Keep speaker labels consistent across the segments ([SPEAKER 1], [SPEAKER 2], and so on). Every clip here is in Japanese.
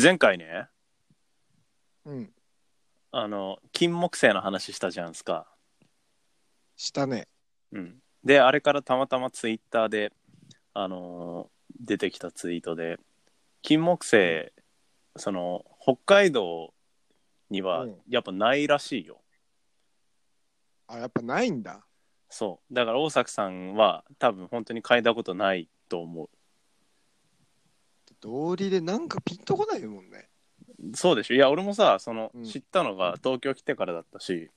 [SPEAKER 1] 前回ね、
[SPEAKER 2] うん。
[SPEAKER 1] あの、金木犀の話したじゃんすか。
[SPEAKER 2] したね。
[SPEAKER 1] うん。で、あれからたまたまツイッターで、あのー出てきたツイートで、金木犀、その、北海道には
[SPEAKER 2] うん
[SPEAKER 1] やっぱないらしいよ。
[SPEAKER 2] あ、やっぱないんだ。
[SPEAKER 1] そう。だから大作さんは多分本当に嗅いだことないと思う。
[SPEAKER 2] 道理でなんかピンとこないもんね。
[SPEAKER 1] そうでしょいや俺もさその
[SPEAKER 2] うん
[SPEAKER 1] 知ったのが東京来てからだったし、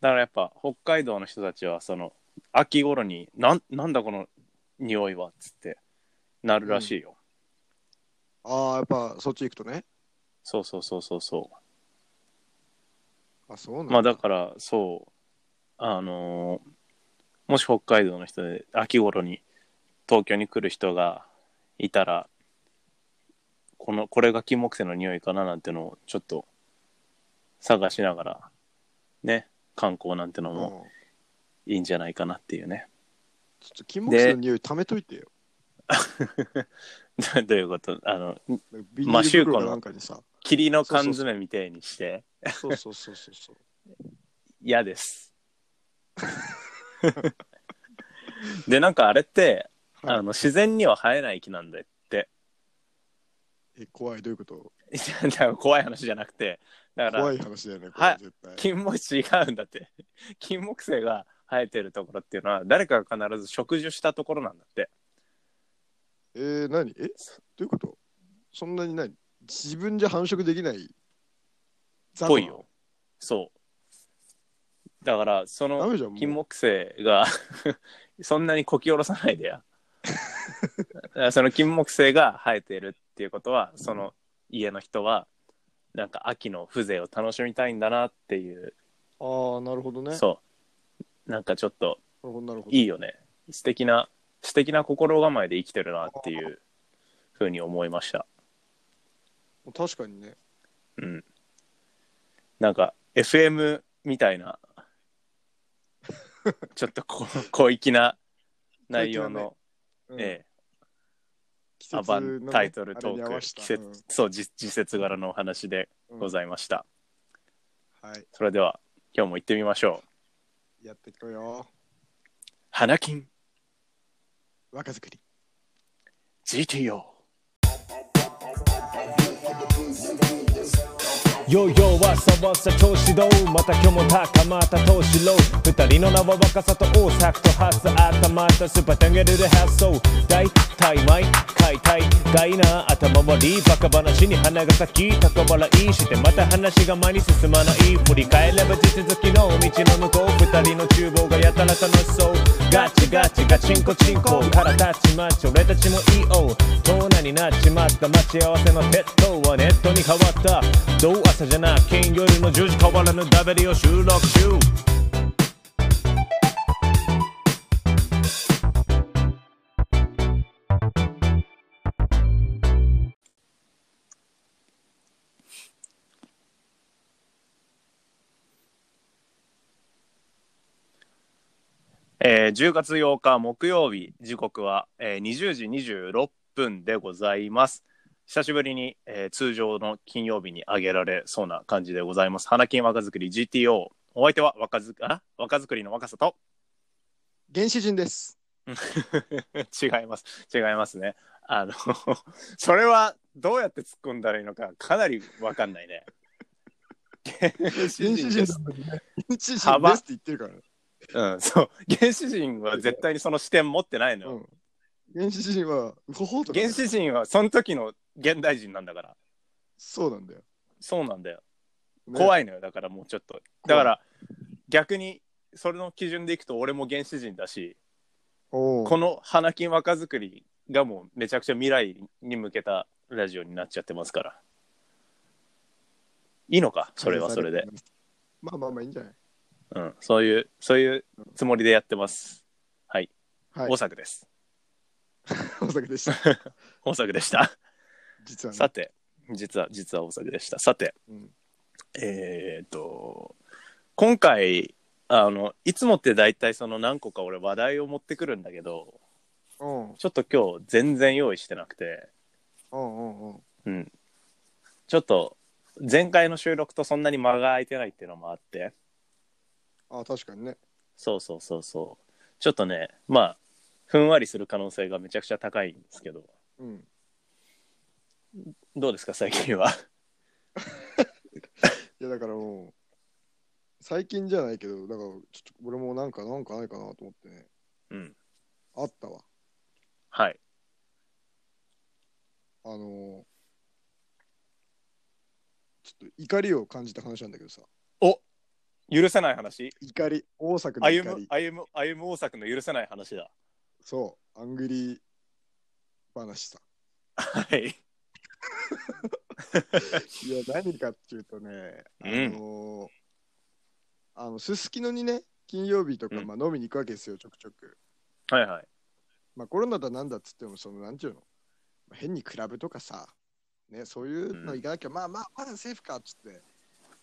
[SPEAKER 1] だからやっぱ北海道の人たちはその秋頃になんなんだこの匂いはっつってなるらしいよ、
[SPEAKER 2] ああ、やっぱそっち行くとね。
[SPEAKER 1] そうそうそうそうそ
[SPEAKER 2] あ、そうなん
[SPEAKER 1] う
[SPEAKER 2] だ。
[SPEAKER 1] まあだからそうあのーもし北海道の人で秋頃に東京に来る人がいたらこのこれが金木犀の匂いかななんてのをちょっと探しながらね観光なんての
[SPEAKER 2] うん
[SPEAKER 1] もいいんじゃないかなっていうね。
[SPEAKER 2] ちょっと金木犀の匂い溜めといてよ。
[SPEAKER 1] どどういうことあの、
[SPEAKER 2] ビニ
[SPEAKER 1] まあ
[SPEAKER 2] ール袋かなんかにさ。
[SPEAKER 1] 霧の缶詰みたいにして、
[SPEAKER 2] そうそうそうそうそう。
[SPEAKER 1] 嫌です。で、なんかあれって、
[SPEAKER 2] はい
[SPEAKER 1] あの、自然には生えない木なんだって。
[SPEAKER 2] え、怖い、どういうこと
[SPEAKER 1] い やだから怖い話じゃなくて、だから、
[SPEAKER 2] 怖い話だよね、これ絶対。
[SPEAKER 1] 金も違うんだって。 金木犀が生えてるところっていうのは、誰かが必ず植樹したところなんだって。
[SPEAKER 2] えー、何えどういうことそんなに何自分じゃ繁殖できない。
[SPEAKER 1] っぽいよ。。そう。だから、その
[SPEAKER 2] ダ、メじゃん、もう
[SPEAKER 1] 金木犀が そんなにこき下ろさないでやだから その金木犀が生えてるっていうことはその家の人はなんか秋の風情を楽しみたいんだなっていう、
[SPEAKER 2] ああ、なるほどね。なる
[SPEAKER 1] そうなんかちょっと
[SPEAKER 2] ほど、なるほど。
[SPEAKER 1] いいよね素敵な素敵な心構えで生きてるなっていうふうに思いました
[SPEAKER 2] 確かにね。
[SPEAKER 1] うんなんか FM みたい なちょっとこ小粋な内容の、
[SPEAKER 2] うん
[SPEAKER 1] ええ
[SPEAKER 2] 季
[SPEAKER 1] アバン
[SPEAKER 2] のね
[SPEAKER 1] タイトルト
[SPEAKER 2] あれに合
[SPEAKER 1] ー
[SPEAKER 2] わ
[SPEAKER 1] ク
[SPEAKER 2] せた
[SPEAKER 1] 季節、そうじ時節柄のお話で
[SPEAKER 2] うん
[SPEAKER 1] ございました、
[SPEAKER 2] うんはい。
[SPEAKER 1] それでは今日も行ってみましょう
[SPEAKER 2] やっていこうよ。
[SPEAKER 1] 花金
[SPEAKER 2] 若作り。
[SPEAKER 1] GTO
[SPEAKER 3] Yo yo わさわさ調子どうまた今日も高まった投資ロー二人の名は若さと大作と発想頭とスーパータンゲルで発想大体毎回大概な頭回りバカ話に花が咲き高笑いしてまた話が前に進まない振り返れば地続きの道の向こう二人の厨房がやたら楽しそうガチガチガチンコチンコから立ちまち俺たちもいいよ東南になっちまった待ち合わせの鉄塔はネットに変わったどう朝じゃな金夜の10時変わらぬダベリを収録中
[SPEAKER 1] えー10月8日木曜日時刻は、えー20時26分でございます久しぶりに、えー通常の金曜日に上げられそうな感じでございます花金若作り GTO お相手は若づあ若作りの若さと
[SPEAKER 2] 原始人です。
[SPEAKER 1] 違います違いますねあの それはどうやって突っ込んだらいいのかかなり分かんないね原
[SPEAKER 2] 原始人
[SPEAKER 1] で
[SPEAKER 2] ですす。原始人
[SPEAKER 1] 幅
[SPEAKER 2] ですって言ってるからね。
[SPEAKER 1] うんそう原始人は絶対にその視点持ってないのよ、
[SPEAKER 2] うん、原始人は、ほほうとかね
[SPEAKER 1] 原始人はその時の現代人なんだから
[SPEAKER 2] そうなんだよ。
[SPEAKER 1] そうなんだよ、
[SPEAKER 2] い。
[SPEAKER 1] 怖いのよだからもうちょっとだから逆にそれの基準でいくと俺も原始人だし
[SPEAKER 2] お
[SPEAKER 1] この「花金若作り」がもうめちゃくちゃ未来に向けたラジオになっちゃってますからいいのかそれはそれで。
[SPEAKER 2] まあまあまあいいんじゃない
[SPEAKER 1] うん、そういうそういうつもりでやってますはい、
[SPEAKER 2] はい。
[SPEAKER 1] 大作です
[SPEAKER 2] お酒でした。
[SPEAKER 1] 大作でした
[SPEAKER 2] 実はね
[SPEAKER 1] さ。て実は実は大作でしたさて
[SPEAKER 2] うん
[SPEAKER 1] えーっと今回あのいつもって大体その何個か俺話題を持ってくるんだけど
[SPEAKER 2] うん。
[SPEAKER 1] ちょっと今日全然用意してなくて、
[SPEAKER 2] うんうんうん。
[SPEAKER 1] うん、ちょっと前回の収録とそんなに間が空いてないっていうのもあって
[SPEAKER 2] あ確かにね。
[SPEAKER 1] そうそうそうそうちょっとねまあふんわりする可能性がめちゃくちゃ高いんですけど
[SPEAKER 2] うん。
[SPEAKER 1] どうですか最近は
[SPEAKER 2] いや、だからもう、最近じゃないけど、だから、ちょっと俺もなんか、なんかないかなと思ってね。
[SPEAKER 1] うん
[SPEAKER 2] あったわ。
[SPEAKER 1] はい
[SPEAKER 2] あのーちょっと怒りを感じた話なんだけどさ。
[SPEAKER 1] 許せない話
[SPEAKER 2] 怒り、大作の
[SPEAKER 1] 歩
[SPEAKER 2] 怒
[SPEAKER 1] む
[SPEAKER 2] り。
[SPEAKER 1] 歩む歩む大作の許せない話だ
[SPEAKER 2] そう、アングリー話さ。
[SPEAKER 1] はい
[SPEAKER 2] いや、何かっていうとね、あ
[SPEAKER 1] うん
[SPEAKER 2] のーあの、すすきのにね、金曜日とか、
[SPEAKER 1] うん
[SPEAKER 2] まあ、飲みに行くわけですよ、ちょくちょく。
[SPEAKER 1] はいはい
[SPEAKER 2] まあ、コロナだなんだっつっても、その、なんていうの、まあ変にクラブとかさ、ね、そういうの行かなきゃ、まあまあ、まだセーフかっつって、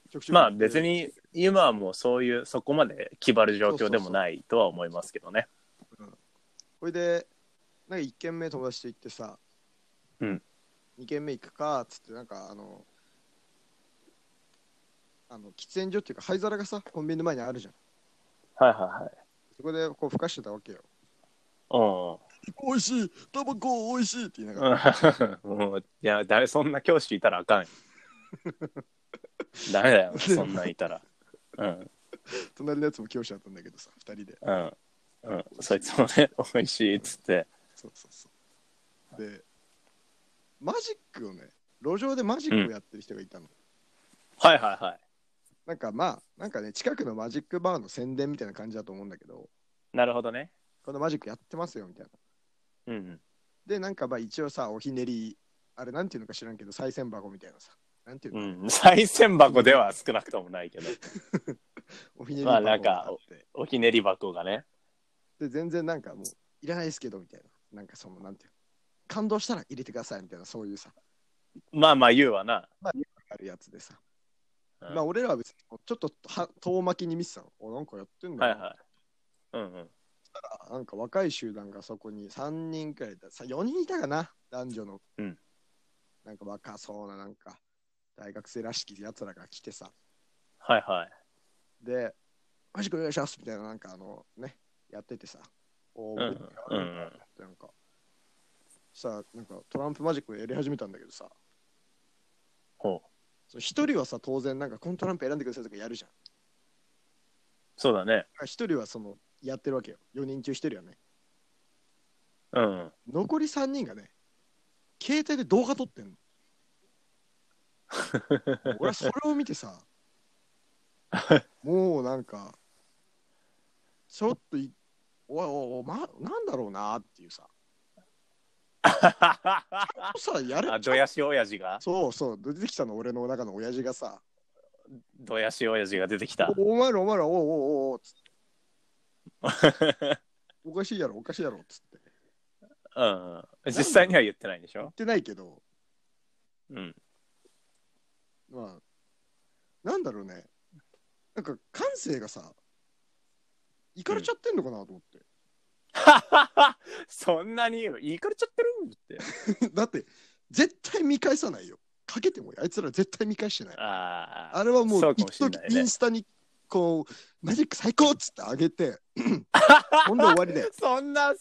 [SPEAKER 2] ちょくちょく
[SPEAKER 1] まあ別に今はもうそういうそこまで気張る状況でもないとは思いますけどね
[SPEAKER 2] ほいで、なんか1軒目友達と行ってさ、
[SPEAKER 1] うん
[SPEAKER 2] 2軒目行くかっつって、なんかあの、あの喫煙所っていうか、灰皿がさ、コンビニの前にあるじゃん。
[SPEAKER 1] はいはいはい
[SPEAKER 2] そこでこう、ふかしてたわけよ。
[SPEAKER 1] うん
[SPEAKER 2] 美味しい、タバコ美味しいって言いながら、
[SPEAKER 1] うん もういや誰そんな教師いたらあかんよ ダメだよそんなんいたらうん
[SPEAKER 2] 隣のやつも教師だったんだけどさ、2人で。
[SPEAKER 1] うんうんそいつもね美味しいっつって
[SPEAKER 2] そうそうそう。で、マジックをね、路上でマジックをやってる人がいたの。
[SPEAKER 1] はいはいは
[SPEAKER 2] なんかまあ、なんかね、近くのマジックバーの宣伝みたいな感じだと思うんだけど、
[SPEAKER 1] いなるほどね
[SPEAKER 2] このマジックやってますよみたいな。
[SPEAKER 1] うん
[SPEAKER 2] で、なんかまあ一応さ、おひねり、あれなんていうのか知らんけど、再銭箱みたいなさ、なんていう
[SPEAKER 1] う
[SPEAKER 2] の、
[SPEAKER 1] ん賽銭箱では少なくともないけど
[SPEAKER 2] おひねり
[SPEAKER 1] まあ
[SPEAKER 2] 箱
[SPEAKER 1] なん
[SPEAKER 2] が
[SPEAKER 1] か
[SPEAKER 2] あって、
[SPEAKER 1] おひねり箱がね
[SPEAKER 2] で、全然なんかもう、いらないですけどみたいな、なんかその、なんていうの感動したら入れてくださいみたいな、そういうさ、
[SPEAKER 1] まあまあ言うわな、
[SPEAKER 2] あるやつでさ。
[SPEAKER 1] うん
[SPEAKER 2] まあ俺らは別に、ちょっとは遠巻きに見てたの。お、なんかやってんだ
[SPEAKER 1] は
[SPEAKER 2] ない
[SPEAKER 1] はいうんうん
[SPEAKER 2] なんか若い集団がそこに3人くらいいた、さ4人いたかな、男女の。
[SPEAKER 1] うん
[SPEAKER 2] なんか若そうな、なんか、大学生らしきやつらが来てさ、
[SPEAKER 1] はいはい
[SPEAKER 2] で、マジックお願いしますみたいな、なんかあの、ね、やっててさ、お
[SPEAKER 1] うん
[SPEAKER 2] ー
[SPEAKER 1] うんう
[SPEAKER 2] っ
[SPEAKER 1] ん
[SPEAKER 2] てなんか、さ、なんかトランプマジックをやり始めたんだけどさ、
[SPEAKER 1] ほう
[SPEAKER 2] その一人はさ、当然、なんか、このトランプ選んでくださいとかやるじゃん。
[SPEAKER 1] そうだね
[SPEAKER 2] だから一人はその、やってるわけよ。4人中一人はね。
[SPEAKER 1] うんうん
[SPEAKER 2] 残り3人がね、携帯で動画撮ってんの。俺はそれを見てさ、もうなんか、ちょっとい、おいおいおい、ま、なんだろうなっていうさ、さ、や
[SPEAKER 1] あ
[SPEAKER 2] る。
[SPEAKER 1] どやし親父が
[SPEAKER 2] そうそう、出てきたの、俺の中の親父がさ、
[SPEAKER 1] どやし親父が出てきた
[SPEAKER 2] おお前ら、お前ら、おうおうおうおうつっておかしいやろ、おかしいやろ、つって。
[SPEAKER 1] うん実際には言ってないんでし
[SPEAKER 2] 言っ
[SPEAKER 1] ょ
[SPEAKER 2] てないけど、
[SPEAKER 1] うん
[SPEAKER 2] まあ、なんだろうね、なんか感性がさ、いかれちゃってんのかなと思って。
[SPEAKER 1] そんなにいいからちゃってるって
[SPEAKER 2] だって 絶対見返さないよかけてもあいつら絶対見返してないあ
[SPEAKER 1] ああ
[SPEAKER 2] れはも
[SPEAKER 1] そううかも
[SPEAKER 2] 一
[SPEAKER 1] しん
[SPEAKER 2] 時
[SPEAKER 1] ないね
[SPEAKER 2] インスタにこうマジック最高っつってあげ てほんで終わりだよ
[SPEAKER 1] そんな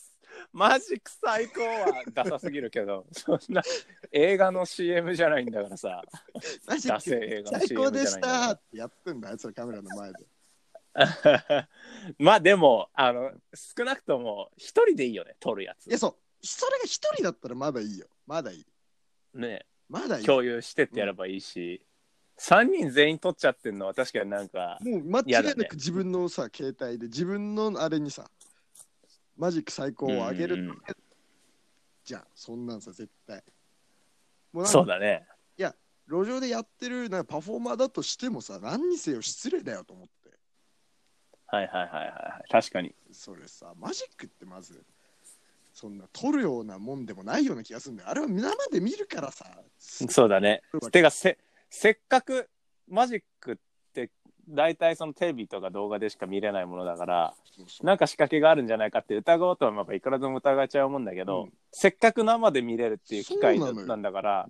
[SPEAKER 1] マジック最高はダサすぎるけ どそんな映画の CM じゃないんだからさ
[SPEAKER 2] マジッ
[SPEAKER 1] ダセ
[SPEAKER 2] ク
[SPEAKER 1] え映画の CM
[SPEAKER 2] 最
[SPEAKER 1] じゃない
[SPEAKER 2] 高
[SPEAKER 1] んだ
[SPEAKER 2] で
[SPEAKER 1] か
[SPEAKER 2] したってやってんだあいつらカメラの前で
[SPEAKER 1] らまあでもあの少なくとも一人でいいよね撮るやつ
[SPEAKER 2] いやそうそれが一人だったらまだいいよまだいい
[SPEAKER 1] ね
[SPEAKER 2] まだいいも
[SPEAKER 1] 共有してってやればいいし、三3人全員撮っちゃってんのは確かになんか
[SPEAKER 2] う間違い
[SPEAKER 1] や
[SPEAKER 2] な
[SPEAKER 1] だね
[SPEAKER 2] く自分のさ携帯で自分のあれにさマジック最高をあげ
[SPEAKER 1] うんう
[SPEAKER 2] る
[SPEAKER 1] ん
[SPEAKER 2] じゃんそんなんさ絶対もうなんか
[SPEAKER 1] そうだね
[SPEAKER 2] 路上でやってるなんかパフォーマーだとしてもさ何にせよ失礼だよと思って
[SPEAKER 1] はいはいはいはい確かに
[SPEAKER 2] それさマジックってまずそんな撮るようなもんでもないような気がするんだよあれは生で見るからさす
[SPEAKER 1] そうだね
[SPEAKER 2] そうだ
[SPEAKER 1] てかせせっかくマジックって大体そのテレビとか動画でしか見れないものだから
[SPEAKER 2] そうそう
[SPEAKER 1] なんか仕掛けがあるんじゃないかって疑おうとはやっぱいくらでも疑えちゃうもんだけど、
[SPEAKER 2] うん
[SPEAKER 1] せっかく生で見れるっていう機会
[SPEAKER 2] そうなのよ
[SPEAKER 1] なんだから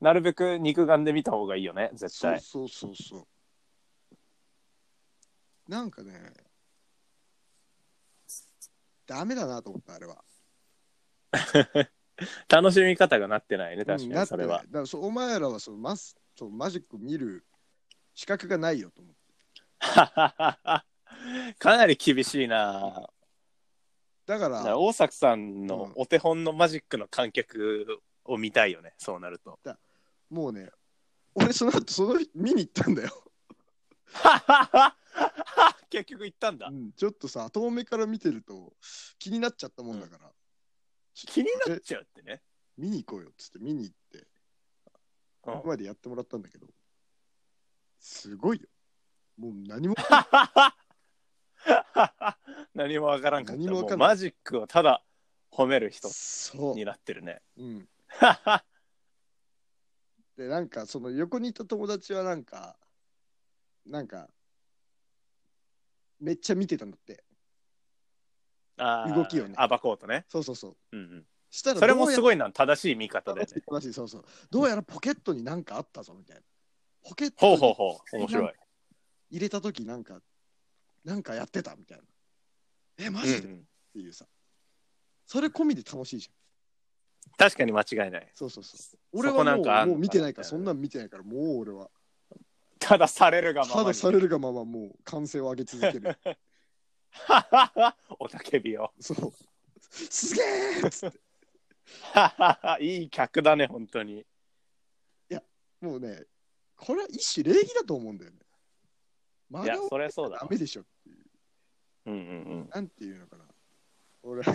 [SPEAKER 1] なるべく肉眼で見た方がいいよね絶対
[SPEAKER 2] そうそうそうそうなんかねダメだなと思ったあれは
[SPEAKER 1] 楽しみ方がなってないね確
[SPEAKER 2] うん
[SPEAKER 1] か
[SPEAKER 2] なっ
[SPEAKER 1] に
[SPEAKER 2] て
[SPEAKER 1] それは
[SPEAKER 2] だからそうお前らはそのマスそうマジック見る資格がないよと思って
[SPEAKER 1] かなり厳しいな
[SPEAKER 2] だか
[SPEAKER 1] だ
[SPEAKER 2] ら
[SPEAKER 1] から大作さんのお手本のマジックの観客を見たいよねそうなると
[SPEAKER 2] もうね俺その後その日見に行ったんだよ、
[SPEAKER 1] 結局行ったんだ
[SPEAKER 2] うんちょっとさ遠目から見てると気になっちゃったもんだから、
[SPEAKER 1] 気になっちゃうってね
[SPEAKER 2] 見に行こうよっつって見に行って
[SPEAKER 1] うん
[SPEAKER 2] ここまでやってもらったんだけどすごいよもう何も
[SPEAKER 1] 何もわからんかった
[SPEAKER 2] 何もわか
[SPEAKER 1] もう
[SPEAKER 2] んない
[SPEAKER 1] マジックをただ褒める人
[SPEAKER 2] そ
[SPEAKER 1] になってる ね
[SPEAKER 2] う、うん、でなんかその横にいた友達はなんかなんかめっちゃ見てたんだって
[SPEAKER 1] あー
[SPEAKER 2] 動きをね
[SPEAKER 1] あ暴こうとね、
[SPEAKER 2] そうそうそう
[SPEAKER 1] うんうん
[SPEAKER 2] したら
[SPEAKER 1] それもす
[SPEAKER 2] い
[SPEAKER 1] ごいな正しい見方だよね
[SPEAKER 2] そうそうどうやらポケットになんかあったぞみたいなポケッ
[SPEAKER 1] ほ
[SPEAKER 2] トに
[SPEAKER 1] うほうほう面白い、
[SPEAKER 2] 入れた時なんかなんかやってたみたいなえマ
[SPEAKER 1] うんう
[SPEAKER 2] ジで、っ
[SPEAKER 1] ん
[SPEAKER 2] ていうさそれ込みで楽しいじゃん
[SPEAKER 1] 確かに間違いない
[SPEAKER 2] そうそうそう
[SPEAKER 1] こ
[SPEAKER 2] 俺はも
[SPEAKER 1] なん
[SPEAKER 2] う
[SPEAKER 1] かあんのかな
[SPEAKER 2] もう見てないか
[SPEAKER 1] み
[SPEAKER 2] ら
[SPEAKER 1] た
[SPEAKER 2] そ
[SPEAKER 1] いなん
[SPEAKER 2] なん見てないからもう俺は
[SPEAKER 1] ただされるがまま
[SPEAKER 2] た
[SPEAKER 1] に
[SPEAKER 2] だされるがままもう歓声を上げ続ける
[SPEAKER 1] おたけびを
[SPEAKER 2] そうすげえっつって
[SPEAKER 1] いい客だね本当に
[SPEAKER 2] もうねこれは一種礼儀だと思うんだよねマ
[SPEAKER 1] いや
[SPEAKER 2] ナー
[SPEAKER 1] そりゃそうだ
[SPEAKER 2] ダ
[SPEAKER 1] わ
[SPEAKER 2] メでしょ
[SPEAKER 1] うんうん
[SPEAKER 2] なんていうのかな俺これ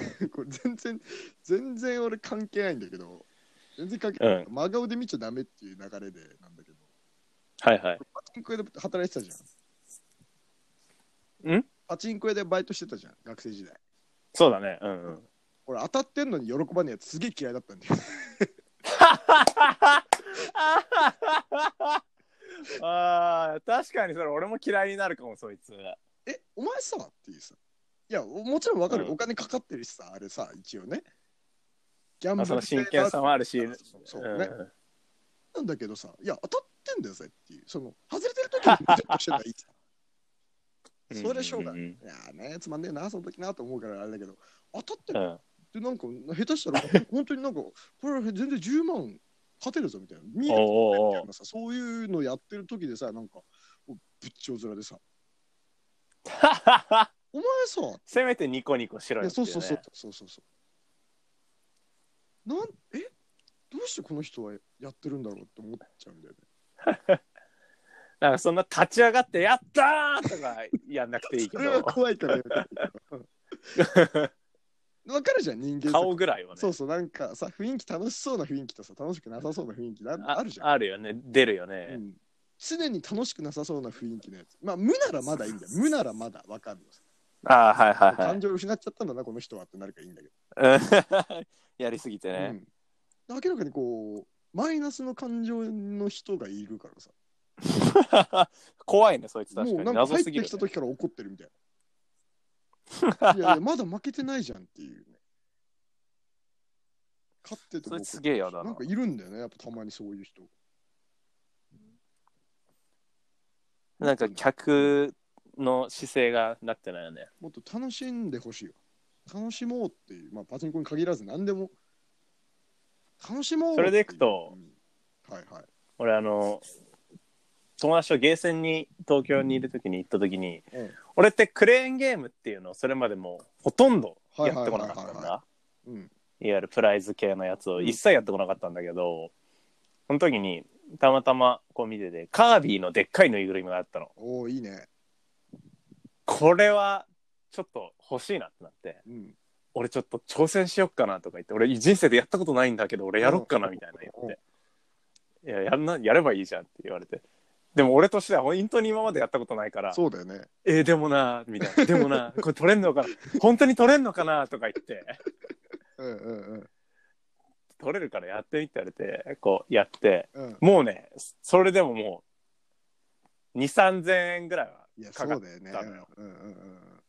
[SPEAKER 2] 全然全然俺関係ないんだけど全然関係ない、
[SPEAKER 1] う
[SPEAKER 2] 真顔で見ちゃダメっていう流れでなんだけど
[SPEAKER 1] はいはい
[SPEAKER 2] パチンコ屋で働いてたじゃん
[SPEAKER 1] ん
[SPEAKER 2] パチンコ屋でバイトしてたじゃん学生時代
[SPEAKER 1] そうだねうんうん
[SPEAKER 2] 俺当たってんのに喜ばねえやつすげえ嫌いだったんだよ
[SPEAKER 1] あー確かにそれ俺も嫌いになるかもそいつ
[SPEAKER 2] えお前さっていうさいやおもちろんわかる、
[SPEAKER 1] うん
[SPEAKER 2] お金かかってるしさあれさ一応ねギャン
[SPEAKER 1] まあその真剣さもあるし、
[SPEAKER 2] そうそうね、
[SPEAKER 1] うん
[SPEAKER 2] なんだけどさいや当たってんだよぜっていうその外れてる時にムチッとしてたらいいさそれしょうがない、
[SPEAKER 1] うん
[SPEAKER 2] いやーねつまんねえなその時なと思うからあれだけど当たって
[SPEAKER 1] う
[SPEAKER 2] る
[SPEAKER 1] ん
[SPEAKER 2] ってなんか下手したら 本当になんかこれ全然10万勝てるぞみたいな見えて
[SPEAKER 1] おうおうお
[SPEAKER 2] みた
[SPEAKER 1] う
[SPEAKER 2] いなさそういうのやってる時でさなんかぶっちょ面でさ お前さ
[SPEAKER 1] せめてニコニコしろ
[SPEAKER 2] い
[SPEAKER 1] よ
[SPEAKER 2] や
[SPEAKER 1] ってい
[SPEAKER 2] そうう
[SPEAKER 1] ね
[SPEAKER 2] そうそうそうそうそうなんえどうしてこの人はやってるんだろうって思っちゃうんだよね
[SPEAKER 1] なんかそんな立ち上がって「やったー!」とかやんなくていいけ
[SPEAKER 2] それは
[SPEAKER 1] ど
[SPEAKER 2] 怖いからやめたわかるじゃん人間さ
[SPEAKER 1] 顔ぐらいはね
[SPEAKER 2] そうそうなんかさ雰囲気楽しそうな雰囲気とさ楽しくなさそうな雰囲気な
[SPEAKER 1] あ
[SPEAKER 2] あるじゃん
[SPEAKER 1] あるよね出るよね、
[SPEAKER 2] うん常に楽しくなさそうな雰囲気のやつまあ無ならまだいいんだよ無ならまだわかるのさ
[SPEAKER 1] ああはいはいはい
[SPEAKER 2] 感情を失っちゃったんだなこの人はってなるからいいんだけど
[SPEAKER 1] うん やりすぎて
[SPEAKER 2] う
[SPEAKER 1] ね、
[SPEAKER 2] ん明らかにこうマイナスの感情の人がいるからさ
[SPEAKER 1] 怖いねそいつ確
[SPEAKER 2] も
[SPEAKER 1] か
[SPEAKER 2] うな
[SPEAKER 1] に
[SPEAKER 2] んか
[SPEAKER 1] 謎
[SPEAKER 2] 入っ
[SPEAKER 1] す
[SPEAKER 2] て
[SPEAKER 1] ぎる、
[SPEAKER 2] きた
[SPEAKER 1] ね、
[SPEAKER 2] 時から怒ってるみたい ないやいやまだ負けてないじゃんっていうね勝ってて
[SPEAKER 1] そ
[SPEAKER 2] も怒
[SPEAKER 1] れす
[SPEAKER 2] ってる
[SPEAKER 1] げえやだ
[SPEAKER 2] な
[SPEAKER 1] なん
[SPEAKER 2] かいるんだよねやっぱたまにそういう人
[SPEAKER 1] なんか客の姿勢がなってないよね
[SPEAKER 2] もっと楽しんでほしいよ。楽しもうっていう、まあ、パチンコに限らず何でも楽しもうってい
[SPEAKER 1] そうれでいくと
[SPEAKER 2] うんはいはい。
[SPEAKER 1] 俺あの友達とゲーセンに東京にいる時に行った時に、
[SPEAKER 2] うん
[SPEAKER 1] 俺ってクレーンゲームっていうのをそれまでもうほとんどやってこなかった
[SPEAKER 2] は
[SPEAKER 1] ん
[SPEAKER 2] いはいはいはい
[SPEAKER 1] だ
[SPEAKER 2] うん、
[SPEAKER 1] いわゆるプライズ系のやつを
[SPEAKER 2] うん
[SPEAKER 1] 一切やってこなかったんだけど、その時にたまたまこう見ててカービィのでっかいぬいぐるみがあったの
[SPEAKER 2] おお、いいね。
[SPEAKER 1] これはちょっと欲しいなってなって
[SPEAKER 2] うん。
[SPEAKER 1] 俺ちょっと挑戦しよっかなとか言って俺人生でやったことないんだけど俺やろっかなみたいな言って、いややんなやればいいじゃんって言われてでも俺としては本当に今までやったことないから
[SPEAKER 2] そうだよね。
[SPEAKER 1] えーでもなみ たいなでもなこれ取れんのかな本当に取れんのかなとか言って
[SPEAKER 2] うんうん
[SPEAKER 1] 取れるからやってみって言われてこうやって
[SPEAKER 2] うん。うん、
[SPEAKER 1] もうねそれでももう2 3 0 0円ぐらいはい
[SPEAKER 2] や、そ
[SPEAKER 1] か
[SPEAKER 2] う
[SPEAKER 1] か
[SPEAKER 2] だ
[SPEAKER 1] っ
[SPEAKER 2] よね。
[SPEAKER 1] たのよ
[SPEAKER 2] うんうんうんうん。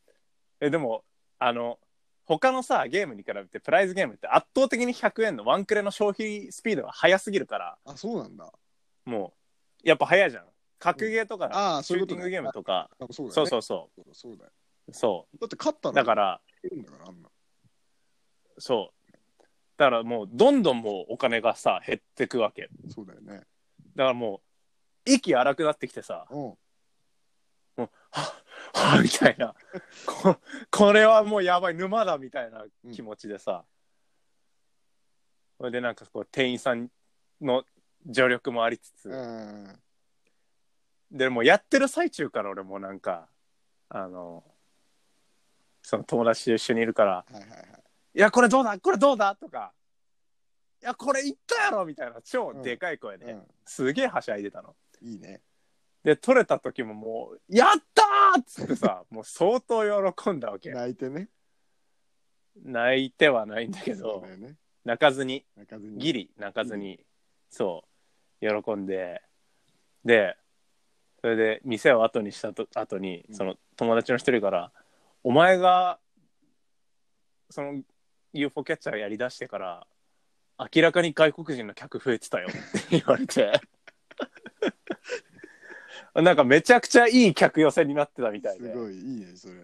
[SPEAKER 1] えでもあの他のさゲームに比べてプライズゲームって圧倒的に100円のワンクレの消費スピードが速すぎるから
[SPEAKER 2] あ、そうなんだ。
[SPEAKER 1] もうやっぱ速いじゃん格ゲーとか、
[SPEAKER 2] ああ、
[SPEAKER 1] シ
[SPEAKER 2] そうい
[SPEAKER 1] ュ
[SPEAKER 2] う
[SPEAKER 1] ー
[SPEAKER 2] こ
[SPEAKER 1] テ
[SPEAKER 2] と
[SPEAKER 1] ィング
[SPEAKER 2] ね
[SPEAKER 1] ゲームとか
[SPEAKER 2] あそうだよね。
[SPEAKER 1] そうそううそ
[SPEAKER 2] そうだよ。
[SPEAKER 1] うそ
[SPEAKER 2] だって勝った
[SPEAKER 1] う
[SPEAKER 2] ら、
[SPEAKER 1] だから
[SPEAKER 2] いいんだから、あんな。
[SPEAKER 1] そうだからもうどんどんもうお金がさ減ってくわけ
[SPEAKER 2] そうだよね。
[SPEAKER 1] だからもう息荒くなってきてさ
[SPEAKER 2] うん。
[SPEAKER 1] もうはっはっみたいなここれはもうやばい沼だみたいな気持ちでさ、それでなんかこう店員さんの助力もありつつ、
[SPEAKER 2] うん。
[SPEAKER 1] でもうやってる最中から俺もなんかあのその友達と一緒にいるから
[SPEAKER 2] はいはいはい。
[SPEAKER 1] 「いやこれどうだこれどうだ?」とか「いやこれいったやろ」みたいな超でかい声で、
[SPEAKER 2] う
[SPEAKER 1] すげえはしゃいでたの。
[SPEAKER 2] ん。いいね。
[SPEAKER 1] で取れた時ももう「やったー!」っつってさもう相当喜んだわけ
[SPEAKER 2] 泣いてね。
[SPEAKER 1] 泣いてはないんだけ
[SPEAKER 2] そ
[SPEAKER 1] ど
[SPEAKER 2] うだよね。
[SPEAKER 1] 泣かずに
[SPEAKER 2] 泣かずに。
[SPEAKER 1] ギリ泣かずにそう喜んででそれで店を後にしたと後に
[SPEAKER 2] うん
[SPEAKER 1] その友達の一人から「お前がその UFO キャッチャーやりだしてから明らかに外国人の客増えてたよ」って言われて なんかめちゃくちゃいい客寄せになってたみたい
[SPEAKER 2] す
[SPEAKER 1] で
[SPEAKER 2] ごい、いいね、それ。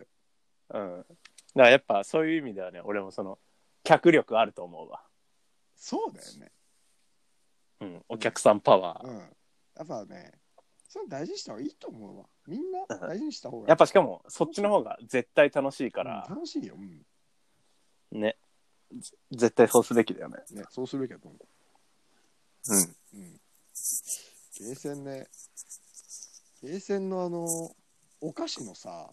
[SPEAKER 1] うん、だからやっぱそういう意味ではね俺もその脚力あると思うわ、
[SPEAKER 2] そうだよね。
[SPEAKER 1] うん、お客さんパワー、
[SPEAKER 2] うん。やっぱね、それ大事にした方がいいと思うわ。みんな大事にした方が
[SPEAKER 1] やっぱしかもそっちの方が絶対楽しいから
[SPEAKER 2] うん、楽しいよ。うん。
[SPEAKER 1] ねぜ絶対そうすべきだよね
[SPEAKER 2] ね、そうすべきだと思
[SPEAKER 1] うん
[SPEAKER 2] う。うん。ゲーセンね、ゲーセンのあの、お菓子のさ、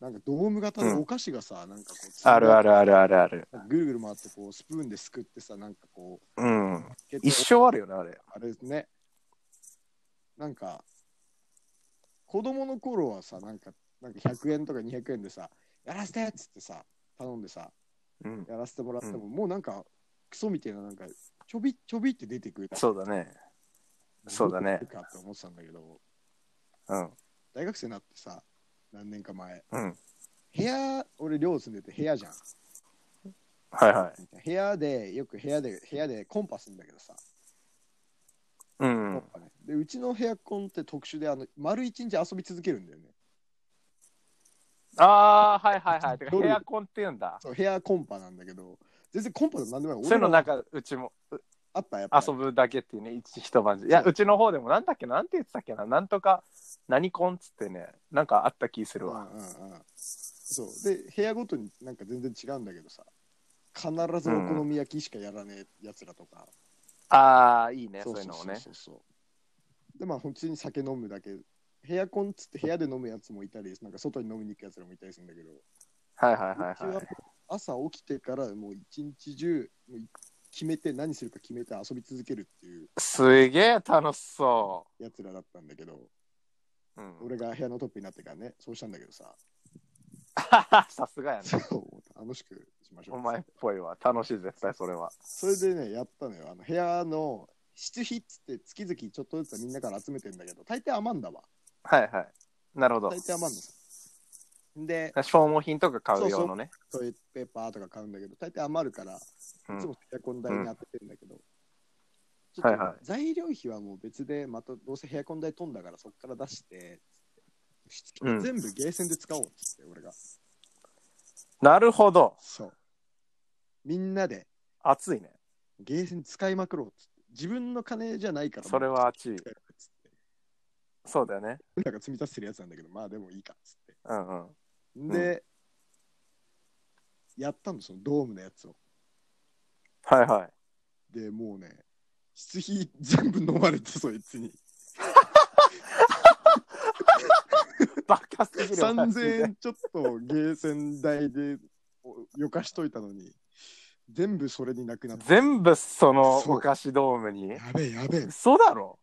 [SPEAKER 2] なんかドーム型のお菓子がさ、なんかこう、
[SPEAKER 1] あるあるあるあるある
[SPEAKER 2] なんかぐるぐる回ってこう、スプーンですくってさ、なんかこう、
[SPEAKER 1] うん
[SPEAKER 2] ケツを
[SPEAKER 1] 一生あるよねあれ
[SPEAKER 2] あれですね。なんか、子供の頃はさ、なんか、なんか100円とか200円でさ、やらせてっつってさ、頼んでさ、
[SPEAKER 1] うん
[SPEAKER 2] やらせてもらっても、もうなんか、クソみたいな、なんか、ちょびちょびって出てくる。
[SPEAKER 1] そうだねそうだね
[SPEAKER 2] 出てくるかって思ってたんだけど、
[SPEAKER 1] うん
[SPEAKER 2] 大学生になってさ、何年か前、
[SPEAKER 1] うん
[SPEAKER 2] 部屋、俺、寮住んでて部屋じゃん。
[SPEAKER 1] はいはい
[SPEAKER 2] 部屋で、よく部屋で、部屋でコンパするんだけどさ、
[SPEAKER 1] うん
[SPEAKER 2] やっぱねでうちの部屋コンって特殊であの丸一日遊び続けるんだよね
[SPEAKER 1] ああーはいはいはいてか
[SPEAKER 2] どれ
[SPEAKER 1] ヘアコンっていうんだ
[SPEAKER 2] そう部屋コンパなんだけど全然コンパでも何でもない
[SPEAKER 1] そういうの
[SPEAKER 2] 俺
[SPEAKER 1] な
[SPEAKER 2] ら
[SPEAKER 1] んかうちも
[SPEAKER 2] あったやっぱ
[SPEAKER 1] 遊ぶだけっていうね一一晩中いや
[SPEAKER 2] そう
[SPEAKER 1] うちの方でもなんだっけなんて言ってたっけななんとか何コンっつってねなんかあった気するわ、
[SPEAKER 2] うんうんうんそうで部屋ごとになんか全然違うんだけどさ必ずお好み焼きしかやらねえやつらとか、
[SPEAKER 1] ああいいねそういうのもね
[SPEAKER 2] そうそうそうでまあ普通に酒飲むだけ部屋コンっつって部屋で飲むやつもいたりなんか外に飲みに行くやつらもいたりするんだけど
[SPEAKER 1] はいはいはいは
[SPEAKER 2] うちは朝起きてからもう一日中もう決めて何するか決めて遊び続けるっていう
[SPEAKER 1] いすげえ楽しそ
[SPEAKER 2] やつらだったんだけど
[SPEAKER 1] う、うん、
[SPEAKER 2] 俺が部屋のトップになってからねそうしたんだけどさ
[SPEAKER 1] さすがやね
[SPEAKER 2] そう楽しくしましょう
[SPEAKER 1] お前っぽいわ楽しい絶対それは
[SPEAKER 2] それでねやったのよあの部屋の室費っつって月々ちょっとずつみんなから集めてんだけど大抵余んだわ
[SPEAKER 1] はいはいなるほど
[SPEAKER 2] 大抵余んのさで
[SPEAKER 1] 消耗品とか買う用のね
[SPEAKER 2] トイレットペーパーとか買うんだけど大体余るからいつもエアコン代に当ててんだけど、ちょっと
[SPEAKER 1] はいはい
[SPEAKER 2] 材料費はもう別でまたどうせヘアコン代飛んだからそっから出してつって
[SPEAKER 1] うん
[SPEAKER 2] 全部ゲーセンで使おうっつって俺が
[SPEAKER 1] うん、なるほど
[SPEAKER 2] そうみんなで
[SPEAKER 1] 熱いね
[SPEAKER 2] ゲーセン使いまくろうっつって自分の金じゃないから
[SPEAKER 1] それは熱い
[SPEAKER 2] 使えるっつって
[SPEAKER 1] そうだよね
[SPEAKER 2] 俺らが積み立ててるやつなんだけどまあでもいいかっつって
[SPEAKER 1] うんうん
[SPEAKER 2] で、やったのそのドームのやつを
[SPEAKER 1] はいはい
[SPEAKER 2] でもうね質費全部飲まれてそいつに
[SPEAKER 1] バカすぎるわマジ
[SPEAKER 2] 3000
[SPEAKER 1] で
[SPEAKER 2] 円ちょっとゲーセン代でおよかしといたのに全部それになくなった
[SPEAKER 1] 全部その
[SPEAKER 2] そう
[SPEAKER 1] お菓子ドームに
[SPEAKER 2] やべえやべえ
[SPEAKER 1] 嘘だろ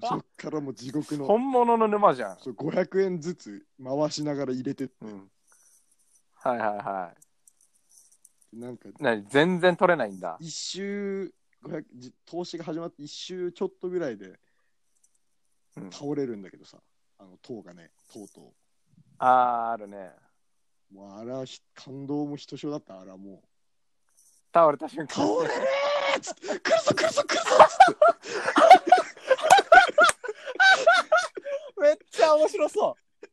[SPEAKER 2] そっからもう地獄の
[SPEAKER 1] 本物の沼じゃん、
[SPEAKER 2] そう500円ずつ回しながら入れてって
[SPEAKER 1] うん、はいはいはい
[SPEAKER 2] なんか
[SPEAKER 1] 何全然取れないんだ
[SPEAKER 2] 一周500じ投資が始まって一周ちょっとぐらいで
[SPEAKER 1] うん
[SPEAKER 2] 倒れるんだけどさ、あの塔がねとうとう
[SPEAKER 1] あーあるね
[SPEAKER 2] もうあれはひ感動もひとしおだったあれはもう
[SPEAKER 3] 倒れた瞬
[SPEAKER 2] 倒れ
[SPEAKER 3] 間
[SPEAKER 2] るーっつって来るぞ来るぞ来るぞ
[SPEAKER 3] めっちゃ面白そう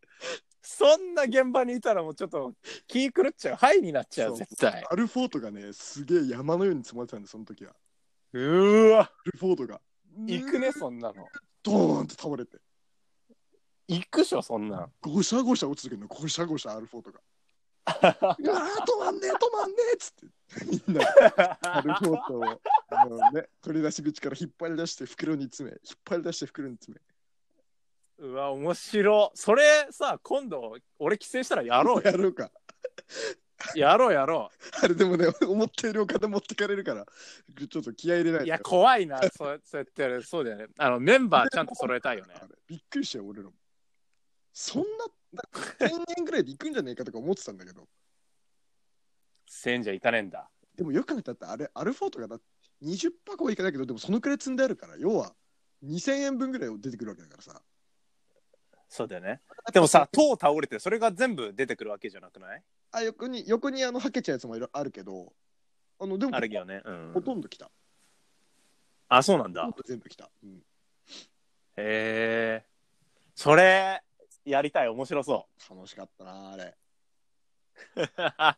[SPEAKER 3] そんな現場にいたらもうちょっと気狂っちゃうハイになっちゃう
[SPEAKER 2] そう
[SPEAKER 3] 絶対
[SPEAKER 2] アルフォートがねすげえ山のように積まれてたんでその時は
[SPEAKER 3] うーわ
[SPEAKER 2] アルフォートが
[SPEAKER 3] 行くねそんなの
[SPEAKER 2] ドーンって倒れて
[SPEAKER 3] 行くっしょそんなん
[SPEAKER 2] ゴシャゴシャ落ちてくるのゴシャゴシャアルフォー トがうわー止まんねえ止まんねえっつってみんなアルフォートをあの、ね、取り出し口から引っ張り出して袋に詰め引っ張り出して袋に詰め
[SPEAKER 3] うわ面白それさ今度俺帰省したらやろう よ
[SPEAKER 2] やろうか
[SPEAKER 3] やろうやろ
[SPEAKER 2] あれでもね思ったよりお金持ってかれるからちょっと気合い入れな
[SPEAKER 3] う
[SPEAKER 2] い
[SPEAKER 3] いや怖いなそうそうやってやるそうだよねあのメンバーちゃんと揃えたいよね
[SPEAKER 2] あれびっくりしたよ俺らもそんな1000円ぐらいで行くんじゃねえかとか思ってたんだけど
[SPEAKER 3] せんじゃいかねえんだ
[SPEAKER 2] でもよく考えたってあれアルフォートがだって20箱はいかないけどでもそのくらい積んであるから要は2000円分ぐらい出てくるわけだからさ
[SPEAKER 3] そうだよねでもさ塔倒れてそれが全部出てくるわけじゃなくない
[SPEAKER 2] あ横に横にあのはけちゃうやつもいろあるけどあのでも
[SPEAKER 3] あるよねうん
[SPEAKER 2] ほとんど来た
[SPEAKER 3] あそうなんだ
[SPEAKER 2] ほとんど全部来た、うん、
[SPEAKER 3] へえそれやりたい面白そ
[SPEAKER 2] 楽しかったなあれ
[SPEAKER 3] う
[SPEAKER 2] あ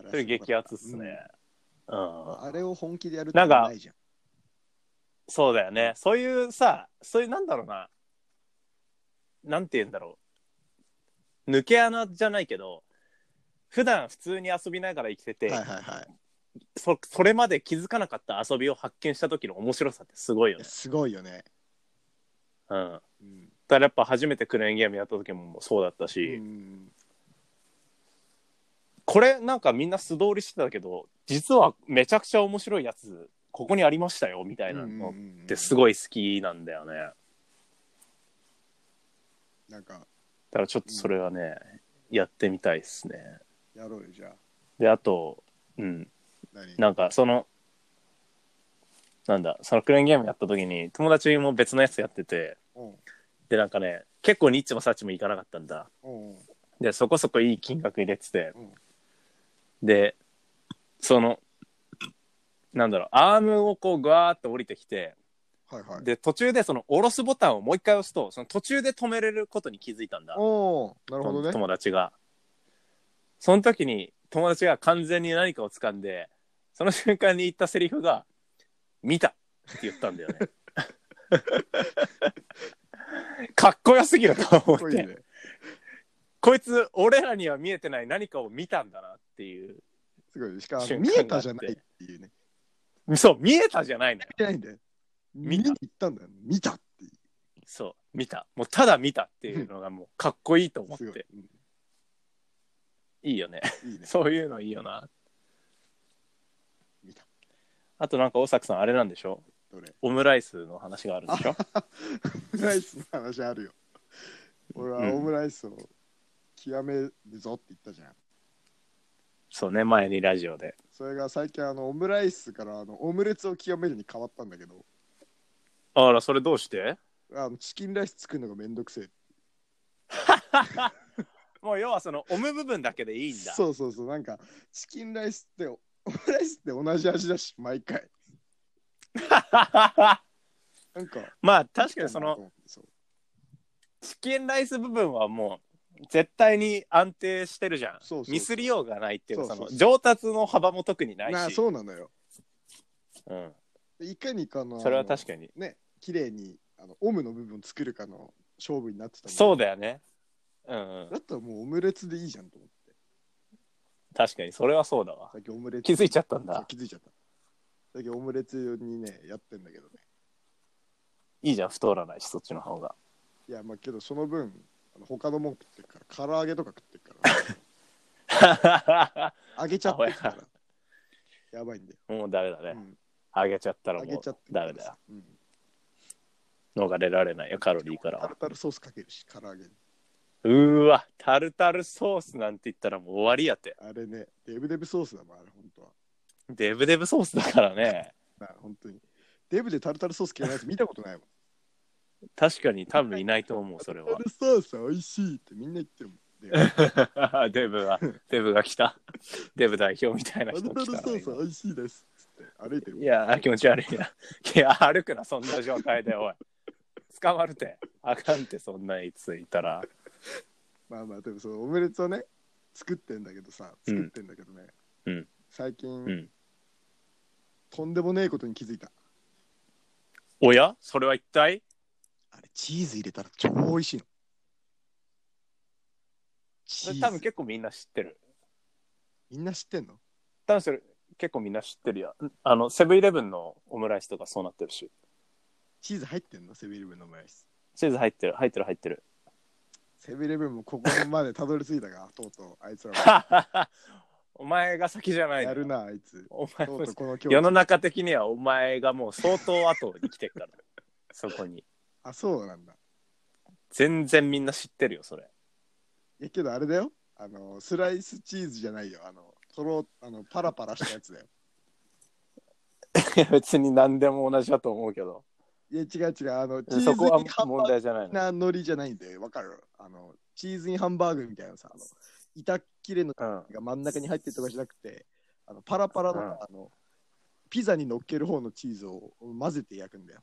[SPEAKER 2] れ
[SPEAKER 3] それ激アツっすね、うん
[SPEAKER 2] うんあれを本気でやるって
[SPEAKER 3] なんか
[SPEAKER 2] ないじゃん
[SPEAKER 3] そうだよね。そういうさ、そういうなんだろうな。なんて言うんだろう。抜け穴じゃないけど、普段普通に遊びながら生きてて、
[SPEAKER 2] はいはいはい
[SPEAKER 3] そそれまで気づかなかった遊びを発見した時の面白さってすごいよ
[SPEAKER 2] い
[SPEAKER 3] ね
[SPEAKER 2] や。すごいよね、
[SPEAKER 3] うん。だか
[SPEAKER 2] うん
[SPEAKER 3] らやっぱ初めてクレーンゲームやった時もそうだったし、
[SPEAKER 2] うん
[SPEAKER 3] これなんかみんな素通りしてたけど、実はめちゃくちゃ面白いやつ、ここにありましたよ、みたいなのってす
[SPEAKER 2] い
[SPEAKER 3] ごい好きなんだよね。だ
[SPEAKER 2] なんか
[SPEAKER 3] からちょっとそれはね、やってみたいですね。
[SPEAKER 2] やろうよじゃあ
[SPEAKER 3] で、あと、うん、
[SPEAKER 2] 何
[SPEAKER 3] なんかその、なんだ、そのクレーンゲームやった時に、友達も別のやつやってて、
[SPEAKER 2] うん
[SPEAKER 3] で、なんかね、結構ニッチもサッチもいかなかったんだ。
[SPEAKER 2] うんうん
[SPEAKER 3] で、そこそこいい金額入れてて、
[SPEAKER 2] うん
[SPEAKER 3] で、その、なんだろう、アームをこう、ぐわーっと降りてきて、
[SPEAKER 2] はいはい
[SPEAKER 3] で、途中でその、下ろすボタンをもう一回押すと、その途中で止めれることに気づいたんだ。
[SPEAKER 2] おおなるほどね
[SPEAKER 3] 友達がその時に友達が完全に何かを掴んでその瞬間に言ったセリフが「見た!」って言ったん だよねかっこよすぎると思
[SPEAKER 2] かっこ
[SPEAKER 3] っ
[SPEAKER 2] いい
[SPEAKER 3] て
[SPEAKER 2] ね
[SPEAKER 3] こいつ俺らには見えてない何かを見たんだなっていう
[SPEAKER 2] すごいねしかも
[SPEAKER 3] 瞬間
[SPEAKER 2] 見
[SPEAKER 3] があって
[SPEAKER 2] えたじゃないっていうね
[SPEAKER 3] そう見えたじゃないのよ
[SPEAKER 2] 見てないんだよ見
[SPEAKER 3] 見
[SPEAKER 2] に
[SPEAKER 3] た
[SPEAKER 2] 行ったんだよ見たっていう
[SPEAKER 3] そう見たもうただ見たっていうのがもうかっこいいと思っ
[SPEAKER 2] すご
[SPEAKER 3] て
[SPEAKER 2] い、う
[SPEAKER 3] いいよね
[SPEAKER 2] んいいね
[SPEAKER 3] そういうのいいよな
[SPEAKER 2] 見た
[SPEAKER 3] あとなんか大作さんあれなんでしょ
[SPEAKER 2] どれ
[SPEAKER 3] オムライスの話があるんでしょ
[SPEAKER 2] オムライスの話あるよ俺はオムライスを極めるぞって言ったじゃん
[SPEAKER 3] そうね前にラジオで
[SPEAKER 2] それが最近あのオムライスからあのオムレツを極めるに変わったんだけど
[SPEAKER 3] あら、それどうして
[SPEAKER 2] あのチキンライス作るのがめんどくせえ
[SPEAKER 3] もう要はその、オム部分だけでいいんだ。
[SPEAKER 2] そうそうそうなんかチキンライスってオムライスって同じ味だし毎回 なんか
[SPEAKER 3] まあ、確かにその、
[SPEAKER 2] そう
[SPEAKER 3] チキンライス部分はもう、絶対に安定してるじゃん。
[SPEAKER 2] そうそうそう
[SPEAKER 3] ミスりようがないっていうか、
[SPEAKER 2] そう
[SPEAKER 3] そ
[SPEAKER 2] そう
[SPEAKER 3] の、上達の幅も特にないし。
[SPEAKER 2] なあそうなのよ
[SPEAKER 3] うん。
[SPEAKER 2] でいかにかの
[SPEAKER 3] それは確かに。
[SPEAKER 2] にね綺麗にあのオムの部分作るかの勝負になってたもん
[SPEAKER 3] そうだよね。うん、うん。
[SPEAKER 2] だったらもうオムレツでいいじゃんと思って
[SPEAKER 3] 確かに、それはそうだわ。
[SPEAKER 2] 最近オムレツ
[SPEAKER 3] 気づいちゃったん
[SPEAKER 2] そう
[SPEAKER 3] だ。
[SPEAKER 2] 気づいちゃった最近オムレツにねやってんだけどね
[SPEAKER 3] いいじゃん、太らないし、そっちの 方が。
[SPEAKER 2] いやまあけどその分あの他のもん食ってるから唐揚げとか食ってるから 揚げちゃってるからやばいんだよ、
[SPEAKER 3] もうダメだ
[SPEAKER 2] う
[SPEAKER 3] ね。
[SPEAKER 2] ん、
[SPEAKER 3] あげちゃったら
[SPEAKER 2] 揚げ
[SPEAKER 3] も
[SPEAKER 2] ちゃっ
[SPEAKER 3] う
[SPEAKER 2] て、るか
[SPEAKER 3] ダ
[SPEAKER 2] ら
[SPEAKER 3] メだよ。
[SPEAKER 2] うん、
[SPEAKER 3] 逃れられないよ、カロリーから
[SPEAKER 2] タ
[SPEAKER 3] は
[SPEAKER 2] ル。タルソースかけるし唐揚げに
[SPEAKER 3] うーわ、タルタルソースなんて言ったらもう終わりやて。
[SPEAKER 2] あれねデブデブソースだもんあれ本当は
[SPEAKER 3] デブデブソースだからね。
[SPEAKER 2] なあ本当にデブでタルタルソース嫌いなやつ見たことないもん
[SPEAKER 3] 確かに多分いないと思う、それ
[SPEAKER 2] タ
[SPEAKER 3] は。
[SPEAKER 2] ルソース美味しいってみんな言ってるもん。デ ブ
[SPEAKER 3] デブが、デブが来た。デブ代表みたいな
[SPEAKER 2] あ
[SPEAKER 3] 人
[SPEAKER 2] なたの
[SPEAKER 3] 来た
[SPEAKER 2] ソ。ース美味しいです。つって歩いてる
[SPEAKER 3] い。や、気持ち悪いな。いや、歩くな、そんな状態で、おい。捕まるて。あかんって、そんないついたら。
[SPEAKER 2] まあまあ、でもそのオムレツをね、作ってんだけどさ、
[SPEAKER 3] うん
[SPEAKER 2] 作ってんだけどね、
[SPEAKER 3] うん
[SPEAKER 2] 最近、
[SPEAKER 3] うん
[SPEAKER 2] とんでもねえことに気づいた。
[SPEAKER 3] おやそれは一体
[SPEAKER 2] あれ、チーズ入れたら超美味しいの。チ
[SPEAKER 3] そ
[SPEAKER 2] ー
[SPEAKER 3] れ
[SPEAKER 2] ズ
[SPEAKER 3] 多分結構みんな知ってる。
[SPEAKER 2] みんな知ってんの
[SPEAKER 3] 多分それ結構みんな知ってるよ。あの、セブンイレブンのオムライスとかそうなってるし。
[SPEAKER 2] チーズ入ってんのセブンイレブンのオムライス。
[SPEAKER 3] チーズ入ってる、入ってる、入ってる。
[SPEAKER 2] セブンイレブンもここまでたどり着いたか、とうとう、あいつらは。
[SPEAKER 3] お前が先じゃないの
[SPEAKER 2] やるな、あいつ。
[SPEAKER 3] お前
[SPEAKER 2] とう
[SPEAKER 3] も
[SPEAKER 2] とうこの境地
[SPEAKER 3] 世の中的にはお前がもう相当後に来てる からそこに
[SPEAKER 2] あ、そうなんだ。
[SPEAKER 3] 全然みんな知ってるよそれ
[SPEAKER 2] いやけどあれだよ。あの、スライスチーズじゃないよ。あの、とろ、あの、パラパラしたやつだよ。
[SPEAKER 3] 別に何でも同じだと思うけど
[SPEAKER 2] いや、違う違う。あの、チーズ
[SPEAKER 3] そこは
[SPEAKER 2] にハンバ
[SPEAKER 3] 問
[SPEAKER 2] ーグ
[SPEAKER 3] 題じゃない
[SPEAKER 2] 的
[SPEAKER 3] の
[SPEAKER 2] な海苔じゃないんで、わかるあの、チーズにハンバーグみたいなさ、あの、板っ切れの
[SPEAKER 3] うん
[SPEAKER 2] が真ん中に入ってるとかじゃなくて、あの、パラパラの、
[SPEAKER 3] うん
[SPEAKER 2] あの、ピザに乗っける方のチーズを混ぜて焼くんだよ。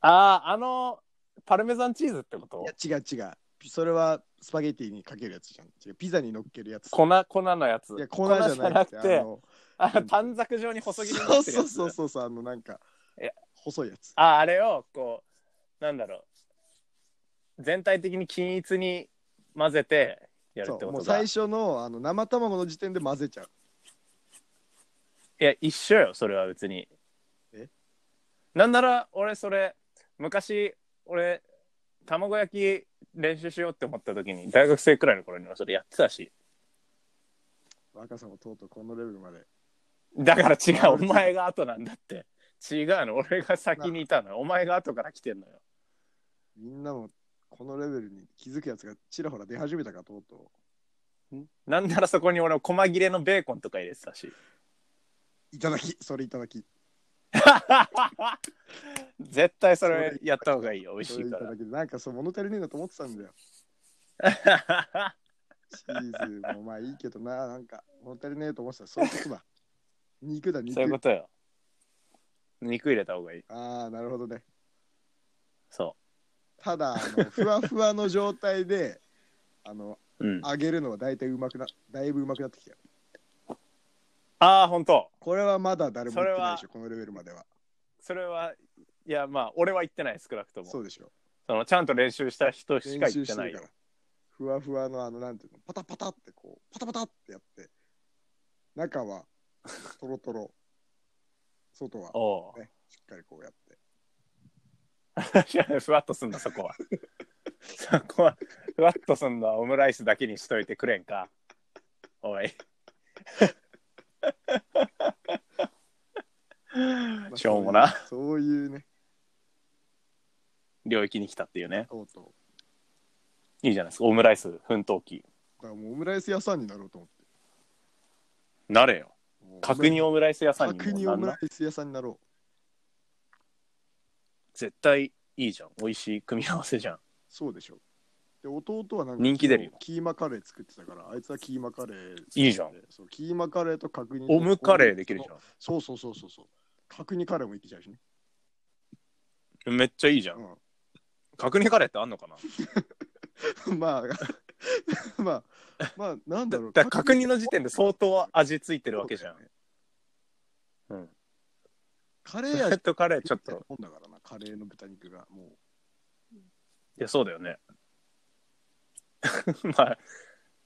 [SPEAKER 3] あああのパルメザンチーズってこと
[SPEAKER 2] いや、違う違う。それはスパゲティにかけるやつじゃん。違う、ピザに乗っけるやつ。
[SPEAKER 3] 粉粉のやつ
[SPEAKER 2] いや、粉じゃなくて、
[SPEAKER 3] 粉じゃ
[SPEAKER 2] あ
[SPEAKER 3] なくて
[SPEAKER 2] の、
[SPEAKER 3] あ短冊状に細切りにな
[SPEAKER 2] そう
[SPEAKER 3] ってる
[SPEAKER 2] そ
[SPEAKER 3] や
[SPEAKER 2] う
[SPEAKER 3] つ
[SPEAKER 2] そうそうそう、あの、なんか
[SPEAKER 3] いや、
[SPEAKER 2] 細いやつ。
[SPEAKER 3] ああれをこうなんだろう全体的に均一に混ぜてやるって
[SPEAKER 2] そう
[SPEAKER 3] こ
[SPEAKER 2] も
[SPEAKER 3] と
[SPEAKER 2] う
[SPEAKER 3] だ
[SPEAKER 2] 最
[SPEAKER 3] い
[SPEAKER 2] 初のあの生卵の時点で混ぜちゃう
[SPEAKER 3] や一緒よそれは別に
[SPEAKER 2] え
[SPEAKER 3] なんなら俺それ昔俺卵焼き練習しようって思った時に大学生くらいの頃にはそれやってたし
[SPEAKER 2] 若さもとうとうこのレベルまで
[SPEAKER 3] だから違
[SPEAKER 2] あ
[SPEAKER 3] うお
[SPEAKER 2] 別に
[SPEAKER 3] 前が後なんだって違うの俺が先にいたのよお前が後から来てんのよ
[SPEAKER 2] みんなもこのレベルに気づくやつがちらほら出始めたかとうと
[SPEAKER 3] なんならそこに俺細切れのベーコンとか入れてたし
[SPEAKER 2] ういただきそれいただき
[SPEAKER 3] 絶対それやった方がいいよ美味し
[SPEAKER 2] それ
[SPEAKER 3] い
[SPEAKER 2] い
[SPEAKER 3] か
[SPEAKER 2] ただきなんかそう物足りねえなと思ってたんだ よ
[SPEAKER 3] ら
[SPEAKER 2] チーズもまあいいけどななんか物足りねえと思ってたそういうことだ肉だ肉
[SPEAKER 3] そういうことよ肉入れた方がいい
[SPEAKER 2] ああなるほどね
[SPEAKER 3] そ
[SPEAKER 2] ただあのふわふわの状態であの
[SPEAKER 3] う、うん、あ
[SPEAKER 2] 揚げるのは大体うまくなだいぶうまくなってきたよ
[SPEAKER 3] あー本当
[SPEAKER 2] これはまだ誰も言ってないでし
[SPEAKER 3] そ
[SPEAKER 2] ょこのレベルまでは
[SPEAKER 3] それはいやまあ俺は言ってない少なくとも
[SPEAKER 2] そ
[SPEAKER 3] そう
[SPEAKER 2] でしょ
[SPEAKER 3] のちゃんと練習した人しか言ってな
[SPEAKER 2] 練習してる
[SPEAKER 3] いよ
[SPEAKER 2] からふわふわのあのなんていうのパタパタってこうパタパタってやって中はトロトロ外は
[SPEAKER 3] おう
[SPEAKER 2] ねしっかりこうやって
[SPEAKER 3] ふわっとすんだそ こはそこはふわっとすんのはオムライスだけにしといてくれんかおい
[SPEAKER 2] まあ
[SPEAKER 3] しょうもな
[SPEAKER 2] そういうそういうね
[SPEAKER 3] 領域に来たっていうね
[SPEAKER 2] とうとう
[SPEAKER 3] いいじゃないですかオムライス奮闘記
[SPEAKER 2] だからもうオムライス屋さんになろうと思って
[SPEAKER 3] なれよ
[SPEAKER 2] もう
[SPEAKER 3] 角煮オムライス屋さんに
[SPEAKER 2] 角煮
[SPEAKER 3] も
[SPEAKER 2] オ
[SPEAKER 3] うなん
[SPEAKER 2] ム
[SPEAKER 3] な
[SPEAKER 2] ライス屋さんになろう
[SPEAKER 3] 絶対いいじゃん美味しい組み合わせじゃん
[SPEAKER 2] そうでしょで弟はなんか
[SPEAKER 3] 人気出るよ
[SPEAKER 2] キーマカレー作ってたからあいつはキーマカレー作って
[SPEAKER 3] いいじゃん
[SPEAKER 2] そうキーマカレーと角煮と
[SPEAKER 3] オムカレーできるじゃ
[SPEAKER 2] そうそうそうそうそう角煮カレーもいけちゃうしね、
[SPEAKER 3] んめっちゃいいじゃん
[SPEAKER 2] うん、
[SPEAKER 3] 角煮カレーってあんのかな
[SPEAKER 2] まあ、まあ、まあ、なんだろう。
[SPEAKER 3] だから確認の時点で相当味ついてるわけじゃん。うん。
[SPEAKER 2] カレ
[SPEAKER 3] ブ
[SPEAKER 2] ー
[SPEAKER 3] レ
[SPEAKER 2] 味
[SPEAKER 3] ッドカレーちょっと。。
[SPEAKER 2] もんだからな、カレーの豚肉が。も
[SPEAKER 3] いや、そうだよね。まあ、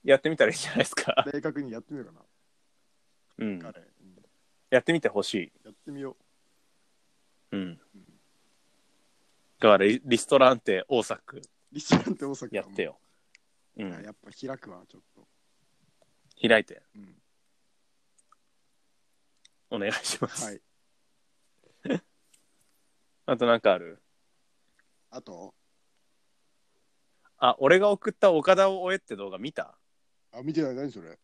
[SPEAKER 3] やってみたらいいんじゃないですか。
[SPEAKER 2] う、明確にやってみようか
[SPEAKER 3] うん
[SPEAKER 2] な、。カレー。うん
[SPEAKER 3] やってみてほしい。
[SPEAKER 2] やってみよ
[SPEAKER 3] うん。だからリ、リストランテ大阪
[SPEAKER 2] う。リストランテ大阪
[SPEAKER 3] やって
[SPEAKER 2] よ。
[SPEAKER 3] よ。う
[SPEAKER 2] あ
[SPEAKER 3] ん。
[SPEAKER 2] やっぱ開くわ、ちょっと。
[SPEAKER 3] 開いて。
[SPEAKER 2] うん
[SPEAKER 3] お願いします。
[SPEAKER 2] はい。
[SPEAKER 3] あとなんかある
[SPEAKER 2] あと、
[SPEAKER 3] あ、俺が送った岡田を追えって動画見た
[SPEAKER 2] あ、見てない、何それ。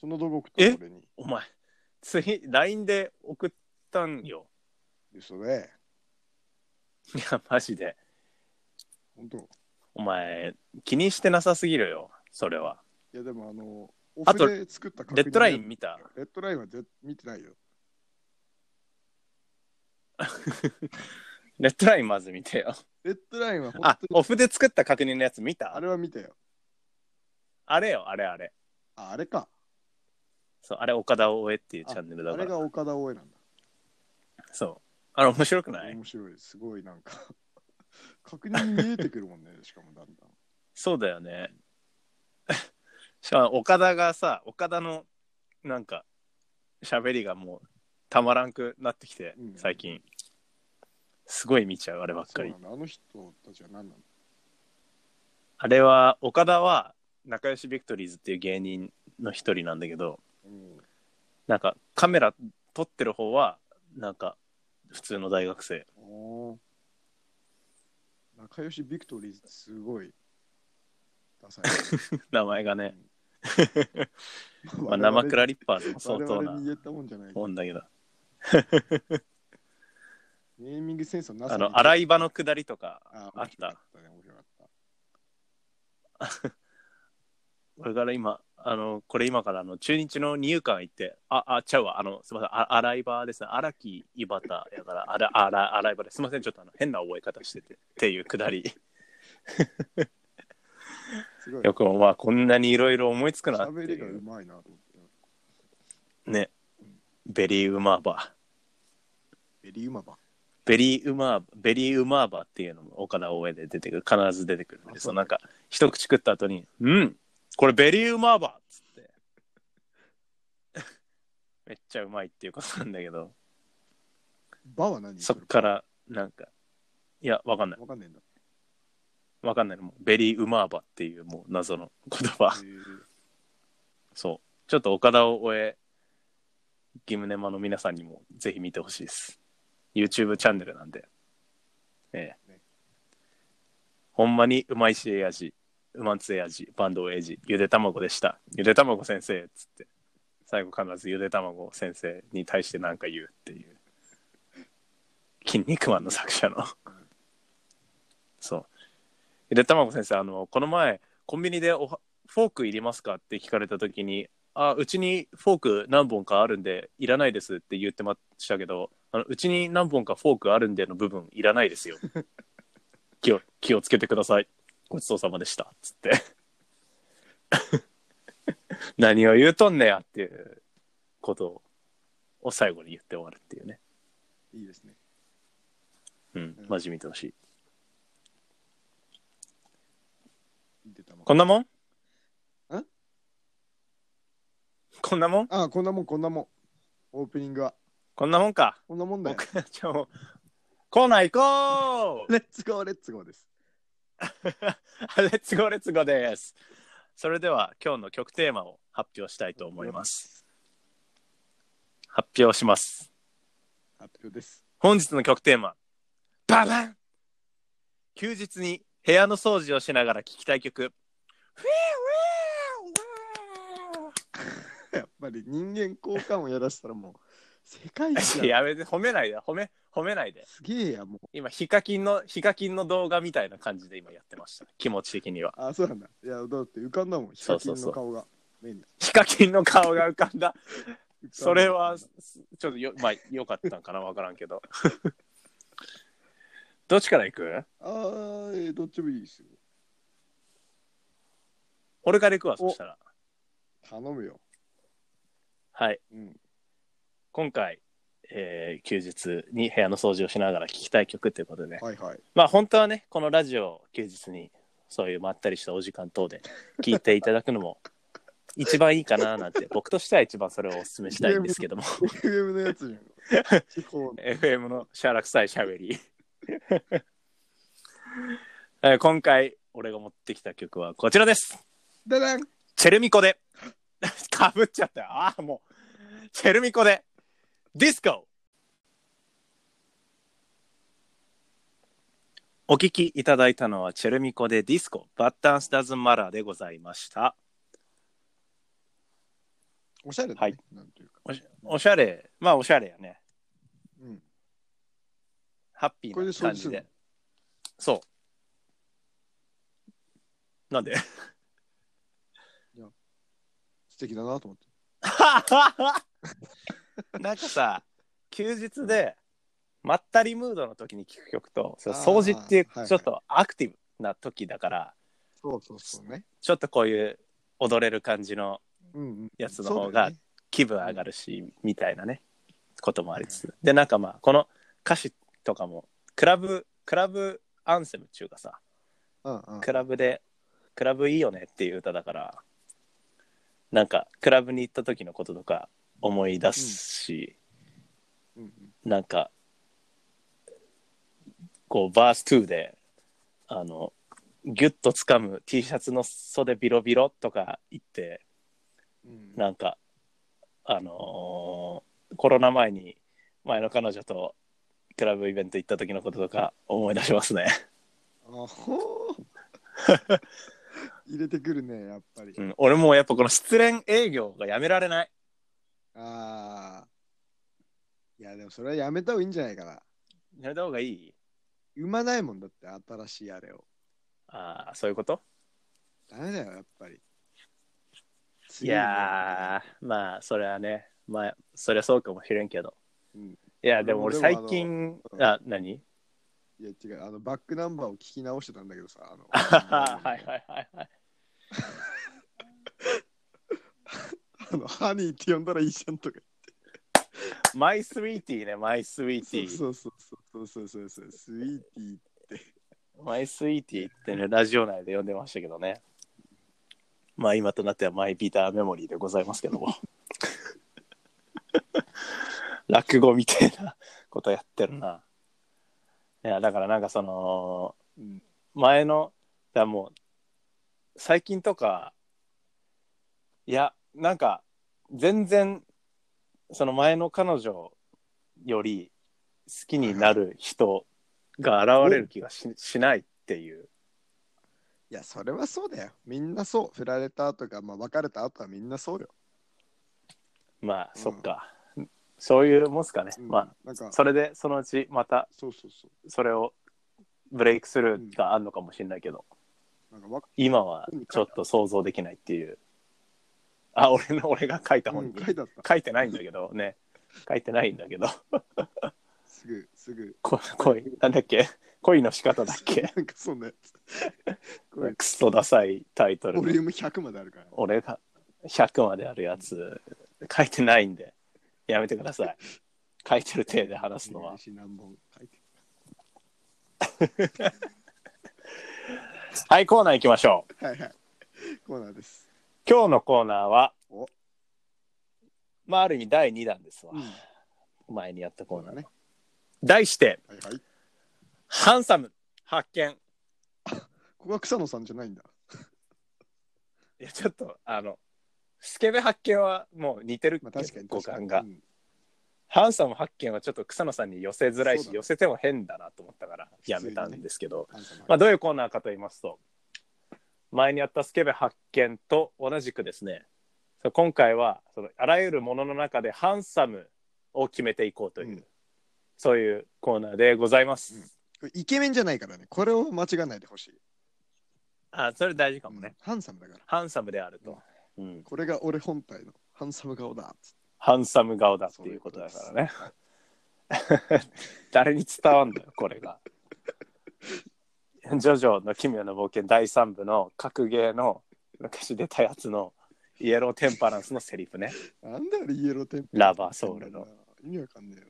[SPEAKER 2] そんな動画送った
[SPEAKER 3] え
[SPEAKER 2] の俺に。
[SPEAKER 3] お前、つい、LINE で送ったんよ。
[SPEAKER 2] 嘘ね。
[SPEAKER 3] いや、マジで。
[SPEAKER 2] 本当。
[SPEAKER 3] お前、気にしてなさすぎるよ、それは。
[SPEAKER 2] いやでもあの、オ
[SPEAKER 3] あと
[SPEAKER 2] フで作った
[SPEAKER 3] レッドライン
[SPEAKER 2] ン。
[SPEAKER 3] 見た
[SPEAKER 2] レッドラインはぜ見てないよ。
[SPEAKER 3] レッドラインまず見てよ。
[SPEAKER 2] レッドラインは本
[SPEAKER 3] あ、
[SPEAKER 2] 当に
[SPEAKER 3] オフで作った確認のやつ見た
[SPEAKER 2] あ
[SPEAKER 3] あれ
[SPEAKER 2] れは見てよ。
[SPEAKER 3] よ、あれあれ。
[SPEAKER 2] ああれか。
[SPEAKER 3] そう、あれ、岡田を追えっていうチャンネルだ
[SPEAKER 2] あ
[SPEAKER 3] か
[SPEAKER 2] れ
[SPEAKER 3] ら。
[SPEAKER 2] が岡田大江なんだ。
[SPEAKER 3] そう。あれ、面白くない
[SPEAKER 2] 面白い。すごいなんか。 確認に見えてくるもんね、 しかもだんだん。
[SPEAKER 3] そうだよね。 しかも、岡田がさ、岡田の、なんか、喋りがもう、たまらんくなってきて
[SPEAKER 2] う、ん
[SPEAKER 3] 最近。すごい見ちゃう、あればっかり
[SPEAKER 2] そう。なんだあの人たちは何なの
[SPEAKER 3] あれは、岡田は、仲良しビクトリーズっていう芸人の一人なんだけど、
[SPEAKER 2] うん
[SPEAKER 3] なんか、カメラ撮ってる方は、なんか、普通の大学生。
[SPEAKER 2] おー仲良しビクトリーズってすごい。ダサい。
[SPEAKER 3] 名前がね、 ま
[SPEAKER 2] 我
[SPEAKER 3] あ、
[SPEAKER 2] 々
[SPEAKER 3] 生クラリッパーズも相当
[SPEAKER 2] 我
[SPEAKER 3] な
[SPEAKER 2] 々に言えたもんじゃない。
[SPEAKER 3] もんだけど、
[SPEAKER 2] ネーミングセンスのなさ
[SPEAKER 3] あ
[SPEAKER 2] に
[SPEAKER 3] の、洗い場の下りとか
[SPEAKER 2] あ
[SPEAKER 3] あっ
[SPEAKER 2] 面白か
[SPEAKER 3] た
[SPEAKER 2] っ。たね、面白かった。
[SPEAKER 3] これから今、あの、これ今から、あの、中日の二遊間行って、あ、あ、ちゃうわ、あの、すみません、あ洗い場ですね。荒木井端やから、あら、あら、洗い場です。すみません、ちょっとあの、変な覚え方してて、っていう下り。
[SPEAKER 2] すごい。
[SPEAKER 3] よくも、まあ、こんなにいろいろ思いつくなって
[SPEAKER 2] 喋り
[SPEAKER 3] い
[SPEAKER 2] がう
[SPEAKER 3] う。
[SPEAKER 2] まいなと思って。
[SPEAKER 3] ね。ベリーウマーバ。
[SPEAKER 2] ベリーウマバ。
[SPEAKER 3] ベリーウマーバ、ベリーウマーバっていうのも、岡田大江で出てくる、必ず出てくるんで。
[SPEAKER 2] あ
[SPEAKER 3] そ
[SPEAKER 2] そう
[SPEAKER 3] う、なんか、一口食った後に、うん、これベリーウマーバっつって。めっちゃうまいっていうことなんだけど。
[SPEAKER 2] バは何
[SPEAKER 3] そっか。ら、なんか、いや、わかんない。
[SPEAKER 2] わかんねえんだ。
[SPEAKER 3] わかんないのもうベリーウマーバっていう、もう謎の言葉。
[SPEAKER 2] えー
[SPEAKER 3] そう。ちょっと岡田を終え、ギムネマの皆さんにもぜひ見てほしいです。YouTube チャンネルなんで。ええ。
[SPEAKER 2] ね
[SPEAKER 3] ほんまにうまいしええ味、うまんつええ味、バンドええじ、ゆで卵でした。ゆで卵先生っつって、最後必ずゆで卵先生に対して何か言うっていう。筋肉マンの作者の。そう。ゆで卵先生、あの、この前、コンビニでおはフォークいりますかって聞かれた時に、あ、うちにフォーク何本かあるんで、いらないですって言ってましたけど、あのうちに何本かフォークあるんでの部分、いらないですよ。気を、気をつけてください。ごちそうさまでした。つって。何を言うとんねやっていうことを最後に言って終わるっていうね。
[SPEAKER 2] いいですね。
[SPEAKER 3] うん
[SPEAKER 2] うん、
[SPEAKER 3] マジ見てほしい。
[SPEAKER 2] 出たもん
[SPEAKER 3] こんなもん
[SPEAKER 2] ん
[SPEAKER 3] こんなもん
[SPEAKER 2] ああ、こんなもん、こんなもん。オープニングは。
[SPEAKER 3] こんなもんか。
[SPEAKER 2] こんなもんだよ。
[SPEAKER 3] 僕たちはもうコーナー行こう
[SPEAKER 2] レッツゴー、レッツゴーです。
[SPEAKER 3] レッツゴーレッツゴーです。それでは今日の曲テーマを発表したいと思います。発表します。
[SPEAKER 2] 発表です。
[SPEAKER 3] 本日の曲テーマ、ババン休日に部屋の掃除をしながら聴きたい曲。
[SPEAKER 2] やっぱり人間交換をやらせたらもう、世界 一だ。
[SPEAKER 3] やめて、褒めないで、褒め、褒めないで。
[SPEAKER 2] すげえや、もう。
[SPEAKER 3] 今、ヒカキンの、ヒカキンの動画みたいな感じで今やってました。気持ち的には。
[SPEAKER 2] ああ、そうなんだ。いや、だって浮かんだもん。ヒ
[SPEAKER 3] そ
[SPEAKER 2] カ
[SPEAKER 3] う
[SPEAKER 2] キ
[SPEAKER 3] そう
[SPEAKER 2] ン
[SPEAKER 3] そう
[SPEAKER 2] の顔が。目に
[SPEAKER 3] ヒカキンの顔が浮か ん
[SPEAKER 2] 浮かんだ
[SPEAKER 3] だ。それは、すちょっとよ、まあ、よかったんかな、わからんけど。 どっちから行く
[SPEAKER 2] ああ、えーどっちもいいですよ。
[SPEAKER 3] 俺から行くわ、
[SPEAKER 2] お
[SPEAKER 3] そしたら。
[SPEAKER 2] 頼むよ。
[SPEAKER 3] はい。
[SPEAKER 2] うん。
[SPEAKER 3] 今回、えー休日に部屋の掃除をしながら聴きたい曲ということで、
[SPEAKER 2] はいはい。
[SPEAKER 3] まあ、本当はね、このラジオを休日に、そういうまったりしたお時間等で聴いていただくのも、一番いいかななんて、僕としては一番それをお勧めしたいんですけども。
[SPEAKER 2] FM のやつじゃん。 地方の
[SPEAKER 3] FM のしゃらくさいしゃべり、 えー今回俺が持ってきた曲はこちらです
[SPEAKER 2] だだん
[SPEAKER 3] チェルミコで かぶっちゃったよああもうチェルミコでディスコお聞きいただいたのはチェルミコでディスコバッタンスダズンマラーでございました
[SPEAKER 2] おしゃれだ、ね。
[SPEAKER 3] はい
[SPEAKER 2] なんていうか。
[SPEAKER 3] おしおしゃれまあおしゃれやね
[SPEAKER 2] うん。
[SPEAKER 3] ハッピーな感
[SPEAKER 2] これで掃除す
[SPEAKER 3] じ
[SPEAKER 2] る
[SPEAKER 3] で
[SPEAKER 2] の。
[SPEAKER 3] そう。なんで
[SPEAKER 2] 素敵だなと思って。
[SPEAKER 3] なんかさ休日でまったりムードの時に聴く曲とそ
[SPEAKER 2] あ
[SPEAKER 3] う
[SPEAKER 2] ー
[SPEAKER 3] 掃除っていう
[SPEAKER 2] はいはい
[SPEAKER 3] ちょっとアクティブな時だから、
[SPEAKER 2] そうそうそうね。
[SPEAKER 3] ちょっとこういう踊れる感じの
[SPEAKER 2] うんうん。
[SPEAKER 3] やつの
[SPEAKER 2] そ
[SPEAKER 3] 方
[SPEAKER 2] うだよ
[SPEAKER 3] が
[SPEAKER 2] ね
[SPEAKER 3] 気分上がるし、みたいなねこともありつつでなんかまあこの歌詞とかもクラブクラブアンセムっちゅうかさ
[SPEAKER 2] うんうん
[SPEAKER 3] クラブでクラブいいよねっていう歌だからなんかクラブに行った時のこととか思い出すし、
[SPEAKER 2] うんうん
[SPEAKER 3] なんかこうバース2であのギュッと掴む T シャツの袖ビロビロとか言って
[SPEAKER 2] うん
[SPEAKER 3] なんかあのーコロナ前に前の彼女とクラブイベント行った時のこととか思い出しますね、
[SPEAKER 2] あほー 入れてくるね、やっぱり。
[SPEAKER 3] うん、俺もうやっぱこの失恋営業がやめられない
[SPEAKER 2] ああ。いや、でもそれはやめた方がいいんじゃないかな。
[SPEAKER 3] やめた方がいい
[SPEAKER 2] 生まないもんだって、新しいあれを。
[SPEAKER 3] ああそういうこと
[SPEAKER 2] ダメだよ、やっぱり。
[SPEAKER 3] いやーまあそれはねまあそりゃそうかもしれんけど、
[SPEAKER 2] うん
[SPEAKER 3] いやでも俺
[SPEAKER 2] でもあ
[SPEAKER 3] 最
[SPEAKER 2] の
[SPEAKER 3] 近
[SPEAKER 2] うん
[SPEAKER 3] あ何
[SPEAKER 2] いや、違う、あの、バックナンバーを聞き直してたんだけどさ、あの、
[SPEAKER 3] はいはいはいはい
[SPEAKER 2] あのハニーって呼んだらいいじゃんとか。
[SPEAKER 3] マイスイーティーねマイスイーテ
[SPEAKER 2] そ
[SPEAKER 3] ィ
[SPEAKER 2] う
[SPEAKER 3] ー
[SPEAKER 2] そうそうそうそうそうそう、スイーティー。
[SPEAKER 3] マイスイーティーってねラジオ内で呼んでましたけどねまあ今となってはマイビターメモリーでございますけども 落語みたいなことやってるな、いやだからなんかその
[SPEAKER 2] うん、
[SPEAKER 3] 前のだからもう最近とかいやなんか全然その前の彼女より好きになる人が現れる気がししないっていう
[SPEAKER 2] いや、それはそうだよ。みんなそう。振られたとか、まあ、別れた後はみんなそうよ。
[SPEAKER 3] まあ
[SPEAKER 2] うん
[SPEAKER 3] そっか、そういうもんすかね、
[SPEAKER 2] うん、
[SPEAKER 3] ま
[SPEAKER 2] なんか
[SPEAKER 3] あ、それでそのうちまた
[SPEAKER 2] そうそうそ
[SPEAKER 3] それをブレイクスルーがあるのかもしれないけど、
[SPEAKER 2] う。なんかわ、
[SPEAKER 3] 今はちょっと想像できないっていうあ俺の俺が書いた
[SPEAKER 2] う
[SPEAKER 3] 本
[SPEAKER 2] ん
[SPEAKER 3] に、
[SPEAKER 2] 書いてあった。
[SPEAKER 3] 書いてないんだけどね書いてないんだけ ど
[SPEAKER 2] すぐ、すぐ。
[SPEAKER 3] こ恋なんだっけ恋の仕方だっけ
[SPEAKER 2] なんかそんなやつ。これ、
[SPEAKER 3] クソダサいタイト
[SPEAKER 2] ボリュ
[SPEAKER 3] ル
[SPEAKER 2] ーム100まであるから。
[SPEAKER 3] 俺が100まであるやつ書いてないんでやめてください書いてる体で話すのは
[SPEAKER 2] 嬉しい何本書いて
[SPEAKER 3] はいコーナー行きましょう
[SPEAKER 2] るはいはい。コーナーです。
[SPEAKER 3] 今日のコーナーは
[SPEAKER 2] お
[SPEAKER 3] まあある意味第2弾ですわ
[SPEAKER 2] うん、は
[SPEAKER 3] 前にやったコーナー
[SPEAKER 2] そうだ
[SPEAKER 3] ね題して
[SPEAKER 2] いはい。
[SPEAKER 3] 「ハンサム発見
[SPEAKER 2] ここは草野さんじゃないんだ。」
[SPEAKER 3] いやちょっとあのスケベ発見はもう似てる
[SPEAKER 2] まあ
[SPEAKER 3] けど
[SPEAKER 2] 確かに
[SPEAKER 3] 五
[SPEAKER 2] 確かに
[SPEAKER 3] 感が
[SPEAKER 2] うん
[SPEAKER 3] ハンサム発見はちょっと草野さんに寄せづらい
[SPEAKER 2] そう
[SPEAKER 3] し、
[SPEAKER 2] だね
[SPEAKER 3] 寄せても変だなと思ったからやめたんですけど、
[SPEAKER 2] ハンサム
[SPEAKER 3] まあ、どういうコーナーかと言いますと前にあったスケベ発見と同じくですねそう今回はそのあらゆるものの中でハンサムを決めていこうという、
[SPEAKER 2] うん
[SPEAKER 3] そういうコーナーでございます。
[SPEAKER 2] うんこれイケメンじゃないからね。これを間違わないでほしい。
[SPEAKER 3] あそれ大事かもね、
[SPEAKER 2] うんハンサムだから。
[SPEAKER 3] ハンサムであると、うん
[SPEAKER 2] これが俺本体のハンサム顔だ。
[SPEAKER 3] ハンサム顔だっていうことだからね。 誰に伝わんだよこれが。 ジョジョの奇妙な冒険第3部の格ゲーの昔出たやつのイエローテンパランスのセリフね。
[SPEAKER 2] なんだよ、イエローテンプ。
[SPEAKER 3] ラバーソウルの。。
[SPEAKER 2] 意味わかんねえよ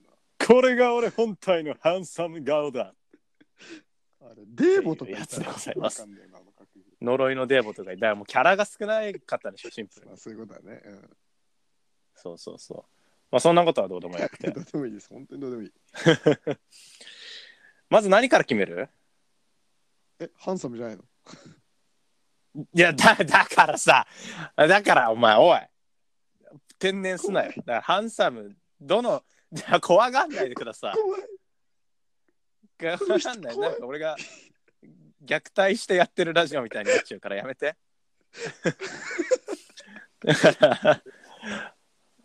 [SPEAKER 3] これが俺本体のハンサム顔だ。
[SPEAKER 2] な。あれ、デーボとかいたら
[SPEAKER 3] やつでございます
[SPEAKER 2] 意味わかんねえなあの格言
[SPEAKER 3] 呪いのデーボとか、だからもうキャラが少ないかったでしょ、シンプル
[SPEAKER 2] ま
[SPEAKER 3] に
[SPEAKER 2] あ、。そういうことだね。うん。
[SPEAKER 3] そうそうそう。まあそんなことはどうでもよくて
[SPEAKER 2] ど。うでもいいです。本当にどうでもいい。
[SPEAKER 3] まず何から決める
[SPEAKER 2] え、ハンサムじゃないの
[SPEAKER 3] いやだ、だからさ、だからお前、おい、天然すなよ。だからハンサム、どの、じゃあ怖がんないでください。
[SPEAKER 2] 怖い。
[SPEAKER 3] 怖がんない。なんか俺が虐待してやってるラジオみたいになっちゃうからやめて。 だから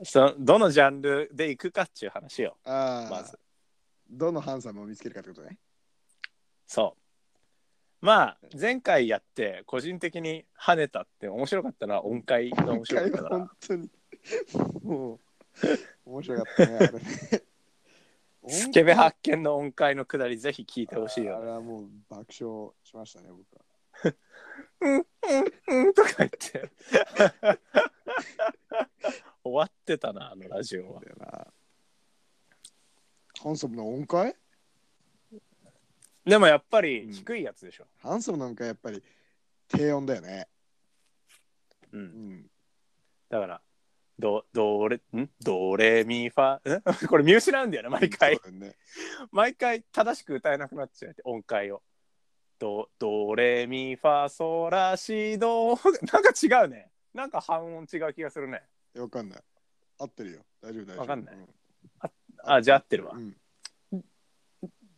[SPEAKER 3] そどのジャンルで行くかっていう話よ、
[SPEAKER 2] ああ、
[SPEAKER 3] まず。
[SPEAKER 2] どのハンサムを見つけるかってことね。
[SPEAKER 3] そう。まあ前回やって個人的に跳ねたって面白かったのは音階が面白かっ
[SPEAKER 2] 回
[SPEAKER 3] た
[SPEAKER 2] は
[SPEAKER 3] から
[SPEAKER 2] 本当に。もう、面白かったね。あれね
[SPEAKER 3] スケベ発見の音階のくだりぜひ聞いてほしい
[SPEAKER 2] あ
[SPEAKER 3] よ
[SPEAKER 2] れはもう爆笑しましたね、僕は。
[SPEAKER 3] うんうんとか言って終わってたなあのラジオは
[SPEAKER 2] だよな。ハンサムの音階
[SPEAKER 3] でもやっぱり低いやつでしょ、
[SPEAKER 2] ハンサムの音階やっぱり低音だよね。
[SPEAKER 3] うん
[SPEAKER 2] うん。
[SPEAKER 3] だからどどれんどれみファん これ見失うんだよね毎回
[SPEAKER 2] そうだよね。
[SPEAKER 3] 毎回正しく歌えなくなっちゃうって音階を。ドドレミファソラシド なんか違うね。なんか半音違う気がするね。
[SPEAKER 2] いやわかんない。合ってるよ。大丈夫、大丈夫。
[SPEAKER 3] わかんない
[SPEAKER 2] うん
[SPEAKER 3] あ、じゃあ合ってるわ
[SPEAKER 2] う。ん。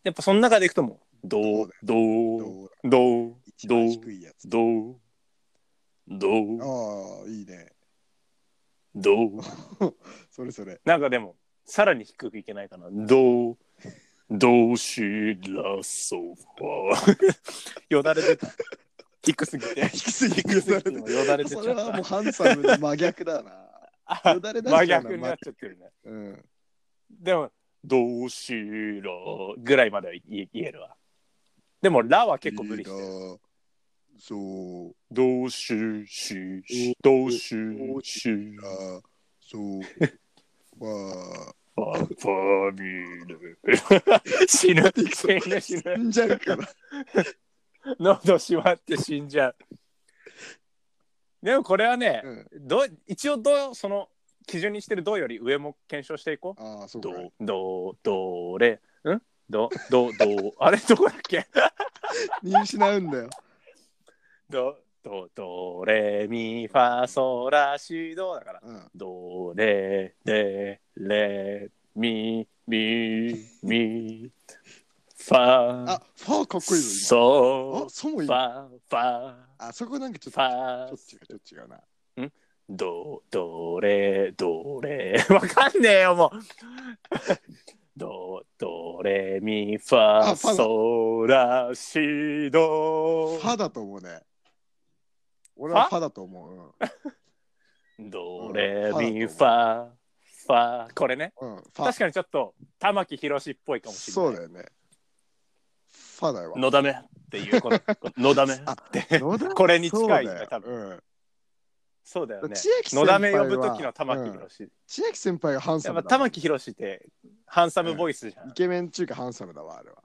[SPEAKER 3] やっぱその中でいくともう、ド
[SPEAKER 2] そうだ
[SPEAKER 3] ド
[SPEAKER 2] どう
[SPEAKER 3] ド
[SPEAKER 2] 一番低いやつ。
[SPEAKER 3] ドド
[SPEAKER 2] ああ、いいね。
[SPEAKER 3] ド
[SPEAKER 2] それそれ。
[SPEAKER 3] なんかでも、さらに低くいけないかな。ドドシラソファ。 よだれ出た。低すぎて。
[SPEAKER 2] 低すぎ
[SPEAKER 3] 低すぎて今よだれ出ち
[SPEAKER 2] そ
[SPEAKER 3] ゃ
[SPEAKER 2] れ
[SPEAKER 3] っ
[SPEAKER 2] は
[SPEAKER 3] た
[SPEAKER 2] もう。ハンサムの真逆だな。よだれ出しちゃ
[SPEAKER 3] 真
[SPEAKER 2] うな
[SPEAKER 3] 逆になっちゃってるね。
[SPEAKER 2] うん。
[SPEAKER 3] でも、どうしらぐらいまでは言えるわ。でも、らは結構無理してる。
[SPEAKER 2] る。そう。
[SPEAKER 3] どうししし、どうしし、
[SPEAKER 2] あそう。わ
[SPEAKER 3] ファファミル。 死ぬ、死ぬ、死
[SPEAKER 2] あ。
[SPEAKER 3] ぬ。
[SPEAKER 2] んじゃうから。
[SPEAKER 3] 喉閉まって死んじゃう。でもこれはね、
[SPEAKER 2] うん
[SPEAKER 3] ど一応どうその基準にしてるどうより上も検証していこう。
[SPEAKER 2] ああ、そうか。
[SPEAKER 3] ど、ど、どれ、んど、ど、ど、あれ、どこだっけ
[SPEAKER 2] 見失うんだよ。
[SPEAKER 3] ど、ど、ど、レ、ミ、ファ、ソ、ラ、シ、ドだから。
[SPEAKER 2] うん。
[SPEAKER 3] ど、レ、レ、レ、ミ、ミ、ミ、ファ、
[SPEAKER 2] あ、ファーかっこいいぞ、今。あ
[SPEAKER 3] ソ、、
[SPEAKER 2] そうもい
[SPEAKER 3] フ
[SPEAKER 2] い。あ
[SPEAKER 3] ァ、ファ、
[SPEAKER 2] そこなんかちょっ
[SPEAKER 3] ファ
[SPEAKER 2] と、、ちょっと違う、ちょっと違うな。
[SPEAKER 3] ど、どれ、どれ、 わかんねえよ、もう。ど、どれ、み、ファ、
[SPEAKER 2] あファだ
[SPEAKER 3] ソ、ラ、シ、ド
[SPEAKER 2] フ。ァだと思うね。俺はファだと思う。
[SPEAKER 3] どれ、
[SPEAKER 2] うん
[SPEAKER 3] み、ファ、ファ。これね。
[SPEAKER 2] うん。うん、ファ
[SPEAKER 3] 確。かにちょっと、玉木宏っぽいかもしれな
[SPEAKER 2] そ
[SPEAKER 3] い。
[SPEAKER 2] うだよね。ファだよ。
[SPEAKER 3] のだめっていう、この、こののだめっ
[SPEAKER 2] あ
[SPEAKER 3] て。
[SPEAKER 2] 野田
[SPEAKER 3] これに近い
[SPEAKER 2] そうだよ
[SPEAKER 3] 多分
[SPEAKER 2] うん
[SPEAKER 3] そうだよね
[SPEAKER 2] 千秋。先輩
[SPEAKER 3] の
[SPEAKER 2] は
[SPEAKER 3] だめ呼ぶ時の玉木宏。
[SPEAKER 2] 千秋先輩がハンサ
[SPEAKER 3] やっ
[SPEAKER 2] ム
[SPEAKER 3] ぱ
[SPEAKER 2] だもん。
[SPEAKER 3] 玉木宏って、ハンサムボイスじゃん
[SPEAKER 2] イ。ケメン中華ハンサムだわ、あれは。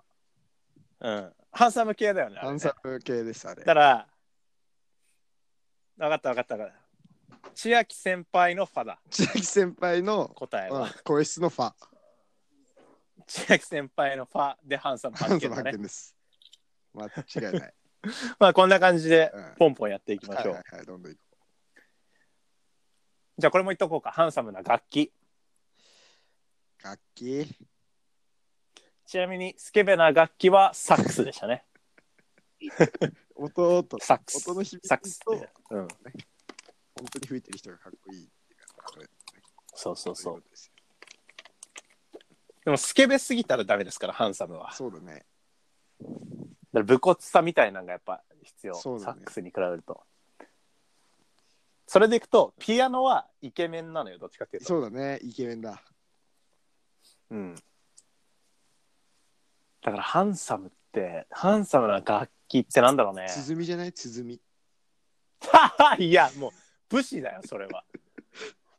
[SPEAKER 3] うん。ハンサム系だよね。あれね
[SPEAKER 2] ハンサム系です、あれ。
[SPEAKER 3] だから、分かった分かった分かった。千秋先輩のファだ、
[SPEAKER 2] 千秋先輩の、
[SPEAKER 3] 答え
[SPEAKER 2] うん
[SPEAKER 3] は。、
[SPEAKER 2] 個室のファ。
[SPEAKER 3] 千秋先輩のファでハンサム
[SPEAKER 2] ハ
[SPEAKER 3] 発
[SPEAKER 2] ンサ
[SPEAKER 3] 見
[SPEAKER 2] ム
[SPEAKER 3] だ
[SPEAKER 2] 発
[SPEAKER 3] ね。
[SPEAKER 2] 見です。間違いない。
[SPEAKER 3] まあこんな感じで
[SPEAKER 2] うん、
[SPEAKER 3] ポンポンやっていきま
[SPEAKER 2] はい
[SPEAKER 3] しょう。
[SPEAKER 2] はいはい、どんどん行こ
[SPEAKER 3] じゃあこれも言っとこうか。ハンサムな楽器。
[SPEAKER 2] う。楽器。
[SPEAKER 3] ちなみにスケベな楽器はサックスでしたね。
[SPEAKER 2] 音と、
[SPEAKER 3] サックス。
[SPEAKER 2] 音の響き
[SPEAKER 3] サッ
[SPEAKER 2] と、
[SPEAKER 3] クスって。うん。
[SPEAKER 2] 本当に吹いてる人がかっこいいっていうか。これ
[SPEAKER 3] そうそうそ
[SPEAKER 2] いうこ。とですよ
[SPEAKER 3] でもスケベすぎたらダメですから、ハンサムは。だか
[SPEAKER 2] そうだね。
[SPEAKER 3] ら武骨さみたいなのがやっぱ必要。
[SPEAKER 2] そうだ
[SPEAKER 3] サ
[SPEAKER 2] ね
[SPEAKER 3] ックスに比べると。それでいくと、ピアノはイケメンなのよ、どっちかっていうと。
[SPEAKER 2] そうだね。イケメンだ。
[SPEAKER 3] うん。だからハンサムって、ハンサムな楽器ってなんだろうね。
[SPEAKER 2] 鼓じゃない鼓。
[SPEAKER 3] いや、もう武士だよ、それは。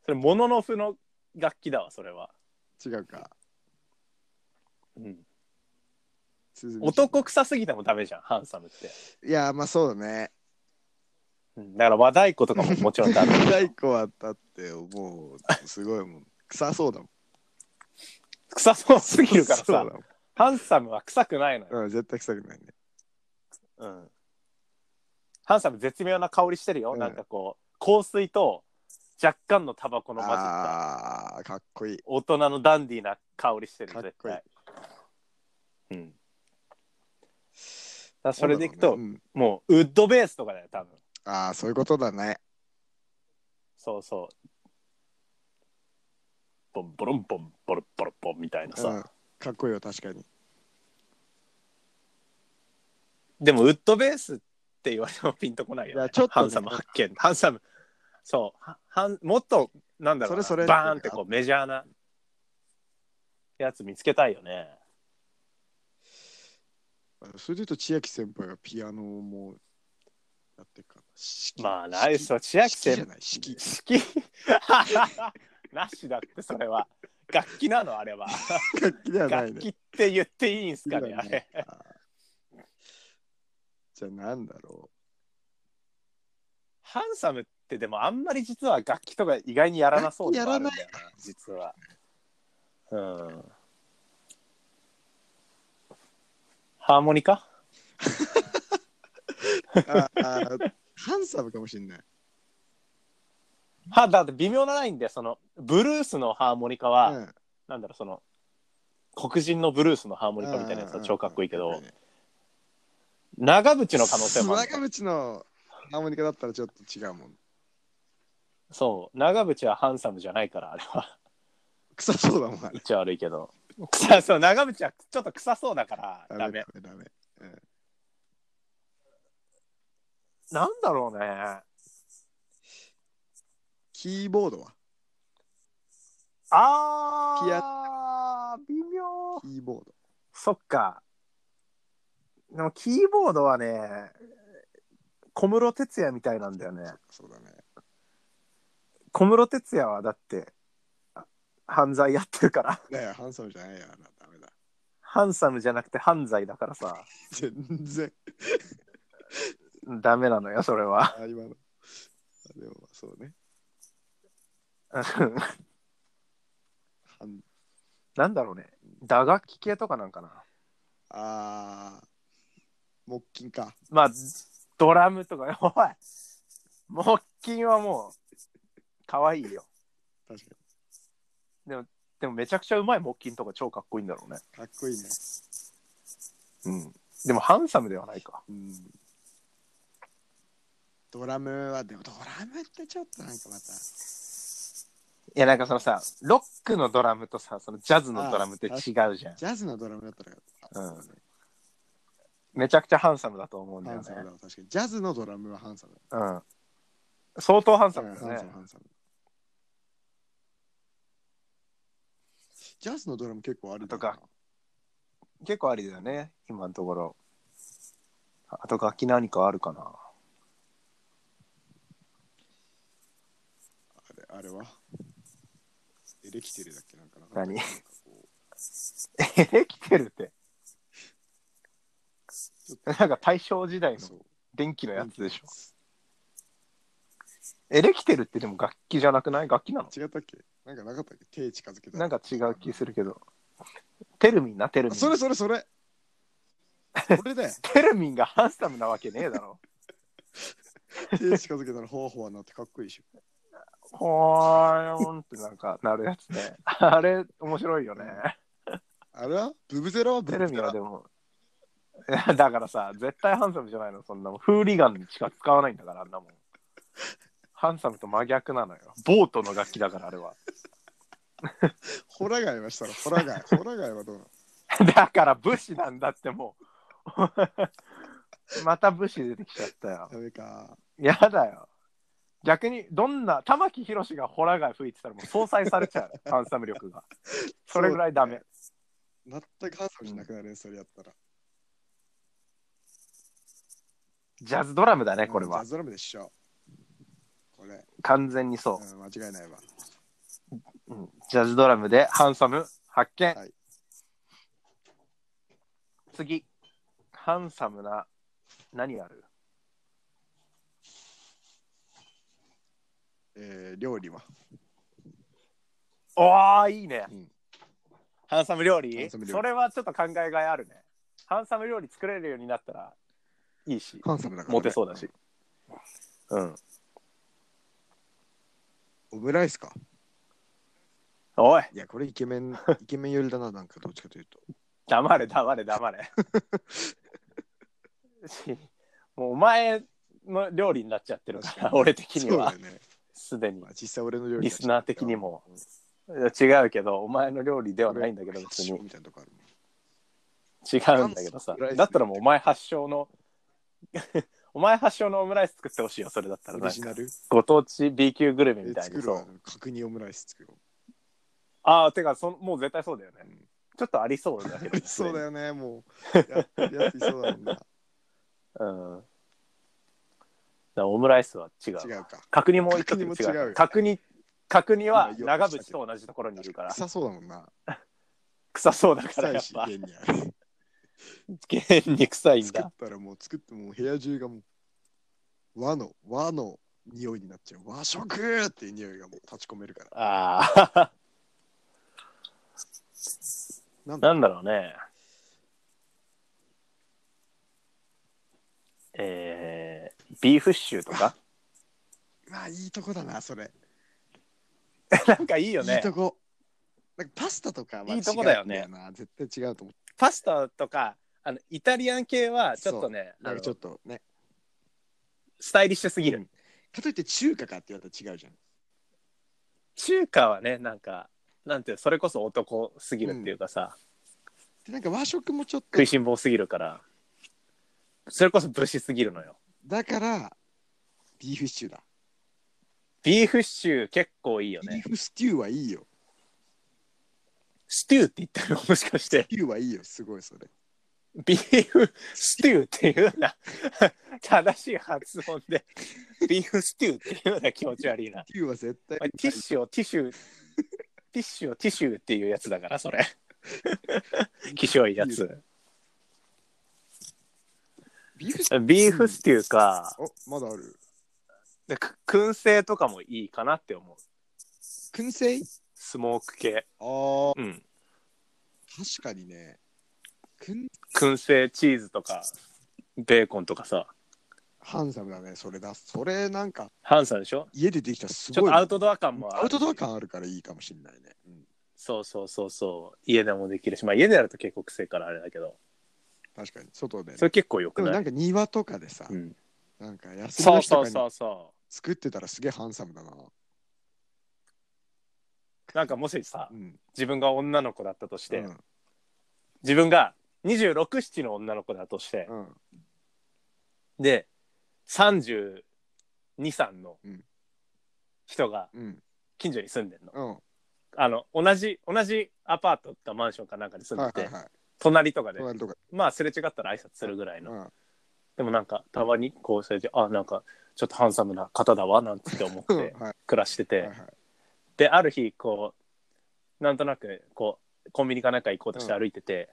[SPEAKER 3] それ、もののふの楽器だわ、それは。
[SPEAKER 2] 違うか。
[SPEAKER 3] うん、
[SPEAKER 2] 鼓
[SPEAKER 3] 男臭すぎてもダメじゃん、ハンサムって。
[SPEAKER 2] いや、まあそうだね。
[SPEAKER 3] うんだから和太鼓とかももちろんダメ。
[SPEAKER 2] 太鼓はだって、もう、すごい もん。臭そうだもん。
[SPEAKER 3] 臭そうすぎるか ら
[SPEAKER 2] そうだ
[SPEAKER 3] さ
[SPEAKER 2] も、ん
[SPEAKER 3] ハンサムは臭くないのよ。
[SPEAKER 2] うん、絶対臭くないね。
[SPEAKER 3] うん。ハンサム絶妙な香りしてるよ。
[SPEAKER 2] うん
[SPEAKER 3] なんかこう、香水と若干のタバコの混じった。
[SPEAKER 2] ああー、かっこいい。
[SPEAKER 3] 大人のダンディーな香りしてる
[SPEAKER 2] かっ
[SPEAKER 3] 絶
[SPEAKER 2] こいい
[SPEAKER 3] 対うんだからそれでいくと、
[SPEAKER 2] そうだろうね
[SPEAKER 3] もうウッドベースとかだよ多分
[SPEAKER 2] うんああ、そういうことだね。
[SPEAKER 3] そうそうボンボロンボンボロボロボンみたいなさ、
[SPEAKER 2] うん、かっこいいよ、確かに。
[SPEAKER 3] でもウッドベースって言われてもピンとこないよ、ね
[SPEAKER 2] いやちょっとね
[SPEAKER 3] ハンサム発見ハンサムそうははんもっとなんだろうな
[SPEAKER 2] それそれ
[SPEAKER 3] バーンってこうメジャーなやつ見つけたいよね
[SPEAKER 2] それで言うと千秋先輩がピアノをもうやってるから式
[SPEAKER 3] まあナイスは千
[SPEAKER 2] 式式
[SPEAKER 3] 秋先
[SPEAKER 2] じゃ
[SPEAKER 3] 輩
[SPEAKER 2] ない式
[SPEAKER 3] 式なしだってそれは楽器なのあれは
[SPEAKER 2] 楽器ではない
[SPEAKER 3] 楽
[SPEAKER 2] ね
[SPEAKER 3] 器って言っていいんすかね
[SPEAKER 2] いい
[SPEAKER 3] あ
[SPEAKER 2] わ
[SPEAKER 3] れ
[SPEAKER 2] ねあーじゃあなんだろ
[SPEAKER 3] ハンサムってでもあんまり実は楽器とか意外にやらなそうでもあるんだよ
[SPEAKER 2] 楽
[SPEAKER 3] な実はうんハーモニカ
[SPEAKER 2] うあーハンサムかもしんない
[SPEAKER 3] はだって微妙なラインでそのブルースのハーモニカは、
[SPEAKER 2] うん
[SPEAKER 3] なんだろうその黒人のブルースのハーモニカみたいなやつは超かっこいいけ
[SPEAKER 2] うんうん
[SPEAKER 3] ど
[SPEAKER 2] うんうん
[SPEAKER 3] 長渕の可能性もある
[SPEAKER 2] 長渕のハーモニカだったらちょっと違うもん
[SPEAKER 3] そう長渕はハンサムじゃないからあれは
[SPEAKER 2] 臭そうだもんあれ
[SPEAKER 3] 一応悪いけど臭そう長渕はちょっと臭そうだからダ
[SPEAKER 2] ダメ
[SPEAKER 3] メ
[SPEAKER 2] ダメダメ
[SPEAKER 3] なんだろうね
[SPEAKER 2] キーボードは
[SPEAKER 3] あー
[SPEAKER 2] ピ
[SPEAKER 3] 微妙
[SPEAKER 2] キーボード
[SPEAKER 3] そっかでもキーボードはね小室哲哉みたいなんだよね
[SPEAKER 2] そうだね
[SPEAKER 3] 小室哲哉はだってあ犯罪やってるから
[SPEAKER 2] いやいやハンサムじゃないやなダメだ
[SPEAKER 3] ハンサムじゃなくて犯罪だからさ
[SPEAKER 2] 全然
[SPEAKER 3] ダメなのよそれは
[SPEAKER 2] あ今のあでもまあそうねハン
[SPEAKER 3] なんだろうね打楽器系とかなんかな
[SPEAKER 2] あー木琴か
[SPEAKER 3] まあドラムとか おい木琴はもう可愛いよ
[SPEAKER 2] 確か
[SPEAKER 3] でもめちゃくちゃうまい木琴とか超かっこいいんだろうね
[SPEAKER 2] にかっこいいね
[SPEAKER 3] うんでもハンサムではないか。
[SPEAKER 2] うんドラムはでもドラムってちょっとなんかまた
[SPEAKER 3] いやなんかそのさ、ロックのドラムとさ、そのジャズのドラムって違うじゃん。
[SPEAKER 2] ジャズのドラムだったら
[SPEAKER 3] うん
[SPEAKER 2] そうね
[SPEAKER 3] めちゃくちゃハンサムだと思うんだ
[SPEAKER 2] ハ
[SPEAKER 3] よ
[SPEAKER 2] ン
[SPEAKER 3] ね
[SPEAKER 2] サムだ。わ確かにジャズのドラムはハンサム
[SPEAKER 3] うん。相当ハン
[SPEAKER 2] だ
[SPEAKER 3] サ
[SPEAKER 2] う
[SPEAKER 3] ム
[SPEAKER 2] ん
[SPEAKER 3] だ
[SPEAKER 2] ハ
[SPEAKER 3] よ
[SPEAKER 2] ン
[SPEAKER 3] ね
[SPEAKER 2] サム。ハンサムジャズのドラム結構ある
[SPEAKER 3] とか結構ありだよね、今のところ。あと楽器何かあるかな。
[SPEAKER 2] あれあれはエレキテルだっけなんかな
[SPEAKER 3] 何
[SPEAKER 2] なんかこう
[SPEAKER 3] エレキテルって。なんか大正時代の
[SPEAKER 2] そう
[SPEAKER 3] 電気のやつでしょ。エレキテルってでも楽器じゃなくない楽器なの
[SPEAKER 2] 違ったっけなんかなかったっけ手近づけた
[SPEAKER 3] なんか違う気するけど。テルミンな、テルミン。
[SPEAKER 2] それそれそ れこれだよ
[SPEAKER 3] テルミンがハンサムなわけねえだろ。
[SPEAKER 2] 手近づけたらほわほわなってかっこいいでしょ
[SPEAKER 3] ほーんってなんかなるやつね。あれ面白いよね。
[SPEAKER 2] あれはブブゼラはブ
[SPEAKER 3] テ
[SPEAKER 2] ブ
[SPEAKER 3] レ
[SPEAKER 2] ゼ
[SPEAKER 3] ビ
[SPEAKER 2] ラ
[SPEAKER 3] はでも。いやだからさ、絶対ハンサムじゃないの、そんなもん。フーリガンしか使わないんだから、あんなもん。ハンサムと真逆なのよ。ボートの楽器だから、あれは。
[SPEAKER 2] ホラガイはしたらホラ ガイホラガイはどうなの
[SPEAKER 3] だから武士なんだっても う。また武士出てきちゃったよ。
[SPEAKER 2] ダメか
[SPEAKER 3] やだよ。逆に、どんな、玉木宏がホラガイ吹いてたらもう相殺されち ゃう、ハンサム力が。それぐらいダメ。
[SPEAKER 2] 全くハンサムしなくなるねそれやったら
[SPEAKER 3] ジャズドラムだね、これ
[SPEAKER 2] うんジ
[SPEAKER 3] は
[SPEAKER 2] ャ。ズドラムでしょこれ、
[SPEAKER 3] 完全にそう
[SPEAKER 2] う。ん、間違いないわ
[SPEAKER 3] うんジャズドラムでハンサム発見、
[SPEAKER 2] はい
[SPEAKER 3] 次ハンサムな何ある
[SPEAKER 2] えー、料理は
[SPEAKER 3] おーいいね、
[SPEAKER 2] うん
[SPEAKER 3] ハンサム料理
[SPEAKER 2] ハンサム料理
[SPEAKER 3] それはちょっと考えがいあるねハンサム料理作れるようになったらいいし
[SPEAKER 2] ハンサムだから、ね、
[SPEAKER 3] モテそうだしうん
[SPEAKER 2] オムライスか
[SPEAKER 3] おい
[SPEAKER 2] いやこれイケメ ンイケメン寄りだななんかどっちかというと
[SPEAKER 3] 黙れ黙れ 黙れしもうお前の料理になっちゃってるから俺的には
[SPEAKER 2] そうだよね、
[SPEAKER 3] すでに
[SPEAKER 2] まあ、実際俺の料理
[SPEAKER 3] リスナー的に
[SPEAKER 2] も
[SPEAKER 3] もいや違うけどお前の料理ではないんだけど別に違
[SPEAKER 2] みたいなとこあるもん
[SPEAKER 3] うんだけどさだったらもうお前発祥の お前発祥のオムライス作ってほしいよ、それだったら。
[SPEAKER 2] オ
[SPEAKER 3] な
[SPEAKER 2] リ
[SPEAKER 3] ん
[SPEAKER 2] ジ
[SPEAKER 3] か
[SPEAKER 2] ナル
[SPEAKER 3] ご当地 B 級グルメ
[SPEAKER 2] え
[SPEAKER 3] みたい
[SPEAKER 2] 作
[SPEAKER 3] に
[SPEAKER 2] る
[SPEAKER 3] そ
[SPEAKER 2] わ
[SPEAKER 3] う。。
[SPEAKER 2] 角煮オムライス作ろ
[SPEAKER 3] ああ、てかそ、もう絶対そうだよね
[SPEAKER 2] う。う。ん
[SPEAKER 3] ちょっとありそうだけ ど、ね。
[SPEAKER 2] そうだよね、もう。ややっていそうだもん な。
[SPEAKER 3] うん。だからオムライスは違う。
[SPEAKER 2] 違うか。
[SPEAKER 3] 角煮も一時
[SPEAKER 2] 角煮も違う
[SPEAKER 3] 違
[SPEAKER 2] よ
[SPEAKER 3] う。角煮、角煮は長渕と同じところにいるから、
[SPEAKER 2] 臭そうだもんな。
[SPEAKER 3] 臭そうだか
[SPEAKER 2] 臭
[SPEAKER 3] らや
[SPEAKER 2] い
[SPEAKER 3] っ
[SPEAKER 2] し、
[SPEAKER 3] ぱ、
[SPEAKER 2] 家にあ
[SPEAKER 3] 現に臭い
[SPEAKER 2] る
[SPEAKER 3] ん
[SPEAKER 2] 作っ
[SPEAKER 3] だ。
[SPEAKER 2] たらもう作ってもう部屋中がもう和の和の匂いになっちゃう。和食っていう匂いがもう立ち込めるから。
[SPEAKER 3] ああ、
[SPEAKER 2] なんだ
[SPEAKER 3] なんだろうね。えー、ビーフシチューとか
[SPEAKER 2] まあいいとこだな、それ。
[SPEAKER 3] なんかいいよ
[SPEAKER 2] いい
[SPEAKER 3] ね。
[SPEAKER 2] とこ。なんかパスタとかは違
[SPEAKER 3] いいとこだよね
[SPEAKER 2] うんだな。絶対違うと思
[SPEAKER 3] パスタとか、あのイタリアン系はちょっとね、
[SPEAKER 2] う。な
[SPEAKER 3] あ
[SPEAKER 2] ん
[SPEAKER 3] の
[SPEAKER 2] かちょっとね。
[SPEAKER 3] スタイリッシュすぎる。
[SPEAKER 2] うんかといって中華かって言われたら違うじゃん。
[SPEAKER 3] 中華はね、なんか、なんていうのそれこそ男すぎるっていうかさ、
[SPEAKER 2] で、なんか和食もちょっと
[SPEAKER 3] 食い。しん坊すぎるから、それこそ武士すぎるのよ。
[SPEAKER 2] だから、ビーフシチューだ。
[SPEAKER 3] ビーフシチュー結構いいよ
[SPEAKER 2] ビー
[SPEAKER 3] ね。
[SPEAKER 2] フシチューはいいよ。
[SPEAKER 3] ステューって言ってるもしかして。
[SPEAKER 2] ビーフはいいよ、すごいそれ。
[SPEAKER 3] ビーフステューっていうな。正しい発音で。ビーフステューっていうな気持ち悪いな。
[SPEAKER 2] ビーフは絶対
[SPEAKER 3] お前ティッシュをティッシュ、ティッシュをティッシュっていうやつだから、そ れ。きしょいやつ。
[SPEAKER 2] ビーフシ
[SPEAKER 3] ビーフステューか。
[SPEAKER 2] お、まだある。
[SPEAKER 3] でく燻製とかもいいかなって思う。
[SPEAKER 2] 燻製
[SPEAKER 3] スモーク系。
[SPEAKER 2] ああ、
[SPEAKER 3] うん。
[SPEAKER 2] 確かにね。燻
[SPEAKER 3] 燻製チーズとか、ベーコンとかさ。
[SPEAKER 2] ハンサムだね、それだ。それなんか、
[SPEAKER 3] ハンサーでしょ
[SPEAKER 2] 家でできたらす
[SPEAKER 3] ちょっ
[SPEAKER 2] ごい。
[SPEAKER 3] とアウトドア感もある。
[SPEAKER 2] アウトドア感あるからいいかもしれないね。うん、
[SPEAKER 3] そうそうそうそう家でもできるしまあ家でやると結構癖からあれだけど
[SPEAKER 2] 確かに、外で、ね
[SPEAKER 3] そ。れ結構よ
[SPEAKER 2] で
[SPEAKER 3] く
[SPEAKER 2] も
[SPEAKER 3] な
[SPEAKER 2] ないんか庭とかでさ、
[SPEAKER 3] うん
[SPEAKER 2] なんか休み
[SPEAKER 3] そ
[SPEAKER 2] の
[SPEAKER 3] う
[SPEAKER 2] 日
[SPEAKER 3] そ
[SPEAKER 2] と
[SPEAKER 3] う
[SPEAKER 2] か
[SPEAKER 3] そ
[SPEAKER 2] に
[SPEAKER 3] うそ
[SPEAKER 2] 作ってたらすげえハンサムだな。
[SPEAKER 3] うなんかもしさ
[SPEAKER 2] うん。
[SPEAKER 3] 自分が女の子だったとして、
[SPEAKER 2] うん
[SPEAKER 3] 自分が267の女の子だとして、
[SPEAKER 2] うん。
[SPEAKER 3] で323の
[SPEAKER 2] うん
[SPEAKER 3] 人が
[SPEAKER 2] うん。
[SPEAKER 3] 近所に住んでんの、
[SPEAKER 2] うん。は
[SPEAKER 3] あの同じ同じアパートかマンションかなんかに
[SPEAKER 2] い
[SPEAKER 3] 住んで
[SPEAKER 2] は
[SPEAKER 3] て、
[SPEAKER 2] いはい。
[SPEAKER 3] 隣とかで
[SPEAKER 2] 隣とか。
[SPEAKER 3] まあすれ違ったら挨拶するぐらいの、
[SPEAKER 2] うん。
[SPEAKER 3] でもなんかたまにこうそれであなんかちょっとハンサムな方だわなんつって思っ
[SPEAKER 2] はい
[SPEAKER 3] て
[SPEAKER 2] は
[SPEAKER 3] 暮らしてて、
[SPEAKER 2] いはい。
[SPEAKER 3] である日こうなんとなくこうコンビニかなんか行こうとして
[SPEAKER 2] うん
[SPEAKER 3] 歩いてて、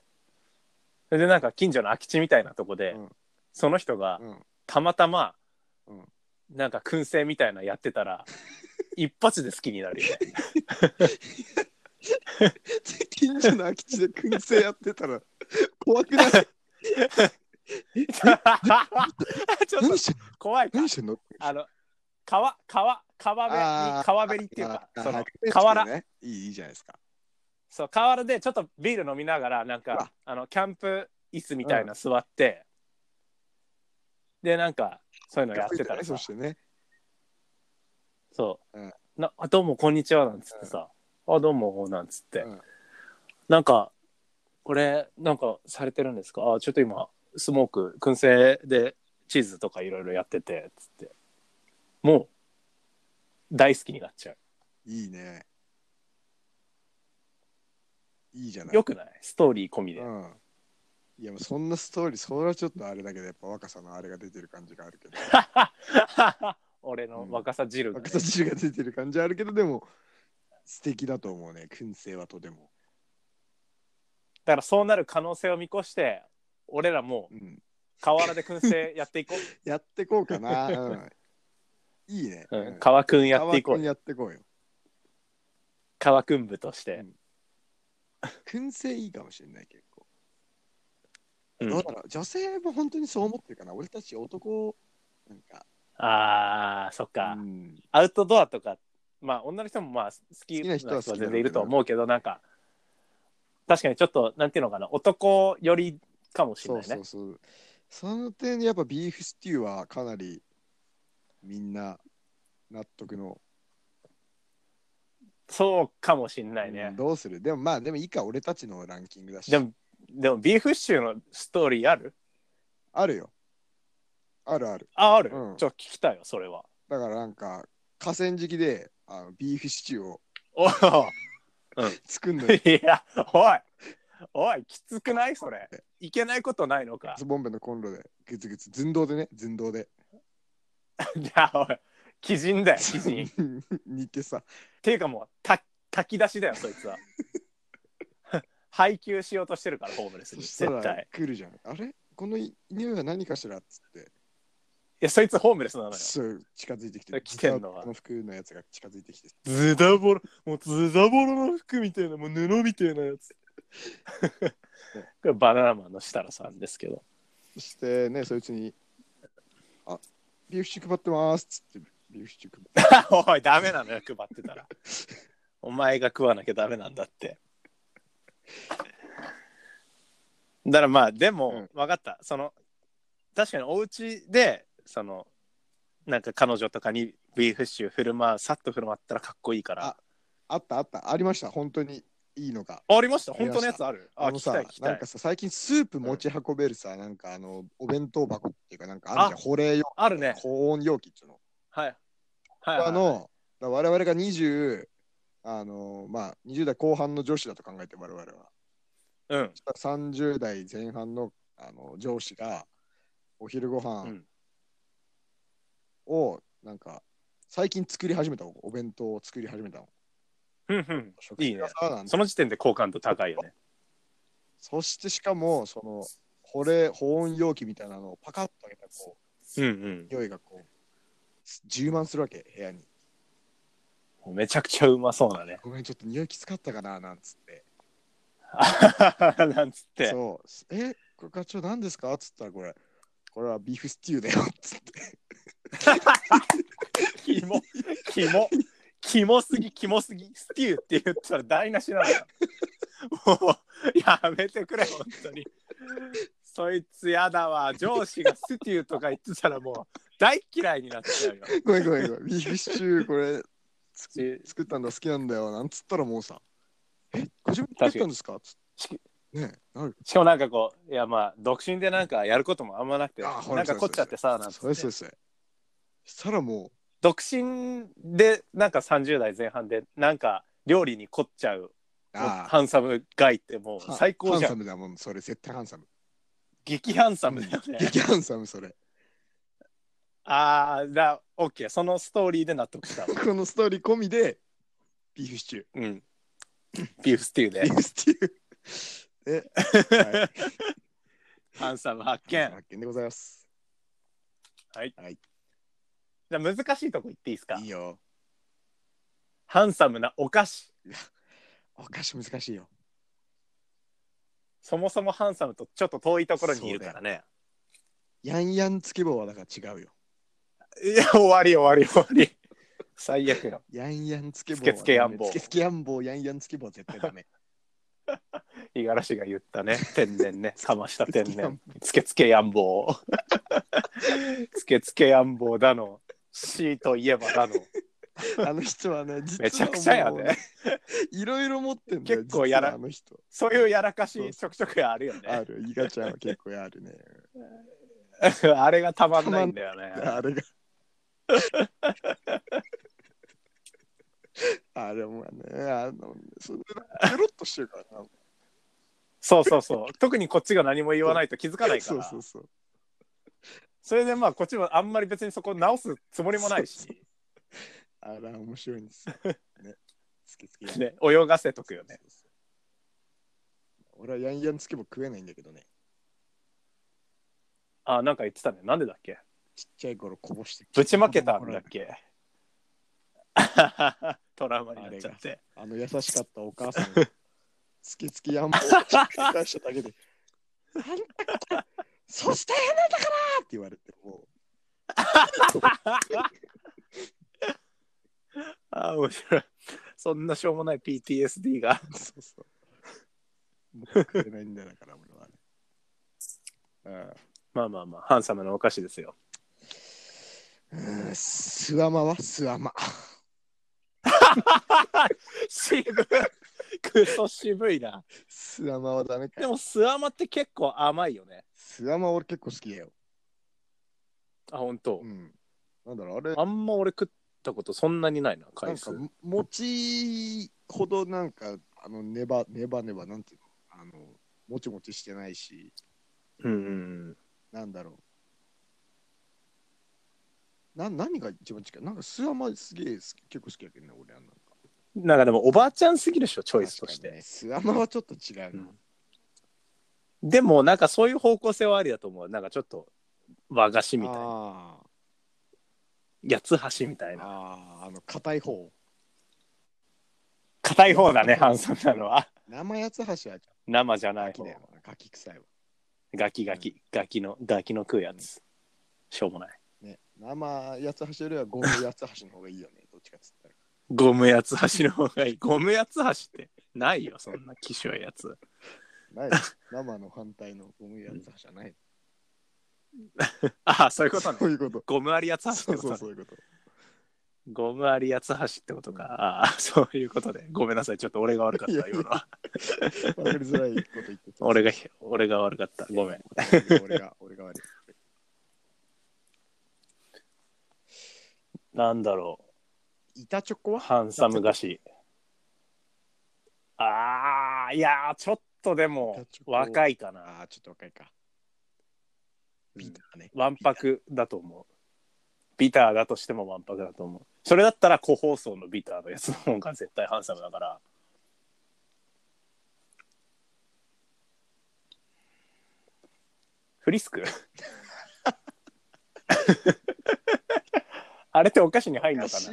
[SPEAKER 3] それでなんか近所の空き地みたいなとこで、
[SPEAKER 2] うん
[SPEAKER 3] その人が
[SPEAKER 2] うん。
[SPEAKER 3] たまたま、
[SPEAKER 2] うん
[SPEAKER 3] なんか燻製みたいなのやって たら一発で好きになるよね
[SPEAKER 2] 近所の空き地で燻製やってたら怖く ない
[SPEAKER 3] ちょっと
[SPEAKER 2] 何して
[SPEAKER 3] 怖いか
[SPEAKER 2] 何してんの
[SPEAKER 3] あの川川川辺
[SPEAKER 2] あ
[SPEAKER 3] に
[SPEAKER 2] ー
[SPEAKER 3] 川べりっていうか
[SPEAKER 2] あー
[SPEAKER 3] その
[SPEAKER 2] あー
[SPEAKER 3] 河原
[SPEAKER 2] ねいいいいじゃないですか。
[SPEAKER 3] そう河原でちょっとビール飲みながらなん
[SPEAKER 2] う
[SPEAKER 3] か
[SPEAKER 2] わ
[SPEAKER 3] あのキャンプ椅子みたいな座って、でなんかそういうのやってたらさ
[SPEAKER 2] そしてね。
[SPEAKER 3] そう、
[SPEAKER 2] うん
[SPEAKER 3] なあどうもこんにちはなんつってさ、あどうもなんつって、
[SPEAKER 2] うん
[SPEAKER 3] なんかこれなんかされてるんですかあちょっと今スモーク燻製でチーズとかいろいろやっててつってもう大好きになっちゃ
[SPEAKER 2] いいね。いいじゃな
[SPEAKER 3] う
[SPEAKER 2] い。
[SPEAKER 3] よくないストーリー込みで、
[SPEAKER 2] うん。いやもうそんなストーリー、それはちょっとあれだけど、やっぱ若さのあれが出てる感じがあるけど。
[SPEAKER 3] 俺の若さ汁がね、
[SPEAKER 2] 若さ汁が出てる感じはあるけど、でも素敵だと思うね。燻製はとても。
[SPEAKER 3] だからそうなる可能性を見越して俺らも
[SPEAKER 2] うん。
[SPEAKER 3] 河原で燻製やっていこう、
[SPEAKER 2] やってこうかな。うん。いいね。
[SPEAKER 3] うん、川くんやっていこ
[SPEAKER 2] 川君
[SPEAKER 3] う
[SPEAKER 2] やってこうよ。
[SPEAKER 3] 川くん部として、
[SPEAKER 2] 燻製いいかもしれない結構。
[SPEAKER 3] うん
[SPEAKER 2] だから女性も本当にそう思ってるかな。俺たち男なんか。
[SPEAKER 3] あーそっか、
[SPEAKER 2] うん
[SPEAKER 3] アウトドアとかまあ女の人もまあ好き
[SPEAKER 2] 好き
[SPEAKER 3] な
[SPEAKER 2] な
[SPEAKER 3] 人
[SPEAKER 2] 人
[SPEAKER 3] は
[SPEAKER 2] は好きだろうけど
[SPEAKER 3] 全然いると思うけどなんか確かにちょっとなんていうのかな男寄りかもしれ
[SPEAKER 2] そう
[SPEAKER 3] ないね
[SPEAKER 2] そうそう。その点やっぱビーフシチューはかなりみんな納得の。
[SPEAKER 3] そうかもしれないね、
[SPEAKER 2] うんどうするでもまあでも以下俺たちのランキングだし。
[SPEAKER 3] でもでもビーフシチューのストーリーある
[SPEAKER 2] あるよ。あるある。
[SPEAKER 3] あ、ある、
[SPEAKER 2] うん
[SPEAKER 3] ちょっと聞きたいよ、そ れは。
[SPEAKER 2] だからなんか、河川敷であのビーフシチューを
[SPEAKER 3] おい。
[SPEAKER 2] 作んのよ
[SPEAKER 3] いや、おいおい、きつくないそれ。いけないことない のか。
[SPEAKER 2] ズボンベのコンロで、グツグツ、寸胴でね、寸胴 で。
[SPEAKER 3] じゃあ、おい、鬼人だよ、鬼 人。っ
[SPEAKER 2] 似てさ、
[SPEAKER 3] ていうかもう、た炊き出しだよ、そいつは。 配給しようとしてるから、ホームレス
[SPEAKER 2] そ
[SPEAKER 3] に、
[SPEAKER 2] した
[SPEAKER 3] 絶
[SPEAKER 2] ら
[SPEAKER 3] 対。
[SPEAKER 2] 来るじゃん。あれこの匂いは何かしらっつって、
[SPEAKER 3] いや、そいつホームレスなのよ。
[SPEAKER 2] そう近づいてきて、
[SPEAKER 3] 来てんのは
[SPEAKER 2] この服のやつが近づいてきて、
[SPEAKER 3] ズダボロ、もうズダボロの服みたいな、もう布みたいなやつ。 これバナナマンの設楽さんですけど。
[SPEAKER 2] そしてね、そいつに、あビーフシチュー配ってますっつって、ビーフシチュー配って、
[SPEAKER 3] おい、ダメなのよ、配ってたら。お前が食わなきゃダメなんだって。だからまあ、でも、分かった。その、確かにお家で、その、なんか彼女とかにビーフシチュー振る舞う、さっと振る舞ったらかっこいいから。
[SPEAKER 2] あったあった、ありました、本当にいいのが。
[SPEAKER 3] あありました本当のやつあるあ、
[SPEAKER 2] あ
[SPEAKER 3] 聞
[SPEAKER 2] の
[SPEAKER 3] きた
[SPEAKER 2] さ
[SPEAKER 3] い、聞きた
[SPEAKER 2] ないんか。さ、最近スープ持ち運べるさ、なんかあの、お弁当箱っていうか、なんかあるじゃん、保冷用、
[SPEAKER 3] あるね。
[SPEAKER 2] 保温容器っていうの。
[SPEAKER 3] はい。はい、
[SPEAKER 2] あの、だ我々が20、あのまあ、20代後半の女子だと考えて、我々は。
[SPEAKER 3] うん。
[SPEAKER 2] 30代前半のあの上司が、お昼ご
[SPEAKER 3] う
[SPEAKER 2] 飯
[SPEAKER 3] ん
[SPEAKER 2] を、なんか、最近作り始めたのお弁当を作り始めたの。
[SPEAKER 3] うんうん
[SPEAKER 2] 食
[SPEAKER 3] い
[SPEAKER 2] 費
[SPEAKER 3] いね
[SPEAKER 2] がさなんで
[SPEAKER 3] その時点で好感度高いよね。
[SPEAKER 2] そしてしかも、その、保冷、保温容器みたいなのをパカッと開けたらこ
[SPEAKER 3] うんうん
[SPEAKER 2] う、。匂いがこう、充満するわけ、部屋に。
[SPEAKER 3] もうめちゃくちゃうまそう だね。
[SPEAKER 2] ごめん、ちょっと匂いきつかったかな、なんつって。
[SPEAKER 3] なんつって。
[SPEAKER 2] そう。え、これ課長何ですかっつったら、これ、これはビーフシチューだよ、っつって。
[SPEAKER 3] キモ、キモ、キモすぎ、キモすぎ。スティーって言ったら台無しなのよ。もう、やめてくれ、本当に。そいつやだわ。上司がスティーとか言ってたらもう大嫌いになっちゃうよ。
[SPEAKER 2] ごめんごめんごめん。ビーフシチューこれ
[SPEAKER 3] え
[SPEAKER 2] 作ったんだ好きなんだよなんつったらもうさ、え、ご自分で作ったんですかつってねえ、なる。
[SPEAKER 3] しかもなんかこう、いやまあ、独身でなんかやることもあんまなくて、
[SPEAKER 2] あほ
[SPEAKER 3] な
[SPEAKER 2] ら
[SPEAKER 3] んかこっちゃってさ、なんつ
[SPEAKER 2] そう
[SPEAKER 3] っ
[SPEAKER 2] です
[SPEAKER 3] て
[SPEAKER 2] そう。です。したらも
[SPEAKER 3] 独身でなんか30代前半でなんか料理に凝っちゃう
[SPEAKER 2] う、あ
[SPEAKER 3] ハンサムガイってもう
[SPEAKER 2] あ、
[SPEAKER 3] 最高じ
[SPEAKER 2] ハ
[SPEAKER 3] ゃ
[SPEAKER 2] ンサ
[SPEAKER 3] ん
[SPEAKER 2] ムだもん、それ絶対ハンサム。
[SPEAKER 3] 激ハンサムだよね
[SPEAKER 2] 激ハンサムそれ。
[SPEAKER 3] ああだオッケーそのストーリーで納得したわ
[SPEAKER 2] このストーリー込みで、ビーフシチュー。
[SPEAKER 3] うんビーフスティーで
[SPEAKER 2] ビーフシチ ュー。え、はい、
[SPEAKER 3] ハンサム発見
[SPEAKER 2] 発見でございます。
[SPEAKER 3] じゃあ難しいとこ行っていいですか
[SPEAKER 2] いいよ。
[SPEAKER 3] ハンサムなお菓子
[SPEAKER 2] お菓子難しいよ。
[SPEAKER 3] そもそもハンサムとちょっと遠いところにいるからね
[SPEAKER 2] ヤンヤンつけ棒はだから違うよ。
[SPEAKER 3] いや終わり終わり終わり最悪よ
[SPEAKER 2] ヤンヤンつけ棒
[SPEAKER 3] つけつけやんぼ
[SPEAKER 2] つけつけやんぼ、ヤンヤンつけ棒は絶対ダ メ。
[SPEAKER 3] 五十嵐が言ったね天然ねかました天
[SPEAKER 2] つけつけやん
[SPEAKER 3] 然つけつけやんぼうつけつけやんぼうだのしといえばだの
[SPEAKER 2] あの人はね、実は
[SPEAKER 3] めちゃくちゃや
[SPEAKER 2] もう
[SPEAKER 3] で、
[SPEAKER 2] ね。いろいろ持ってんだよ。
[SPEAKER 3] 結構やら
[SPEAKER 2] 実はあの人。
[SPEAKER 3] そういうやらかしちょくちょくあるよ
[SPEAKER 2] あ
[SPEAKER 3] ね
[SPEAKER 2] る。イガちゃんは結構やる ね。
[SPEAKER 3] あれがたまんないんだよね
[SPEAKER 2] あれが。 あれもね、あの、それペロッとしてるからな。
[SPEAKER 3] そうそうそう 特にこっちが何も言わないと気づかないか
[SPEAKER 2] そう
[SPEAKER 3] ら
[SPEAKER 2] そうそう。
[SPEAKER 3] それでまあこっちもあんまり別にそこ直すつもりもないし
[SPEAKER 2] そうあれ面白いん ですよ。ね。つけつけやんぼ
[SPEAKER 3] ね泳がせとくよね。
[SPEAKER 2] 俺はヤンヤンつけ棒食えないんだけどね。
[SPEAKER 3] あなんか言ってたねなんでだっけ
[SPEAKER 2] ちっちゃい頃こぼして。
[SPEAKER 3] ぶちまけたんだっ けトラウマになっちゃって
[SPEAKER 2] あの優しかったお母さん がつけつけやんばを繰り返しただけで、 あんたそして変なんだからって言われて、も
[SPEAKER 3] ああ、面白い。そんなしょうもない PTSD が。
[SPEAKER 2] う、そうそう。もう食えないんだから、俺はね。あ
[SPEAKER 3] まあまあまあ、ハンサムなお菓子ですよ。
[SPEAKER 2] あうんスワマはスワマ。
[SPEAKER 3] 渋い。クソ渋いな。
[SPEAKER 2] スワマはダメか
[SPEAKER 3] で。も、スアマって結構甘いよね。
[SPEAKER 2] スワマ俺結構好きだよ。
[SPEAKER 3] あ、本当
[SPEAKER 2] う。ん。なんだろう、あれ、
[SPEAKER 3] あんま俺食ったことそんなにないな、
[SPEAKER 2] な
[SPEAKER 3] 回
[SPEAKER 2] んか
[SPEAKER 3] 数。、
[SPEAKER 2] 餅ほどなんか、あの、ネバネバネバ、なんていうの、あの、もちもちしてないし、
[SPEAKER 3] うんうん
[SPEAKER 2] なんだろう。な何が一番近いなんか酢あまりすげえ好き結構好きやけどね俺はなんか
[SPEAKER 3] うん。なんかでもおばあちゃんすぎるでしょ、チョイスとし
[SPEAKER 2] 確かに
[SPEAKER 3] て。
[SPEAKER 2] ね酢あまはちょっと違うな、
[SPEAKER 3] でもなんかそういう方向性はありだと思う。なんかちょっと和菓子みたいな。
[SPEAKER 2] あ
[SPEAKER 3] 八つ橋みたい
[SPEAKER 2] ー
[SPEAKER 3] な。
[SPEAKER 2] あーあの硬い方
[SPEAKER 3] 硬い方だね、ハンソンなのは。
[SPEAKER 2] 生八つ橋は
[SPEAKER 3] 生じゃない
[SPEAKER 2] 秋
[SPEAKER 3] 方
[SPEAKER 2] だ。よなガキ臭いわ
[SPEAKER 3] ガキガキ、ガキの、ガキの食うやつ。しょうもない。
[SPEAKER 2] ね生八つ橋よりはゴム八つ橋の方がいいよねどっちかっつったら
[SPEAKER 3] ゴム八つ橋の方がいい。ゴム八つ橋ってないよ、そんな希少いやつ。
[SPEAKER 2] ない生の反対のゴム八つ橋はない
[SPEAKER 3] ああ、そういうことね
[SPEAKER 2] そ。ういうこと
[SPEAKER 3] ゴムありやつ橋って
[SPEAKER 2] そう
[SPEAKER 3] こと
[SPEAKER 2] そう
[SPEAKER 3] ね
[SPEAKER 2] そういうこと
[SPEAKER 3] ゴムありやつ橋ってことか。ああ、そういうことで。ごめんなさい。ちょっと俺が悪かっ
[SPEAKER 2] い
[SPEAKER 3] た
[SPEAKER 2] や、いや
[SPEAKER 3] 今のは。
[SPEAKER 2] わかりづらいこと言ってた
[SPEAKER 3] 俺が、俺が悪かった。ごめん。
[SPEAKER 2] 俺が 俺が悪い
[SPEAKER 3] なんだろ
[SPEAKER 2] 板チョコ
[SPEAKER 3] う。
[SPEAKER 2] は
[SPEAKER 3] ハンサム菓子。ああ、いやー、ちょっとでも、若いかな。
[SPEAKER 2] ああちょっと若いか
[SPEAKER 3] うん
[SPEAKER 2] ビターね
[SPEAKER 3] わんぱくだと思う。ビターだとしてもわんぱくだと思う。それだったら、個包装のビターのやつの方が絶対ハンサムだから。フリ スクあれってお菓子に入
[SPEAKER 2] お
[SPEAKER 3] るの
[SPEAKER 2] 菓
[SPEAKER 3] かな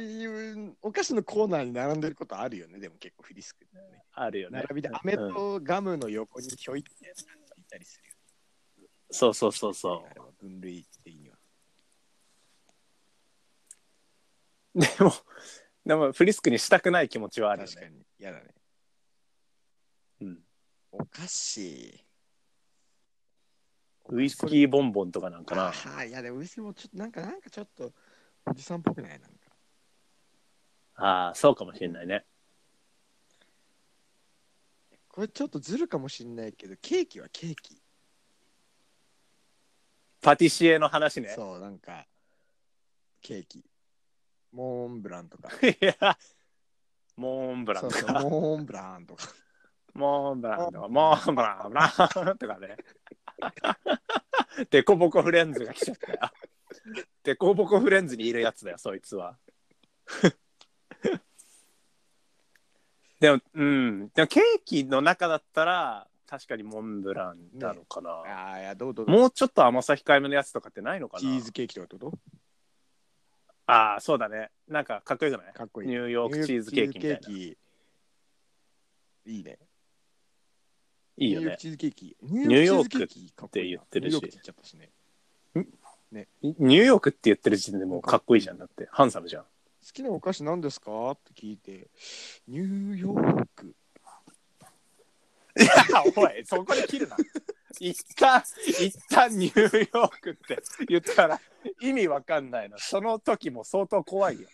[SPEAKER 2] 子お菓子のコーナーに並んでることあるよねでも結構フリスクね
[SPEAKER 3] あるよね
[SPEAKER 2] 並。びで飴とガムの横にひょいってやつがいたりするよ、
[SPEAKER 3] そうそうそうそ
[SPEAKER 2] あれは分類的には
[SPEAKER 3] う。でも、でもフリスクにしたくない気持ちはあるよ
[SPEAKER 2] 確か
[SPEAKER 3] ね。
[SPEAKER 2] に嫌だね
[SPEAKER 3] うん
[SPEAKER 2] お菓子
[SPEAKER 3] ウイスキーボンボンとかなんかな。
[SPEAKER 2] はいやでもウイスキーもちょっとなんかなんかちょっとおじさんっぽくないなんか
[SPEAKER 3] ああ、そうかもしれないね。
[SPEAKER 2] これちょっとずるかもしんないけどケーキはケーキ、
[SPEAKER 3] パティシエの話ね。
[SPEAKER 2] そうなんかケーキモンブランとか
[SPEAKER 3] いや、 モンブラ
[SPEAKER 2] そ
[SPEAKER 3] ンと
[SPEAKER 2] うそう
[SPEAKER 3] か、
[SPEAKER 2] モンブランと か
[SPEAKER 3] モンブランとか、モンブラン、ブランとかね。 デコボコフレンズが来ちゃったよ。 デコボコフレンズにいるやつだよ、そいつは。 でも、うん、でもケーキの中だったら、確かにモンブランなのかな。
[SPEAKER 2] ああいやどうどう
[SPEAKER 3] もうちょっと甘さ控えめのやつとかってないのかな
[SPEAKER 2] チーズケーキとかってこと
[SPEAKER 3] ああ、そうだね。なんかかっこよくない
[SPEAKER 2] かっこいい
[SPEAKER 3] ニューヨークチーズケーキみたいな。
[SPEAKER 2] ニューヨークチーズケーキいいね
[SPEAKER 3] いいよ
[SPEAKER 2] ニューヨー
[SPEAKER 3] ね
[SPEAKER 2] ク。チーズケーキ。ニ
[SPEAKER 3] ューヨーク
[SPEAKER 2] チズケーキかこいいな
[SPEAKER 3] って言ってるし
[SPEAKER 2] ニューヨークって言っちゃったしね。
[SPEAKER 3] ニューヨークって言ってる時点でもうかっこいいじゃんだってハンサムじゃん
[SPEAKER 2] 好きなお菓子なんですかって聞いて、ニューヨーク。
[SPEAKER 3] いや おいそこで切る な一旦一旦ニューヨークって言ったら意味わかんないなその時も相当怖いよ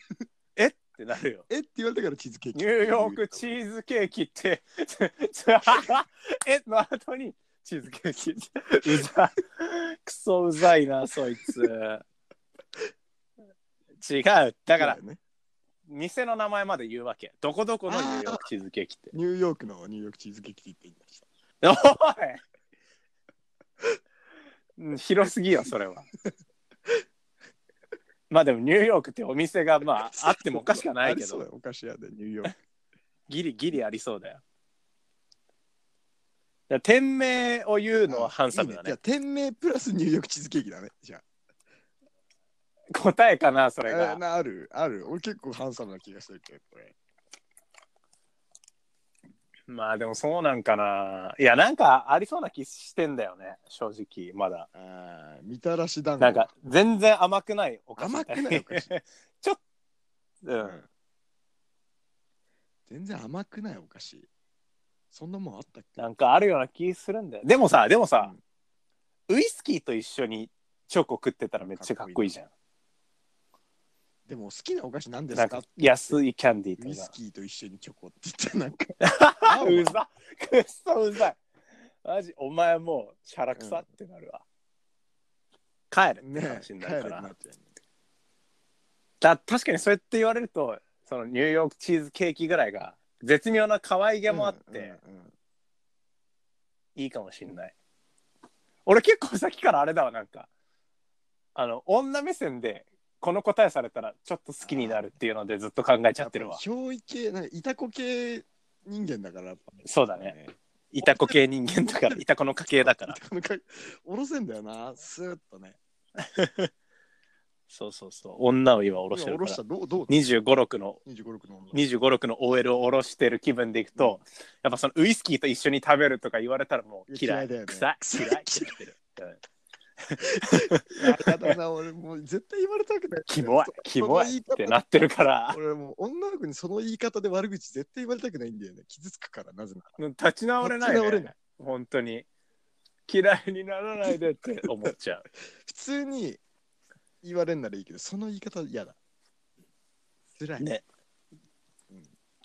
[SPEAKER 3] えってなるよ
[SPEAKER 2] えって言われたからチーズケーキ。
[SPEAKER 3] ニューヨークチーズケーキって えの後にチーズケーキうざくそうざいなそいつ違うだから
[SPEAKER 2] ね。
[SPEAKER 3] 店の名前まで言うわけどこどこのニューヨークチーズケーキって
[SPEAKER 2] ニューヨークのニューヨークチーズケーキって言っていました。
[SPEAKER 3] おいうん広すぎよそれはまあでもニューヨークってお店がまああってもおかしくないけ
[SPEAKER 2] そう
[SPEAKER 3] ど
[SPEAKER 2] だよ お菓子屋でニューヨーク。
[SPEAKER 3] ギリギリありそうだよだから店名を言うのはハンサムだ
[SPEAKER 2] いいじ
[SPEAKER 3] ね
[SPEAKER 2] ゃあ店名プラスニューヨークチーズケーキだね。じゃ
[SPEAKER 3] 答えかなそ
[SPEAKER 2] あ。
[SPEAKER 3] れ
[SPEAKER 2] あ
[SPEAKER 3] が
[SPEAKER 2] なある、ある。俺結構ハンサムな気がするけど、これ。
[SPEAKER 3] まあでもそうなんかないやなんかありそうな気してんだよね正直まだ
[SPEAKER 2] ああ、みたらし団子。
[SPEAKER 3] なんか全然甘くないお菓子
[SPEAKER 2] 甘くないお菓 子。
[SPEAKER 3] ちょっと、う、
[SPEAKER 2] うんん全然甘くないお菓子。そんなもんあったっけ
[SPEAKER 3] なんかあるような気するんだよでもさでもさ
[SPEAKER 2] う、ん
[SPEAKER 3] ウイスキーと一緒にチョコ食ってたらめっちゃかっこいいじゃん
[SPEAKER 2] でも好きなお菓子なんです
[SPEAKER 3] なん
[SPEAKER 2] か
[SPEAKER 3] か安いキャンディー
[SPEAKER 2] ウイ
[SPEAKER 3] と
[SPEAKER 2] ス
[SPEAKER 3] か
[SPEAKER 2] キーと一緒にチョコって言ったらなんか。
[SPEAKER 3] あうざくっそうざいマジお前もうシャラくさってなるわ、帰るって
[SPEAKER 2] ね
[SPEAKER 3] 話
[SPEAKER 2] 帰
[SPEAKER 3] に
[SPEAKER 2] れ
[SPEAKER 3] なるから,、
[SPEAKER 2] なっちゃう
[SPEAKER 3] だ確かにそうやって言われるとそのニューヨークチーズケーキぐらいが絶妙な可愛げもあって
[SPEAKER 2] うんうんうん
[SPEAKER 3] いいかもしんない、俺結構さっきからあれだわなんかあの女目線でこの答えされたらちょっと好きになるっていうのでずっと考えちゃってるわ
[SPEAKER 2] やぱり憑依系なんかいたこ系人間だからやっぱ
[SPEAKER 3] そうだねいたこ系人間だ からいたこの家系だから
[SPEAKER 2] なんかおろせんだよなスーッとね
[SPEAKER 3] そうそうそう女を今下ろして
[SPEAKER 2] 今おろ
[SPEAKER 3] るから
[SPEAKER 2] したどうどう
[SPEAKER 3] 2 5六の
[SPEAKER 2] 25、6の女
[SPEAKER 3] 2 5 6の OL を下ろしてる気分でいくと、やっぱそのウイスキーと一緒に食べるとか言われたらもう嫌
[SPEAKER 2] 嫌
[SPEAKER 3] い
[SPEAKER 2] いだよね
[SPEAKER 3] 臭い嫌いって言ってる、うん
[SPEAKER 2] やだな俺もう絶対言われたくない
[SPEAKER 3] キモい
[SPEAKER 2] そ
[SPEAKER 3] キモ
[SPEAKER 2] その
[SPEAKER 3] い
[SPEAKER 2] 言
[SPEAKER 3] っ
[SPEAKER 2] い方
[SPEAKER 3] てなってるから
[SPEAKER 2] 俺もう女の子にその言い方で悪口絶対言われたくないんだよね傷つくからなぜな
[SPEAKER 3] 立ち直れない、ね、
[SPEAKER 2] 立ち直れない
[SPEAKER 3] 本当に嫌いにならないでって思っち ゃう
[SPEAKER 2] 普通に言われんならいいけどその言い方嫌だ辛い
[SPEAKER 3] ね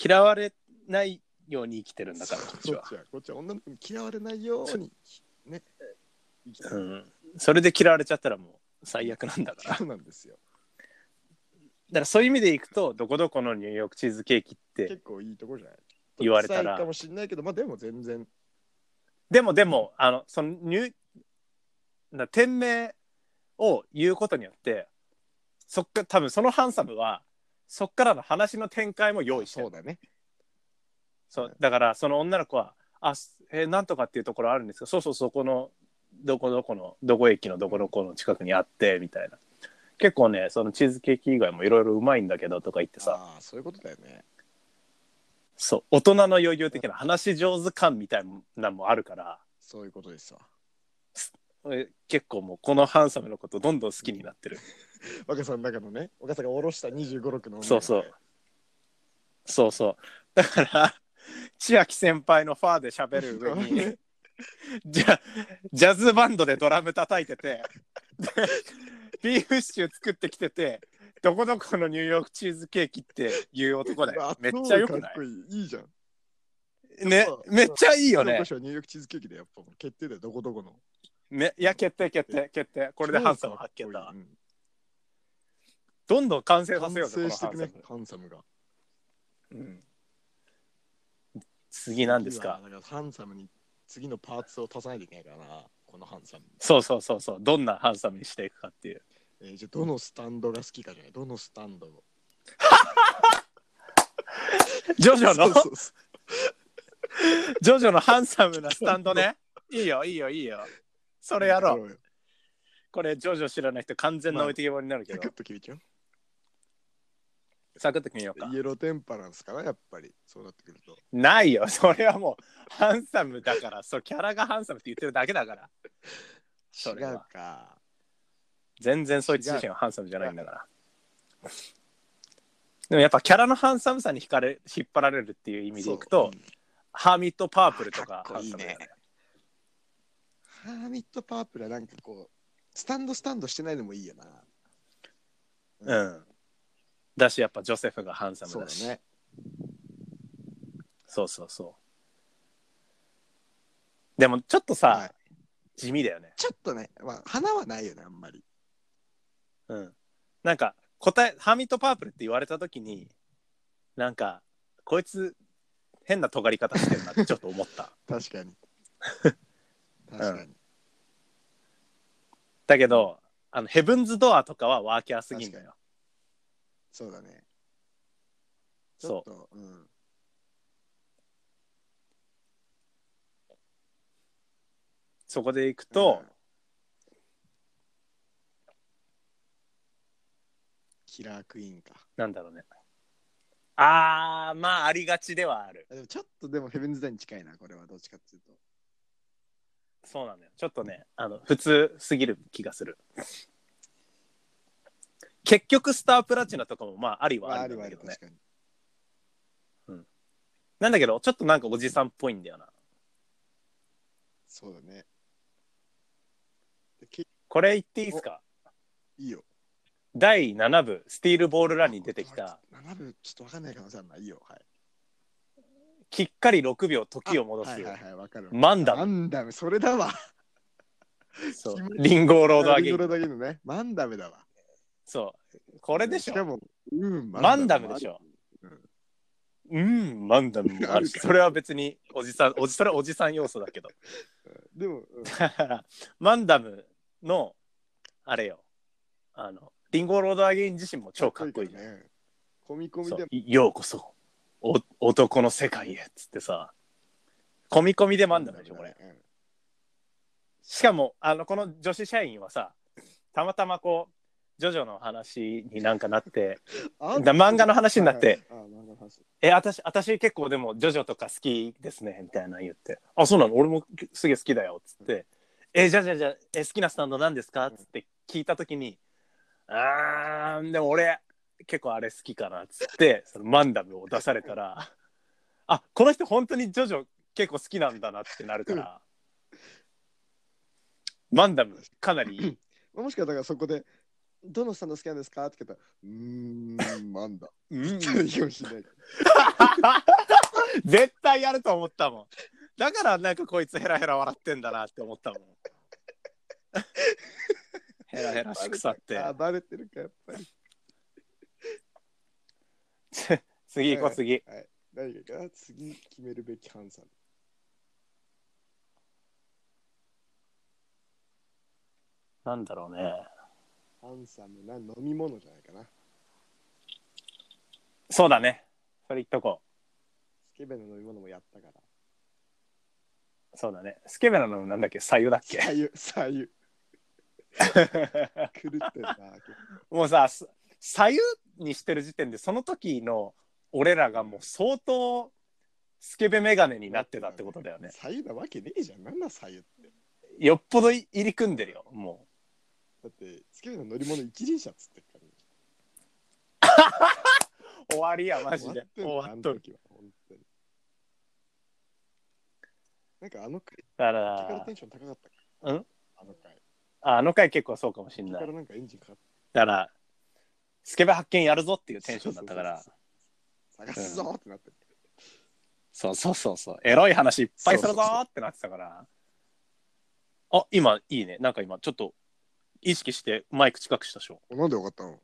[SPEAKER 3] 嫌われないように生きてるんだからこっち
[SPEAKER 2] こ
[SPEAKER 3] は
[SPEAKER 2] っちはこっちは女の子に嫌われないよう にね生きて
[SPEAKER 3] う
[SPEAKER 2] る
[SPEAKER 3] ん、それで嫌われちゃったらもう最悪なんだからだか
[SPEAKER 2] そうなんですよ
[SPEAKER 3] らそういう意味でいくとどこどこのニューヨークチーズケーキって
[SPEAKER 2] 結構いいとこじゃない
[SPEAKER 3] 言われたら
[SPEAKER 2] 臭いかもしれないけどまあでも全然
[SPEAKER 3] でもでもあのそのニューな店名を言うことによってそっか多分そのハンサムはそっからの話の展開も用意してる
[SPEAKER 2] そうだね
[SPEAKER 3] そうだからその女の子は「あすえーなんとかっていうところあるんですかそうそうそこのどこどこのどこ駅のどこどこの近くにあって」みたいな結構ねそのチーズケーキ以外もいろいろうまいんだけどとか言ってさ
[SPEAKER 2] ああそういうことだよね
[SPEAKER 3] そう大人の余裕的な話し上手感みたいなのもあるから
[SPEAKER 2] そういうことですわ
[SPEAKER 3] え結構もうこのハンサムのことどんどん好きになってる
[SPEAKER 2] 若さんの中のね若さんが下ろした2 5 6の女の子
[SPEAKER 3] そうそうそうそうだから 千秋先輩のファーで喋る上にじゃジャズバンドでドラム叩いててでビーフシチュー作ってきててどこどこのニューヨークチーズケーキっていう男だ
[SPEAKER 2] う
[SPEAKER 3] よ
[SPEAKER 2] わ
[SPEAKER 3] めっちゃよくな
[SPEAKER 2] 超かっこいいいいじゃん
[SPEAKER 3] いねめっちゃいいよね
[SPEAKER 2] 今年はニューヨークチーズケーキでやっぱもう決定だよどこどこの
[SPEAKER 3] ねいや決定決定決定これでハンサム発見だどんどん完成
[SPEAKER 2] 超か
[SPEAKER 3] さ
[SPEAKER 2] っこいいうん
[SPEAKER 3] せよう
[SPEAKER 2] 完成
[SPEAKER 3] ぜこ
[SPEAKER 2] して
[SPEAKER 3] のハ
[SPEAKER 2] い
[SPEAKER 3] ン
[SPEAKER 2] く
[SPEAKER 3] サ
[SPEAKER 2] ね
[SPEAKER 3] ム、
[SPEAKER 2] ハンサムが。
[SPEAKER 3] うん、次なんですか
[SPEAKER 2] 次はだらハンサムに次のパーツを足さないといけないからな、このハンサム。
[SPEAKER 3] そうそうそうそうどんなハンサムにしていくかっていう
[SPEAKER 2] えーじゃあどのスタンドが好きかじゃないどのスタンドを。
[SPEAKER 3] ジョジョの
[SPEAKER 2] そうそうそう
[SPEAKER 3] ジョジョのハンサムなスタンドね。 いいよ、いいよ、いいよ。それやろう。
[SPEAKER 2] うよ。
[SPEAKER 3] これ、ジョジョ知らない人、完全な置いてけぼりになるけ
[SPEAKER 2] サ
[SPEAKER 3] ど
[SPEAKER 2] クッ、と切れちゃう。
[SPEAKER 3] サクッと決めようか
[SPEAKER 2] イ。エローテンパランスかな、やっぱり。そうなってくると。
[SPEAKER 3] ないよ、それはもう、ハンサムだから、そう、キャラがハンサムって言ってるだけだから。そ
[SPEAKER 2] 違
[SPEAKER 3] れは
[SPEAKER 2] うか。
[SPEAKER 3] 全然そいつ自身はハンサムじゃないんだから。でもやっぱキャラのハンサムさに惹かれ引っ張られるっていう意味でいくと、
[SPEAKER 2] そう
[SPEAKER 3] ハーミット・パープルとか
[SPEAKER 2] かっこいいね
[SPEAKER 3] ハンサムだよ
[SPEAKER 2] う
[SPEAKER 3] ね
[SPEAKER 2] んハーミットパープルはなんかこう、スタンドスタンドしてないのもいいよな。
[SPEAKER 3] うん。だし、やっぱジョセフがハンサ
[SPEAKER 2] そ
[SPEAKER 3] ム
[SPEAKER 2] う
[SPEAKER 3] だ
[SPEAKER 2] だ
[SPEAKER 3] し。
[SPEAKER 2] ね。
[SPEAKER 3] そうそうそう。でもちょっとさ、
[SPEAKER 2] はい
[SPEAKER 3] 地味だよね。
[SPEAKER 2] ちょっとね、まあ、花はないよね、あんまり。
[SPEAKER 3] うん。なんか答え、ハーミットパープルって言われた時に、なんか、こいつ変な尖り方してる なってちょっと思った。
[SPEAKER 2] 確 かに。確かに。
[SPEAKER 3] だけど、あのヘブンズ・ドアとかはワーキャーすぎんだよ。
[SPEAKER 2] そうだね。ちょ
[SPEAKER 3] そ
[SPEAKER 2] っと、うん。
[SPEAKER 3] う。そこでいくと、
[SPEAKER 2] うんキラークイーンか。
[SPEAKER 3] なんだろうね。あー、まあありがちではある。
[SPEAKER 2] あでもちょっとでもヘブンズ・ダイに近いな、これはどっちかっていうと。
[SPEAKER 3] そうなんだよ。ちょっとね、あの、普通すぎる気がする。結局、スタープラチナとかも、まあ、ありは
[SPEAKER 2] あ
[SPEAKER 3] あり
[SPEAKER 2] る
[SPEAKER 3] なん
[SPEAKER 2] はあ
[SPEAKER 3] だけ
[SPEAKER 2] る、
[SPEAKER 3] どね
[SPEAKER 2] 確。かに。
[SPEAKER 3] なんだけど、ちょっとなんかおじさんっぽいんだよな。
[SPEAKER 2] そうだね。でけ
[SPEAKER 3] これ言っていいですか
[SPEAKER 2] いいよ。
[SPEAKER 3] 第7部、スティールボールランに出てきた、。
[SPEAKER 2] 7部、ちょっとわかんない可能性あるな。いいよ。はい。
[SPEAKER 3] きっかり6秒時を戻
[SPEAKER 2] は
[SPEAKER 3] す
[SPEAKER 2] いはいはい、わかる。
[SPEAKER 3] マンダ
[SPEAKER 2] な
[SPEAKER 3] ム。
[SPEAKER 2] んだ、それだわ。
[SPEAKER 3] そうリンゴロードアゲイ
[SPEAKER 2] そ
[SPEAKER 3] ン
[SPEAKER 2] れだけのね、マンダムだわ。
[SPEAKER 3] そうこれでし
[SPEAKER 2] か
[SPEAKER 3] ょ
[SPEAKER 2] も、うん、
[SPEAKER 3] マンダムでしょうんマンダムもあるしそれは別におじさんおじそれはおじさん要素だけど
[SPEAKER 2] でも、うん
[SPEAKER 3] だからマンダムのあれよあのリンゴロードアゲイン自身も 超かっこいいじゃん
[SPEAKER 2] ね。コミコミ
[SPEAKER 3] そう
[SPEAKER 2] でも、
[SPEAKER 3] ようこそお男の世界へっつってさ込み込みでマンダムでしょこれ
[SPEAKER 2] うん
[SPEAKER 3] しかもあのこの女子社員はさたまたまこうジョジョの話になんかなって
[SPEAKER 2] あ
[SPEAKER 3] だ漫画の話になって。
[SPEAKER 2] はいはいあ、漫画の話。
[SPEAKER 3] 「え私私結構でもジョジョとか好きですね」みたいなの言って「あそうなの俺もすげえ好きだよ」っつって「えじゃあじゃあじゃあえ好きなスタンド何ですか?」っつって聞いた時に「あーでも俺結構あれ好きかな」っつってそのマンダムを出されたら「あこの人本当にジョジョ結構好きなんだな」ってなるから。マンダムかなりいい
[SPEAKER 2] もしかしたらそこで、どのスタンド好きなんですかって聞いたら、うーん、マンダム。
[SPEAKER 3] うん
[SPEAKER 2] 言うしない。
[SPEAKER 3] 絶対やると思ったもんだからなんかこいつヘラヘラ笑ってんだなって思 ったもんヘラヘラしくさって
[SPEAKER 2] あ、バレてるか、やっぱり。
[SPEAKER 3] 次行こう次
[SPEAKER 2] 何がいいかな次決めるべきハンサム。
[SPEAKER 3] なんだろうね
[SPEAKER 2] ハンサムな飲み物じゃないかな。ス
[SPEAKER 3] そうだねそれ言っとこ
[SPEAKER 2] ケベの飲み物もやった から。
[SPEAKER 3] うそうだねスケベラのなんだっけ左右だっけ
[SPEAKER 2] 左右、左 右。狂ってんな。
[SPEAKER 3] もうさす左右にしてる時点でその時の俺らがもう相当スケベメガネになってたってことだよね
[SPEAKER 2] 左右なわけねえじゃん。なんだ左右って。
[SPEAKER 3] よっぽど入り組んでるよも
[SPEAKER 2] だって、スケベの乗り物一輪車っつってっから、ね。
[SPEAKER 3] う終わりやマジで
[SPEAKER 2] 終
[SPEAKER 3] 終
[SPEAKER 2] わ
[SPEAKER 3] わ
[SPEAKER 2] っと
[SPEAKER 3] っと
[SPEAKER 2] る
[SPEAKER 3] る
[SPEAKER 2] 時は本当になんかあの回
[SPEAKER 3] だか
[SPEAKER 2] キカラ
[SPEAKER 3] ら
[SPEAKER 2] テンション高かったか
[SPEAKER 3] うん
[SPEAKER 2] あの回
[SPEAKER 3] ああの回結構そうかもしん
[SPEAKER 2] キ
[SPEAKER 3] な
[SPEAKER 2] カ
[SPEAKER 3] い
[SPEAKER 2] ラなんかエンジンかかっ
[SPEAKER 3] だから、スケベ発見やるぞっていう
[SPEAKER 2] た
[SPEAKER 3] テンションだったから、
[SPEAKER 2] 探すぞってなってる
[SPEAKER 3] そうそうそうそう、エロい話いっぱいするぞーってなってたから。あ、今いいね。なんか今ちょっと意識してマイク近くしたでしょ。
[SPEAKER 2] なんでよかったの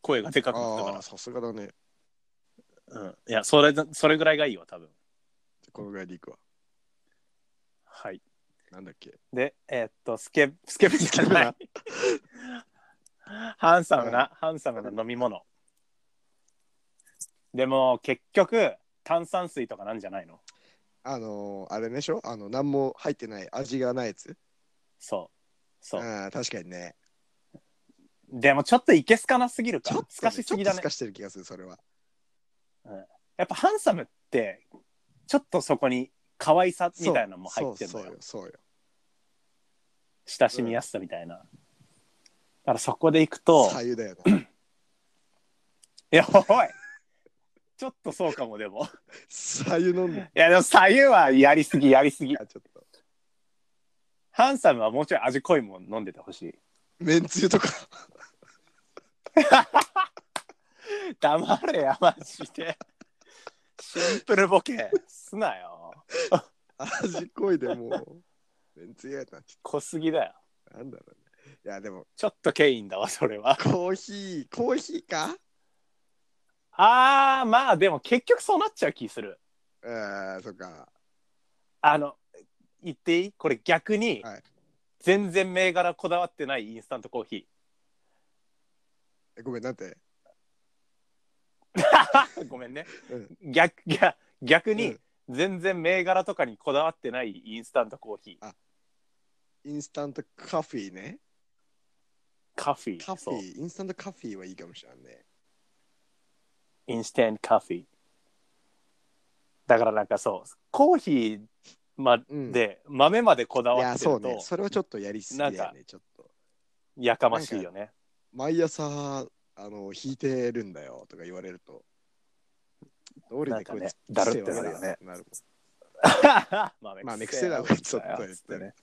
[SPEAKER 3] 声がでかくなった
[SPEAKER 2] あ
[SPEAKER 3] か
[SPEAKER 2] あさすがだね
[SPEAKER 3] ら。うん。いや、それ、それぐらいがいいわ、多分。
[SPEAKER 2] このぐらいでいくわ
[SPEAKER 3] はい。
[SPEAKER 2] なんだっけ
[SPEAKER 3] で、えーっと、スケ、スケベじゃ ない。ハンサムな、ハンサムな飲み物。でも、結局、炭酸水とかなんじゃないの
[SPEAKER 2] あのー、あれでしょあの何も入ってない味がないやつ
[SPEAKER 3] そう。そう。
[SPEAKER 2] ああ確かにね
[SPEAKER 3] でもちょっといけすかなすぎるか。
[SPEAKER 2] ちょっ
[SPEAKER 3] す
[SPEAKER 2] と
[SPEAKER 3] か
[SPEAKER 2] ね
[SPEAKER 3] しすぎだ
[SPEAKER 2] ちょっと透。
[SPEAKER 3] ね
[SPEAKER 2] かしてる気がするそれは
[SPEAKER 3] やっぱハンサムって、ちょっとそこに可愛さみたいなのも入ってる
[SPEAKER 2] そ
[SPEAKER 3] の
[SPEAKER 2] う
[SPEAKER 3] よ。
[SPEAKER 2] そうよそうよ
[SPEAKER 3] 親しみやすさみたいな。だからそこでいくと、
[SPEAKER 2] 左右だよな
[SPEAKER 3] いや、おいちょっとそうかもでも。
[SPEAKER 2] 左右飲んで
[SPEAKER 3] いや、でも左右はやりすぎ、やりすぎ。
[SPEAKER 2] あちょっと
[SPEAKER 3] ハンサムはもうちょい味濃いもん飲んでてほしい。
[SPEAKER 2] めんつゆとか
[SPEAKER 3] 黙れや、マジで。シンプルボケ、すなよ。
[SPEAKER 2] 味濃いでもう、めんつゆやなっち
[SPEAKER 3] 濃すぎだよ。
[SPEAKER 2] ゃなんだろうね。いや、でも、
[SPEAKER 3] ちょっとケインだわ、それは。
[SPEAKER 2] コーヒー、コーヒーか
[SPEAKER 3] あー、まあでも結局そうなっちゃう気する。
[SPEAKER 2] ああ、そっか。
[SPEAKER 3] あの言っていいこれ逆に、
[SPEAKER 2] はい
[SPEAKER 3] 全然銘柄こだわってないインスタントコーヒ
[SPEAKER 2] えごめん、なんて。
[SPEAKER 3] ーごめんね、
[SPEAKER 2] う
[SPEAKER 3] 逆逆逆
[SPEAKER 2] う
[SPEAKER 3] に
[SPEAKER 2] ん
[SPEAKER 3] 全然銘柄とかにこだわってないインスタントコーヒー
[SPEAKER 2] インスタントカフェね。
[SPEAKER 3] カフィー
[SPEAKER 2] カフ
[SPEAKER 3] そう
[SPEAKER 2] ェ、インスタントカフェはいいかもしれないね。
[SPEAKER 3] インスタントカフィーだからなんかそうコーヒーま
[SPEAKER 2] うん
[SPEAKER 3] で、豆までこだ
[SPEAKER 2] い
[SPEAKER 3] わ
[SPEAKER 2] や、
[SPEAKER 3] ってる
[SPEAKER 2] そう
[SPEAKER 3] と、
[SPEAKER 2] ね。それはちょっとやりすぎだ
[SPEAKER 3] な
[SPEAKER 2] よ
[SPEAKER 3] ん
[SPEAKER 2] ね、ちょっと。
[SPEAKER 3] やかましいよね
[SPEAKER 2] 毎朝、あの、弾いてるんだよとか言われると。どうりでこいつ、
[SPEAKER 3] なんかねだるってなるよね
[SPEAKER 2] 癖はなるもん
[SPEAKER 3] ま
[SPEAKER 2] まあ、目癖だわ、ちょっと言って ね。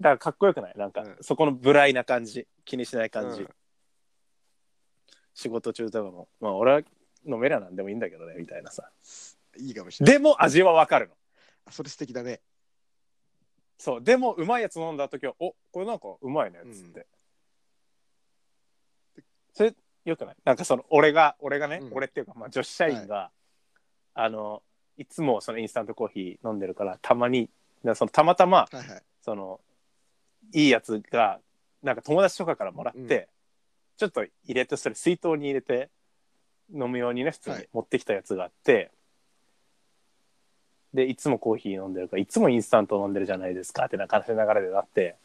[SPEAKER 3] だからかっこよくないなんか、
[SPEAKER 2] うん
[SPEAKER 3] そこの無頼な感じ気にしない感じ、
[SPEAKER 2] うん
[SPEAKER 3] 仕事中とかもまあ俺は飲めりゃなんでもいいんだけどねみたいなさ
[SPEAKER 2] いいかもしれない。
[SPEAKER 3] でも味はわかるの。
[SPEAKER 2] あそれ素敵だね。
[SPEAKER 3] そう、でもうまいやつ飲んだ時は、おこれなんかうまいねっつって。それ、よくないなんかその、俺が、俺がね、
[SPEAKER 2] うん
[SPEAKER 3] 俺っていうか、まあ、女子社員が、あの、いつもそのインスタントコーヒー飲んでるから、たまに、なそのたまたま、
[SPEAKER 2] はいはい。
[SPEAKER 3] その、いいやつが、なんか友達とかからもらって、
[SPEAKER 2] うん
[SPEAKER 3] ちょっと入れて、それ水筒に入れて、飲むようにね、普通に
[SPEAKER 2] はい
[SPEAKER 3] 持ってきたやつがあって、で、いつもコーヒー飲んでるから、いつもインスタント飲んでるじゃないですかってな感じの流れでなって、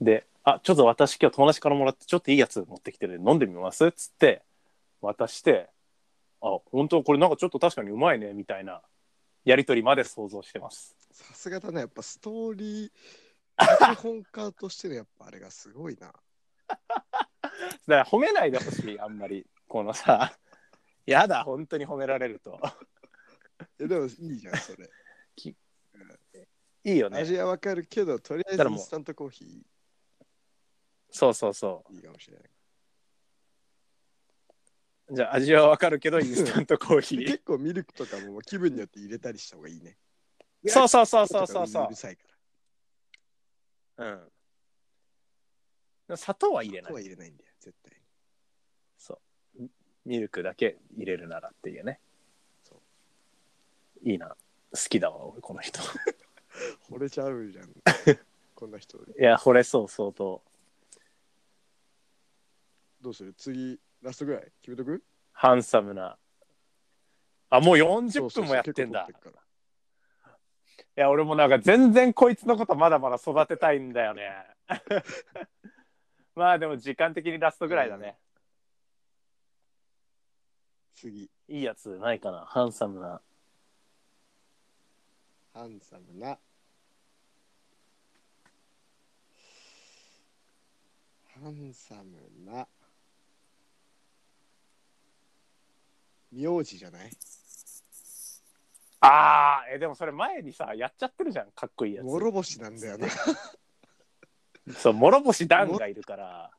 [SPEAKER 3] で、あ、ちょっと私今日友達からもらって、ちょっといいやつ持ってきてるんで飲んでみますっつって、渡して、あ、本当これなんかちょっと確かにうまいね、みたいな、やりとりまで想像してます。
[SPEAKER 2] さすがだね。やっぱストーリー、 脚本家としてのやっぱあれがすごいな。
[SPEAKER 3] だから褒めないでほしいあんまりこのさやだ本当に褒められると
[SPEAKER 2] えでもいいじゃん、 それ。
[SPEAKER 3] いいよね
[SPEAKER 2] 味はわかるけど、とりあえず
[SPEAKER 3] だから
[SPEAKER 2] イ
[SPEAKER 3] も
[SPEAKER 2] ン
[SPEAKER 3] う
[SPEAKER 2] スタントコーヒ
[SPEAKER 3] そうそうそ
[SPEAKER 2] ーいいかもしれない。
[SPEAKER 3] うじゃあ味はわかるけどインスタントコーヒ
[SPEAKER 2] で
[SPEAKER 3] ー
[SPEAKER 2] 結構ミルクとかも気分によって入れたりした方がいいね。
[SPEAKER 3] そうそうそうそうそう
[SPEAKER 2] とか
[SPEAKER 3] そ
[SPEAKER 2] るさいか
[SPEAKER 3] う、うん、でも砂糖は入れ
[SPEAKER 2] ら。
[SPEAKER 3] ない
[SPEAKER 2] とは入れないんだよ、絶対。
[SPEAKER 3] そうミルクだけ入れるならっていうね
[SPEAKER 2] そ
[SPEAKER 3] いいな好きだわ俺この人い
[SPEAKER 2] 惚れちゃうじゃん。こんな人。
[SPEAKER 3] や惚れそう相当
[SPEAKER 2] どうする次、ラストぐらい決めとく
[SPEAKER 3] ハンサムなあもう40分もやってん
[SPEAKER 2] そうそうそう結構撮っ
[SPEAKER 3] だ
[SPEAKER 2] てっから
[SPEAKER 3] いや俺もなんか全然こいつのことまだまだ育てたいんだよね まあでも時間的にラストぐらいだね、
[SPEAKER 2] 次、
[SPEAKER 3] いいやつないかなハンサムな
[SPEAKER 2] ハンサムな。ハンサムな。名字じゃない
[SPEAKER 3] あーえでもそれ前にさやっちゃってるじゃんかっこいいや
[SPEAKER 2] 諸星なんだよな。
[SPEAKER 3] つそう諸星ダンがいるから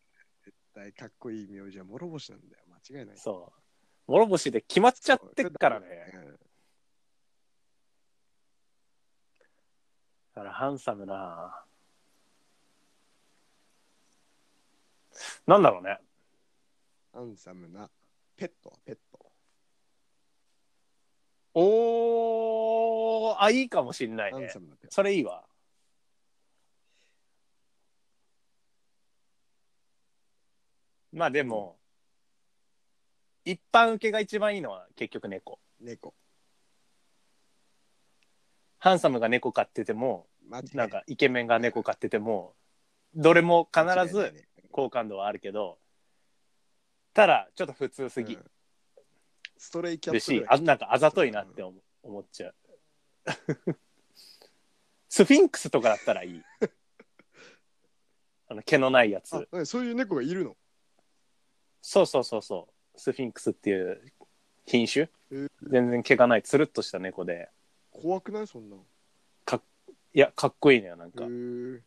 [SPEAKER 2] かっこいい名字は諸星なんだよ。間違いない。
[SPEAKER 3] そう諸星で決まっちゃってっからね
[SPEAKER 2] うん
[SPEAKER 3] だからハンサムななんだろうね
[SPEAKER 2] ハンサムな。ペットはペット。
[SPEAKER 3] おーあいいかもしんない
[SPEAKER 2] ハン
[SPEAKER 3] ね
[SPEAKER 2] サムなペット。
[SPEAKER 3] それいいわまあでも一般受けが一番いいのは結局猫
[SPEAKER 2] 猫。
[SPEAKER 3] ハンサムが猫飼ってても
[SPEAKER 2] 間違い
[SPEAKER 3] なんかイケメンが猫飼っててもどれも必
[SPEAKER 2] 間違いない
[SPEAKER 3] ず
[SPEAKER 2] ね
[SPEAKER 3] 好感度はあるけどただちょっと普通すぎ
[SPEAKER 2] うんストレイキャ
[SPEAKER 3] る
[SPEAKER 2] ットぐ
[SPEAKER 3] し
[SPEAKER 2] らい。
[SPEAKER 3] あなんかあざといなって思思っちゃう スフィンクスとかだった らいいあの毛のないやつ
[SPEAKER 2] あそういう猫がいるの。
[SPEAKER 3] そうそうそうそう。スフィンクスっていう品種
[SPEAKER 2] えー
[SPEAKER 3] 全然毛がないつるっとした猫で
[SPEAKER 2] 怖くないそんなの。
[SPEAKER 3] いやかっこいいのよなんか、
[SPEAKER 2] へー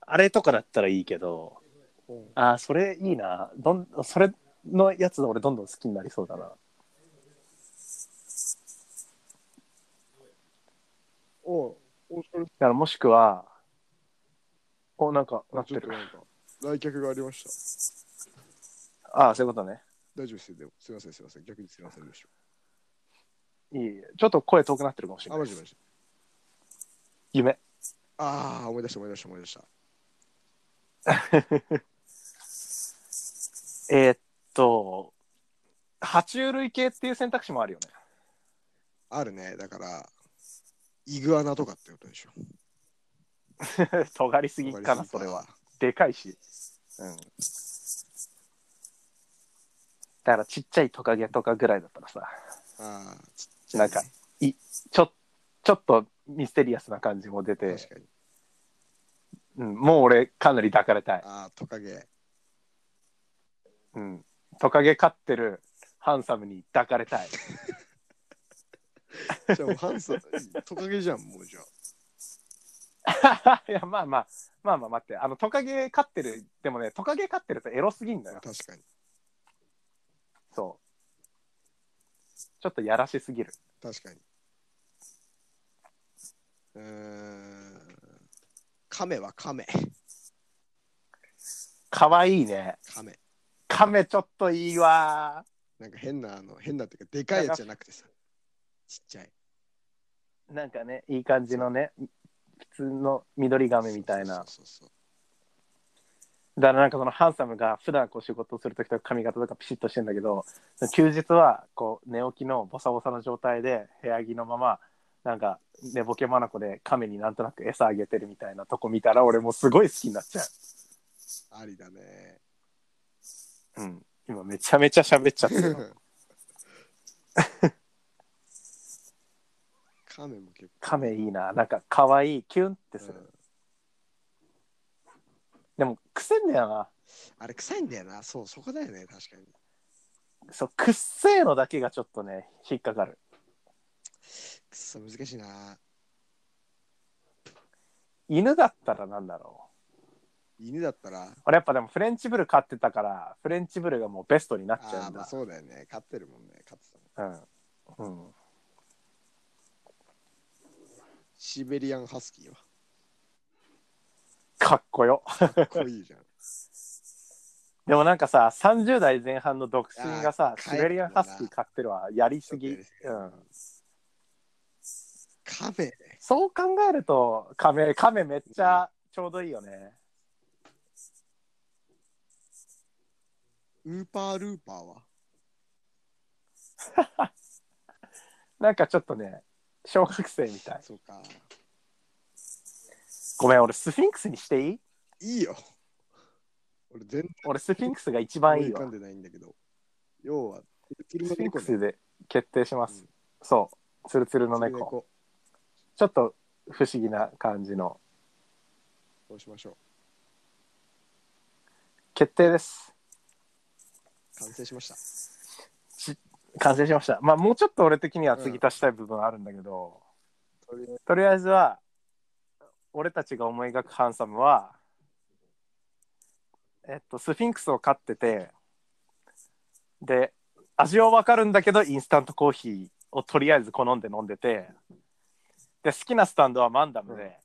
[SPEAKER 3] あれとかだったらいいけど
[SPEAKER 2] うん
[SPEAKER 3] あーそれいいなどんそれのやつ俺どんどん好きになりそうだな
[SPEAKER 2] おうおそれ
[SPEAKER 3] だからもしくはおなんかなっ
[SPEAKER 2] ち
[SPEAKER 3] て
[SPEAKER 2] ょっと
[SPEAKER 3] る
[SPEAKER 2] なんか来客がありました。
[SPEAKER 3] ああそういうことね
[SPEAKER 2] 大丈夫ですよ。でもすみません、すみません。逆にすみませんでし
[SPEAKER 3] いいちょっと声遠くなってるかもしれ
[SPEAKER 2] た。あ、
[SPEAKER 3] ない
[SPEAKER 2] マ
[SPEAKER 3] で
[SPEAKER 2] ジ
[SPEAKER 3] す
[SPEAKER 2] マジ。
[SPEAKER 3] 夢
[SPEAKER 2] ああ、思い出した思い出した思い出した。
[SPEAKER 3] えーっと爬虫類系っていう選択肢もあるよね
[SPEAKER 2] あるね。だから、イグアナとかってことでしょ。
[SPEAKER 3] 尖りすぎかなそれは。でかいし
[SPEAKER 2] うん。
[SPEAKER 3] だからちっちゃいトカゲとかぐらいだったらさ
[SPEAKER 2] ああ、ちっちゃい
[SPEAKER 3] なんかいちょちょっとミステリアスな感じも出て
[SPEAKER 2] 確、かに。
[SPEAKER 3] うん、もう俺かなり抱かれたい、
[SPEAKER 2] ああ、トカゲ。
[SPEAKER 3] うん、トカゲ飼ってるハンサムに抱かれたい
[SPEAKER 2] じゃあもうハンサム、トカゲじゃん、もうじゃあ。
[SPEAKER 3] いやまあまあまあまあ待ってあのトカゲ飼ってるでもねトカゲ飼ってるとエロすぎんだよ
[SPEAKER 2] 確かに。
[SPEAKER 3] そうちょっとやらしすぎる。
[SPEAKER 2] 確かに。うーん。亀は亀。
[SPEAKER 3] かわいいね。
[SPEAKER 2] 亀。
[SPEAKER 3] 亀ちょっといいわ。
[SPEAKER 2] なんか変な、あの、変なっていうか、でかいやつじゃなくてさ。ちっちゃい。
[SPEAKER 3] なんかね、いい感じのね、普通の緑亀みたい
[SPEAKER 2] そ
[SPEAKER 3] な。
[SPEAKER 2] うそうそう
[SPEAKER 3] だからなんかそのハンサムが普段こう仕事をするときとか髪型とかピシッとしてんだけど休日はこう寝起きのボサボサの状態で部屋着のままなんか寝ぼけ眼で亀になんとなく餌あげてるみたいなとこ見たら俺もうすごい好きになっちゃ
[SPEAKER 2] そう。ありだね。
[SPEAKER 3] う、うん、今めちゃめちゃ喋っちゃってる
[SPEAKER 2] 亀も結構。
[SPEAKER 3] 亀いいななんか可愛いキュンってする、
[SPEAKER 2] うん
[SPEAKER 3] でも癖んだよな
[SPEAKER 2] あれ臭いんだよな。そう、そこだよね。確かに。
[SPEAKER 3] そうくっせえのだけがちょっとね引っかかる
[SPEAKER 2] くっそ、難しいな。
[SPEAKER 3] 犬だったらなんだろう
[SPEAKER 2] 犬だったら、
[SPEAKER 3] 俺やっぱでもフレンチブル飼ってたからフレンチブルがもうベストになっち
[SPEAKER 2] ああ
[SPEAKER 3] ゃう
[SPEAKER 2] ー、
[SPEAKER 3] ん
[SPEAKER 2] まあ
[SPEAKER 3] だ
[SPEAKER 2] そうだよね。飼ってるもんね。飼ってたもん
[SPEAKER 3] うん、うん、
[SPEAKER 2] シベリアンハスキーは。
[SPEAKER 3] かっこよ
[SPEAKER 2] かっこいいじゃん。
[SPEAKER 3] でもなんかさ30代前半の独身がさ
[SPEAKER 2] あー
[SPEAKER 3] シベリアンハスキー飼ってるはやりすぎ、
[SPEAKER 2] ち
[SPEAKER 3] う
[SPEAKER 2] ょっ
[SPEAKER 3] ん
[SPEAKER 2] とやりすぎ、亀。
[SPEAKER 3] そう考えるとカメカメめっちゃちょうどいいよね
[SPEAKER 2] ウーパールーパーは。
[SPEAKER 3] なんかちょっとね小学生みたい
[SPEAKER 2] そうか。
[SPEAKER 3] ごめん俺スフィンクスにしていい
[SPEAKER 2] いいよ。俺全然
[SPEAKER 3] 俺スフィンクスが一番
[SPEAKER 2] 思い
[SPEAKER 3] いい
[SPEAKER 2] 浮かん
[SPEAKER 3] わ
[SPEAKER 2] でないんだけど。要は、ツルツル
[SPEAKER 3] スフィ
[SPEAKER 2] の
[SPEAKER 3] ン
[SPEAKER 2] 猫ね
[SPEAKER 3] クスで決定します、
[SPEAKER 2] うん
[SPEAKER 3] そうツルツルの
[SPEAKER 2] ツル
[SPEAKER 3] 猫ちょっと不思議な感じの
[SPEAKER 2] そうしましょ
[SPEAKER 3] 決定です
[SPEAKER 2] う。完成しました。
[SPEAKER 3] 完成しました。まあもうちょっと俺的には継ぎ足したい部分はあるんだけど、
[SPEAKER 2] とりあえず
[SPEAKER 3] とりあえずは俺たちが思い描くハンサムは、えっと、スフィンクスを飼っててで味はわかるんだけどインスタントコーヒーをとりあえず好んで飲んでてで好きなスタンドはマンダムで、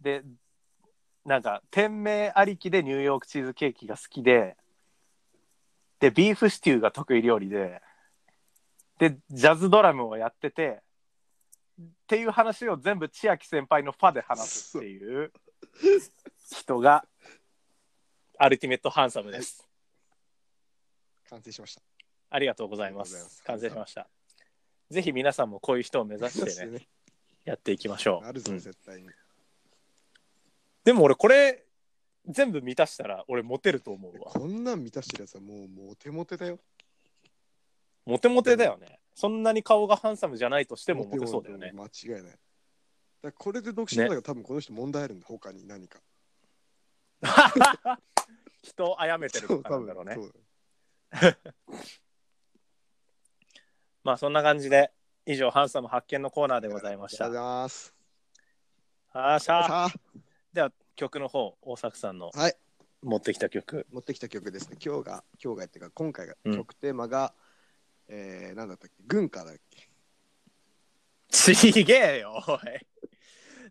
[SPEAKER 3] でなんか店名ありきでニューヨークチーズケーキが好きででビーフシチューが得意料理ででジャズドラムをやっててっていう話を全部千秋先輩のファで話すっていう人がアルティメットハンサムです。
[SPEAKER 2] 完成しました。
[SPEAKER 3] ありがとうございま
[SPEAKER 2] ありがとう
[SPEAKER 3] す。
[SPEAKER 2] ご
[SPEAKER 3] 完
[SPEAKER 2] ざいます
[SPEAKER 3] 成しましてました。ぜひ皆さんもこういう人を目指し
[SPEAKER 2] そしてて
[SPEAKER 3] ね、
[SPEAKER 2] ね
[SPEAKER 3] やっていきましょう。
[SPEAKER 2] あるぞ、
[SPEAKER 3] うん
[SPEAKER 2] 絶対に。
[SPEAKER 3] でも俺これ全部満たしたら俺モテると思うわ。
[SPEAKER 2] こんなん満たしてるやつはもう、もうテモテだよ。
[SPEAKER 3] モテモテだよね。そんなに顔がハンサムじゃないとしてもモテそうだよね。
[SPEAKER 2] モテモテ間違いない。だからこれで独身だから、多分この人問題あるんだ、他に何か。
[SPEAKER 3] 人を殺めてるとかなんだろうね。
[SPEAKER 2] そう
[SPEAKER 3] まあそんな感じで以上ハンサム発見のコーナーでございまし
[SPEAKER 2] あ
[SPEAKER 3] た
[SPEAKER 2] りがとうご。ざいます。
[SPEAKER 3] あーしゃー
[SPEAKER 2] さあ、
[SPEAKER 3] では曲の方大作さんの
[SPEAKER 2] はい
[SPEAKER 3] 持ってきた曲、
[SPEAKER 2] 持ってきた曲ですね。今日が、今日がっていうか、今回が
[SPEAKER 3] うん
[SPEAKER 2] 曲テーマが、えー、なんだったっけ軍歌だっけ
[SPEAKER 3] ちげえよおい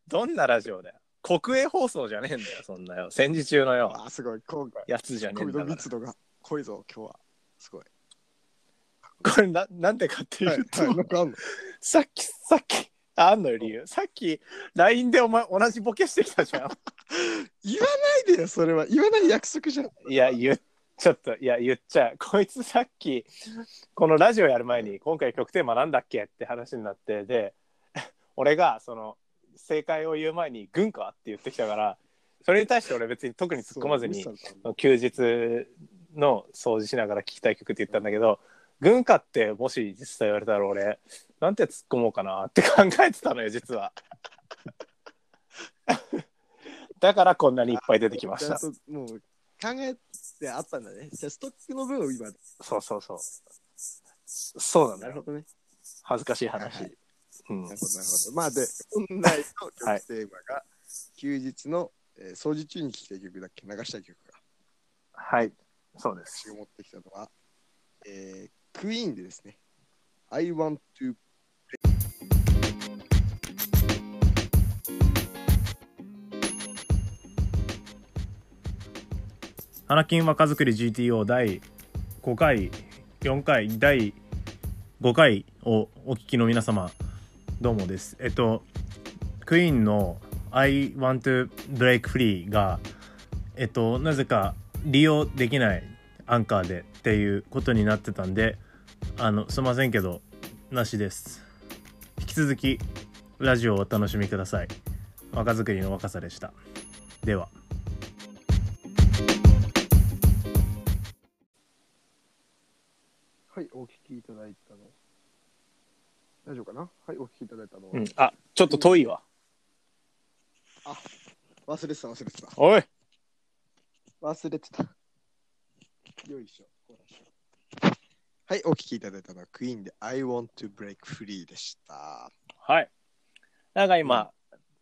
[SPEAKER 3] どんなラジオだよ国営放送じゃねえんだよそんなよ戦時中のよ
[SPEAKER 2] ああ、すごい。今回、
[SPEAKER 3] やつじゃねえん
[SPEAKER 2] 恋
[SPEAKER 3] だ
[SPEAKER 2] の
[SPEAKER 3] から
[SPEAKER 2] 密度が濃いぞ、今日は。すごい。
[SPEAKER 3] これななんでかってい
[SPEAKER 2] はい、
[SPEAKER 3] うと、
[SPEAKER 2] はい、なんかあんの
[SPEAKER 3] さっきさっきああんのよ理由さっき LINE でお前同じボケしてきたじゃん
[SPEAKER 2] 言わないでよ、それは。言わない約束じゃん。
[SPEAKER 3] いや言っちょっといや言っちゃうこいつさっきこのラジオやる前に今回曲テーマなんだっけって話になってで俺がその正解を言う前に「軍か?」って言ってきたからそれに対して俺別に特に突っ込まずに
[SPEAKER 2] そう無視されたの
[SPEAKER 3] 休日の掃除しながら聴きたい曲って言ったんだけど軍歌ってもし実際言われたら俺なんて突っ込もうかなって考えてたのよ実は だからこんなにいっぱい出てきまし
[SPEAKER 2] ちゃん
[SPEAKER 3] た
[SPEAKER 2] ともう考えてあったんだね。じゃあストックの分を今。
[SPEAKER 3] そうそうそうそうなんだ
[SPEAKER 2] なる
[SPEAKER 3] よ
[SPEAKER 2] ほどね。
[SPEAKER 3] 恥ずかしい話、
[SPEAKER 2] はい
[SPEAKER 3] うん
[SPEAKER 2] なるほど、なるほど。まあで、本来の
[SPEAKER 3] はい
[SPEAKER 2] 曲テーマが、休日の、えー掃除中に聴きたい曲だっけ流したい曲が。
[SPEAKER 3] はいそうで
[SPEAKER 2] 私
[SPEAKER 3] す
[SPEAKER 2] が持ってきたのは、えークイーンでですね、 I want to
[SPEAKER 1] 花金若作り GTO 第5回4回第5回をお聞きの皆様どうもですえっとクイーンの「I want to break free が」えっとなぜか利用できないアンカーでっていうことになってたんであのすいませんけどなしです引き続きラジオをお楽しみください若作りの若さでしたでは
[SPEAKER 2] はい、お聞きいただいたの。大丈夫かなはい、お聞きいただいたのは。
[SPEAKER 3] うん、あちょっと遠いわ
[SPEAKER 2] 忘れてた、忘れてた。
[SPEAKER 3] おい
[SPEAKER 2] 忘れてた。よいしょ。ほらはい、お聞きいただいたのは、クイーンで I want to break free でした。
[SPEAKER 3] はいなんか今、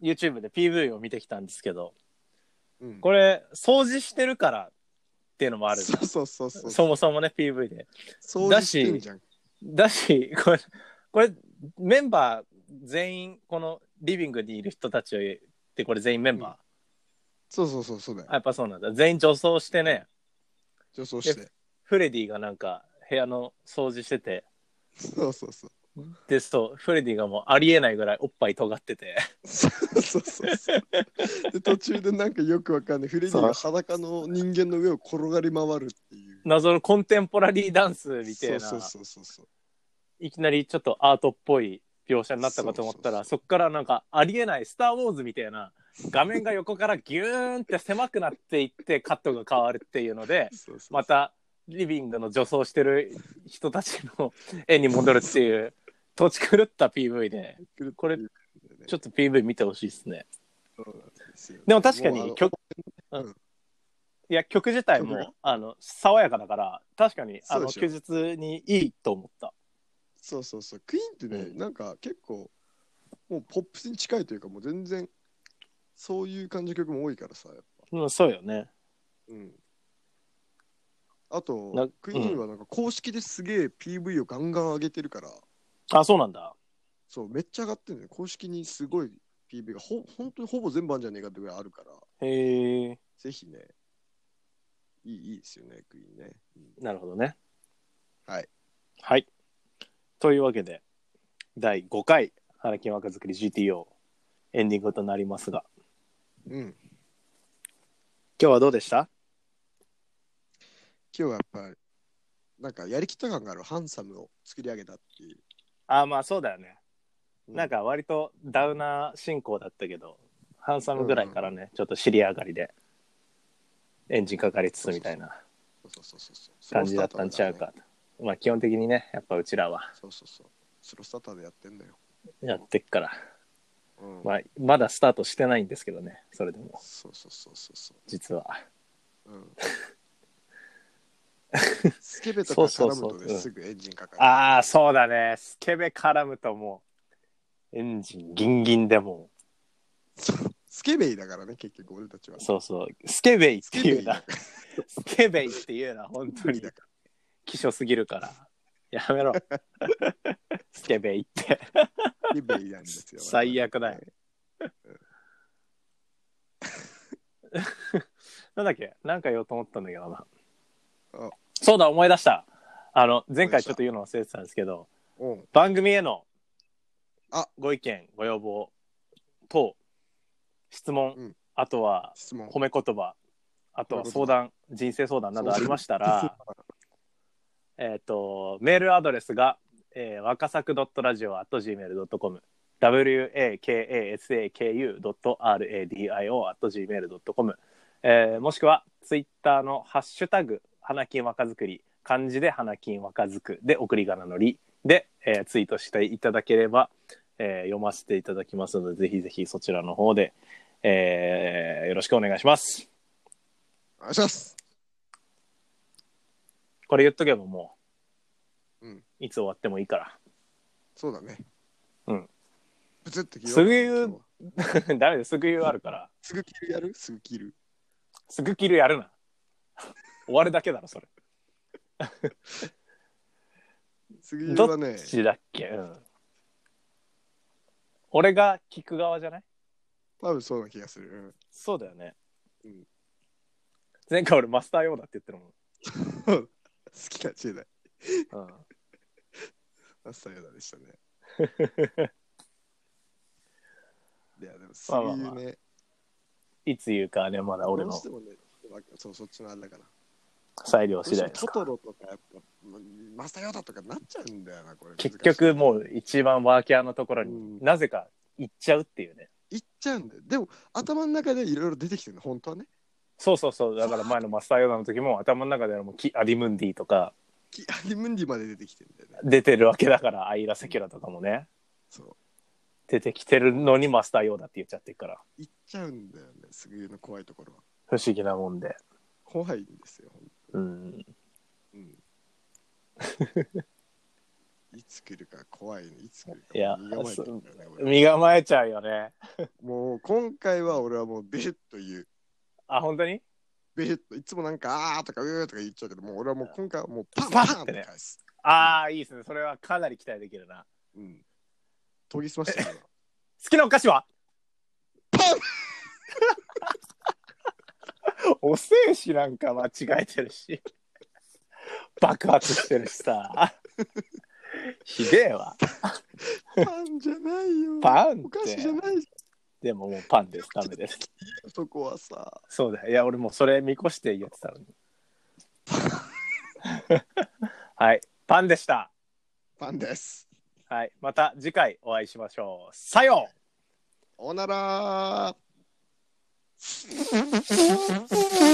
[SPEAKER 3] YouTube で PV を見てきたんですけど
[SPEAKER 2] うん、
[SPEAKER 3] これ掃除してるからっていうのもある
[SPEAKER 2] そうそうそうそう。
[SPEAKER 3] そもそもね PV で
[SPEAKER 2] そうだし。じゃん
[SPEAKER 3] だしこれこれメンバー全員このリビングにいる人たちってこれ全員メンバー、
[SPEAKER 2] そうそうそう、そうだよ
[SPEAKER 3] あ。やっぱそうなんだ全員女装してね
[SPEAKER 2] 女装して。
[SPEAKER 3] フレディがなんか部屋の掃除してて
[SPEAKER 2] そうそうそう。
[SPEAKER 3] でそうフレディがもうありえないぐらいおっぱい尖ってて
[SPEAKER 2] そうそうそうそう。で、途中でなんかよくわかんない。フレディが裸の人間の上を転がり回るっていう。
[SPEAKER 3] 謎のコンテンポラリーダンスみたいな
[SPEAKER 2] そうそうそうそう。
[SPEAKER 3] いきなりちょっとアートっぽい描写になったかと思ったらそ
[SPEAKER 2] そ
[SPEAKER 3] っからなんかありえない「スター・ウォーズ」みたいな画面が横からギューンって狭くなっていってカットが変わるっていうので
[SPEAKER 2] そうそうそう
[SPEAKER 3] またリビングの女装してる人たちの絵に戻るっていう土地狂った PV でこれちょっと PV 見てほしいですねでも確かに曲
[SPEAKER 2] あの
[SPEAKER 3] うんいや曲自体
[SPEAKER 2] 曲が
[SPEAKER 3] もあの爽やかだから確かにあの
[SPEAKER 2] そうで
[SPEAKER 3] 休日にいいと思った
[SPEAKER 2] そうそうそうクイーンってね、
[SPEAKER 3] う
[SPEAKER 2] なんか結構もうポップスに近いというかもう全然そういう感じの曲も多いからさやっぱ
[SPEAKER 3] うんそうよね
[SPEAKER 2] うんあ
[SPEAKER 3] な
[SPEAKER 2] とクイーンはなんか公式ですげえ PV をガンガン上げてるから、
[SPEAKER 3] あそうなんだ
[SPEAKER 2] そうめっちゃ上がってるのよ公式にすごい PV がほ本当にほぼ全部あんじゃねえかってぐらいあるから
[SPEAKER 3] へえ
[SPEAKER 2] ぜひねいいいいですよねクイーンね、うん
[SPEAKER 3] なるほどね。
[SPEAKER 2] はい。
[SPEAKER 3] はい。というわけで、第5回、花金若作り GTO、エンディングとなりますが、
[SPEAKER 2] うん
[SPEAKER 3] 今日はどうでした
[SPEAKER 2] 今日はやっぱりなんかやりきった感があるハンサムを作り上げたっていう、
[SPEAKER 3] ああ、まあそうだよね。なん
[SPEAKER 2] か
[SPEAKER 3] か割とダウナー進行だったけど、ハンサムぐらいからね、ちょっと尻上がりで、エンジンかかりつつみたいな
[SPEAKER 2] そうそうそうそう
[SPEAKER 3] 感じだったんちゃうかと。まあ基本的にね、やっぱうちらは
[SPEAKER 2] そうそうそうスロースターターでやってんだよ、
[SPEAKER 3] やってっから、
[SPEAKER 2] うん
[SPEAKER 3] まあまだスタートしてないんですけどね、それでも、
[SPEAKER 2] そうそうそうそうそ
[SPEAKER 3] 実は。
[SPEAKER 2] う、うん、 スケベとか
[SPEAKER 3] そうそ
[SPEAKER 2] 絡
[SPEAKER 3] う
[SPEAKER 2] む
[SPEAKER 3] そう
[SPEAKER 2] とねすぐエンジンかかる
[SPEAKER 3] ああ、そうだね。スケベ絡むともう、エンジンギンギンでも
[SPEAKER 2] そうスケベイだからね結局俺たちは
[SPEAKER 3] う、そうそう、スケベイっ
[SPEAKER 2] ス
[SPEAKER 3] て
[SPEAKER 2] ケ
[SPEAKER 3] い
[SPEAKER 2] ベ
[SPEAKER 3] う
[SPEAKER 2] イだ
[SPEAKER 3] な、
[SPEAKER 2] から
[SPEAKER 3] スケベイっていうな、本当に
[SPEAKER 2] だか
[SPEAKER 3] 希少すぎるから。やめろ。スケベイって。
[SPEAKER 2] らスケベイなんですよ
[SPEAKER 3] 最悪だよ。なんだっけなんか言おうと思ったんだけどな
[SPEAKER 2] あ。
[SPEAKER 3] そうだ、思い出した。あの、
[SPEAKER 2] 思
[SPEAKER 3] 前
[SPEAKER 2] い出
[SPEAKER 3] 回
[SPEAKER 2] し
[SPEAKER 3] ち
[SPEAKER 2] た
[SPEAKER 3] ょっと言うの忘れてたんですけど、
[SPEAKER 2] うん
[SPEAKER 3] 番組への
[SPEAKER 2] あ
[SPEAKER 3] ご意見、ご要望等、質問、
[SPEAKER 2] うん
[SPEAKER 3] あとは
[SPEAKER 2] 質問
[SPEAKER 3] 褒め言葉あとは
[SPEAKER 2] 褒め
[SPEAKER 3] 相
[SPEAKER 2] 言葉
[SPEAKER 3] 談人生相談などありました らえっとメールアドレスが、えー、若作 .radio.gmail.com wakasaku.radio.gmail.com、えー、もしくはツイッターの「ハッシュタグ花金若作り」漢字で花金若作で送り仮名のりで、えーツイートしていただければ、えー読ませていただきますのでぜひぜひそちらの方でえーよろしくお願いします。
[SPEAKER 2] お願いします
[SPEAKER 3] これ言っとけばもう、
[SPEAKER 2] うん
[SPEAKER 3] いつ終わってもいいから。
[SPEAKER 2] そうだね
[SPEAKER 3] うん
[SPEAKER 2] ブツッと切
[SPEAKER 3] す
[SPEAKER 2] る
[SPEAKER 3] ぐ言う、 ダメだよ、すぐ言うあるから。
[SPEAKER 2] すぐ切るやるすぐ切る
[SPEAKER 3] すぐ切るやるな。終わるだけだろ、それ。
[SPEAKER 2] 杉江
[SPEAKER 3] ど
[SPEAKER 2] は
[SPEAKER 3] っ
[SPEAKER 2] ね、
[SPEAKER 3] ちだっけ、うん、俺が聞く側じゃない
[SPEAKER 2] 多分そうな気がする。
[SPEAKER 3] そうだよね、
[SPEAKER 2] うん
[SPEAKER 3] 前回俺マスター用だって言って
[SPEAKER 2] う
[SPEAKER 3] る
[SPEAKER 2] ん、好きなチームだ。
[SPEAKER 3] もん、うん、
[SPEAKER 2] マスターヨダで したね。いや、でも
[SPEAKER 3] まあまあ
[SPEAKER 2] 杉
[SPEAKER 3] まあ
[SPEAKER 2] 江ね、
[SPEAKER 3] いつ言うかはねまだ俺
[SPEAKER 2] ど
[SPEAKER 3] の
[SPEAKER 2] うしてもね、なんかそうそっちのあれだから。
[SPEAKER 3] 裁量次第です
[SPEAKER 2] ト
[SPEAKER 3] か
[SPEAKER 2] トロとかやっぱ、マスターヨダとかなっちゃうんだよな、これ。
[SPEAKER 3] 結局もう一番ワーキャーのところ
[SPEAKER 2] うん
[SPEAKER 3] になぜか行っちゃうっていうね
[SPEAKER 2] いっちゃうんだよ。でも、頭の中でいろいろ出てきてるの、本当はね。
[SPEAKER 3] そうそうそうだから前のマスター用の時も頭の中ではもうキアディムンディとか
[SPEAKER 2] キ アリムンディまで出てきてるんだよね。
[SPEAKER 3] 出てるわけだからアイラセキュラとかもね
[SPEAKER 2] そう。
[SPEAKER 3] 出てきてるのにマスター用だって言っちゃってるから
[SPEAKER 2] 行っちゃうんだよね、杉江の怖いところは。
[SPEAKER 3] 不思議なもんで
[SPEAKER 2] 怖いんですよ、ほんと
[SPEAKER 3] うん
[SPEAKER 2] うん。いつ来るか怖いね、いつ来るか。
[SPEAKER 3] いや
[SPEAKER 2] 身構えてるんだよね俺
[SPEAKER 3] 身構えちゃうよね
[SPEAKER 2] もう今回は俺はもうベヘッと言う。
[SPEAKER 3] あ本当に
[SPEAKER 2] ベヘッと、いつもなんかあーとかうーとか言っちゃうけど、もう俺はもう今回はもうパン
[SPEAKER 3] パ
[SPEAKER 2] パ
[SPEAKER 3] ン
[SPEAKER 2] ンっ
[SPEAKER 3] って
[SPEAKER 2] て
[SPEAKER 3] ね
[SPEAKER 2] 返す。
[SPEAKER 3] ああいいですねそれはかなり期待できるな
[SPEAKER 2] うん。研ぎ澄ましてるわ
[SPEAKER 3] 好きなお菓子は パンおせんしなんか間違えてるし爆発してるし さひでえわ
[SPEAKER 2] パンじゃないよ。
[SPEAKER 3] パンっ
[SPEAKER 2] お菓子
[SPEAKER 3] て
[SPEAKER 2] じゃないし
[SPEAKER 3] でももうパンですダメです
[SPEAKER 2] そこはさ。
[SPEAKER 3] そうだよいや俺もうそれ見越して言ってたの にはいパンでした
[SPEAKER 2] パンです。
[SPEAKER 3] はいまた次回お会いしましょうさよう
[SPEAKER 2] おならー。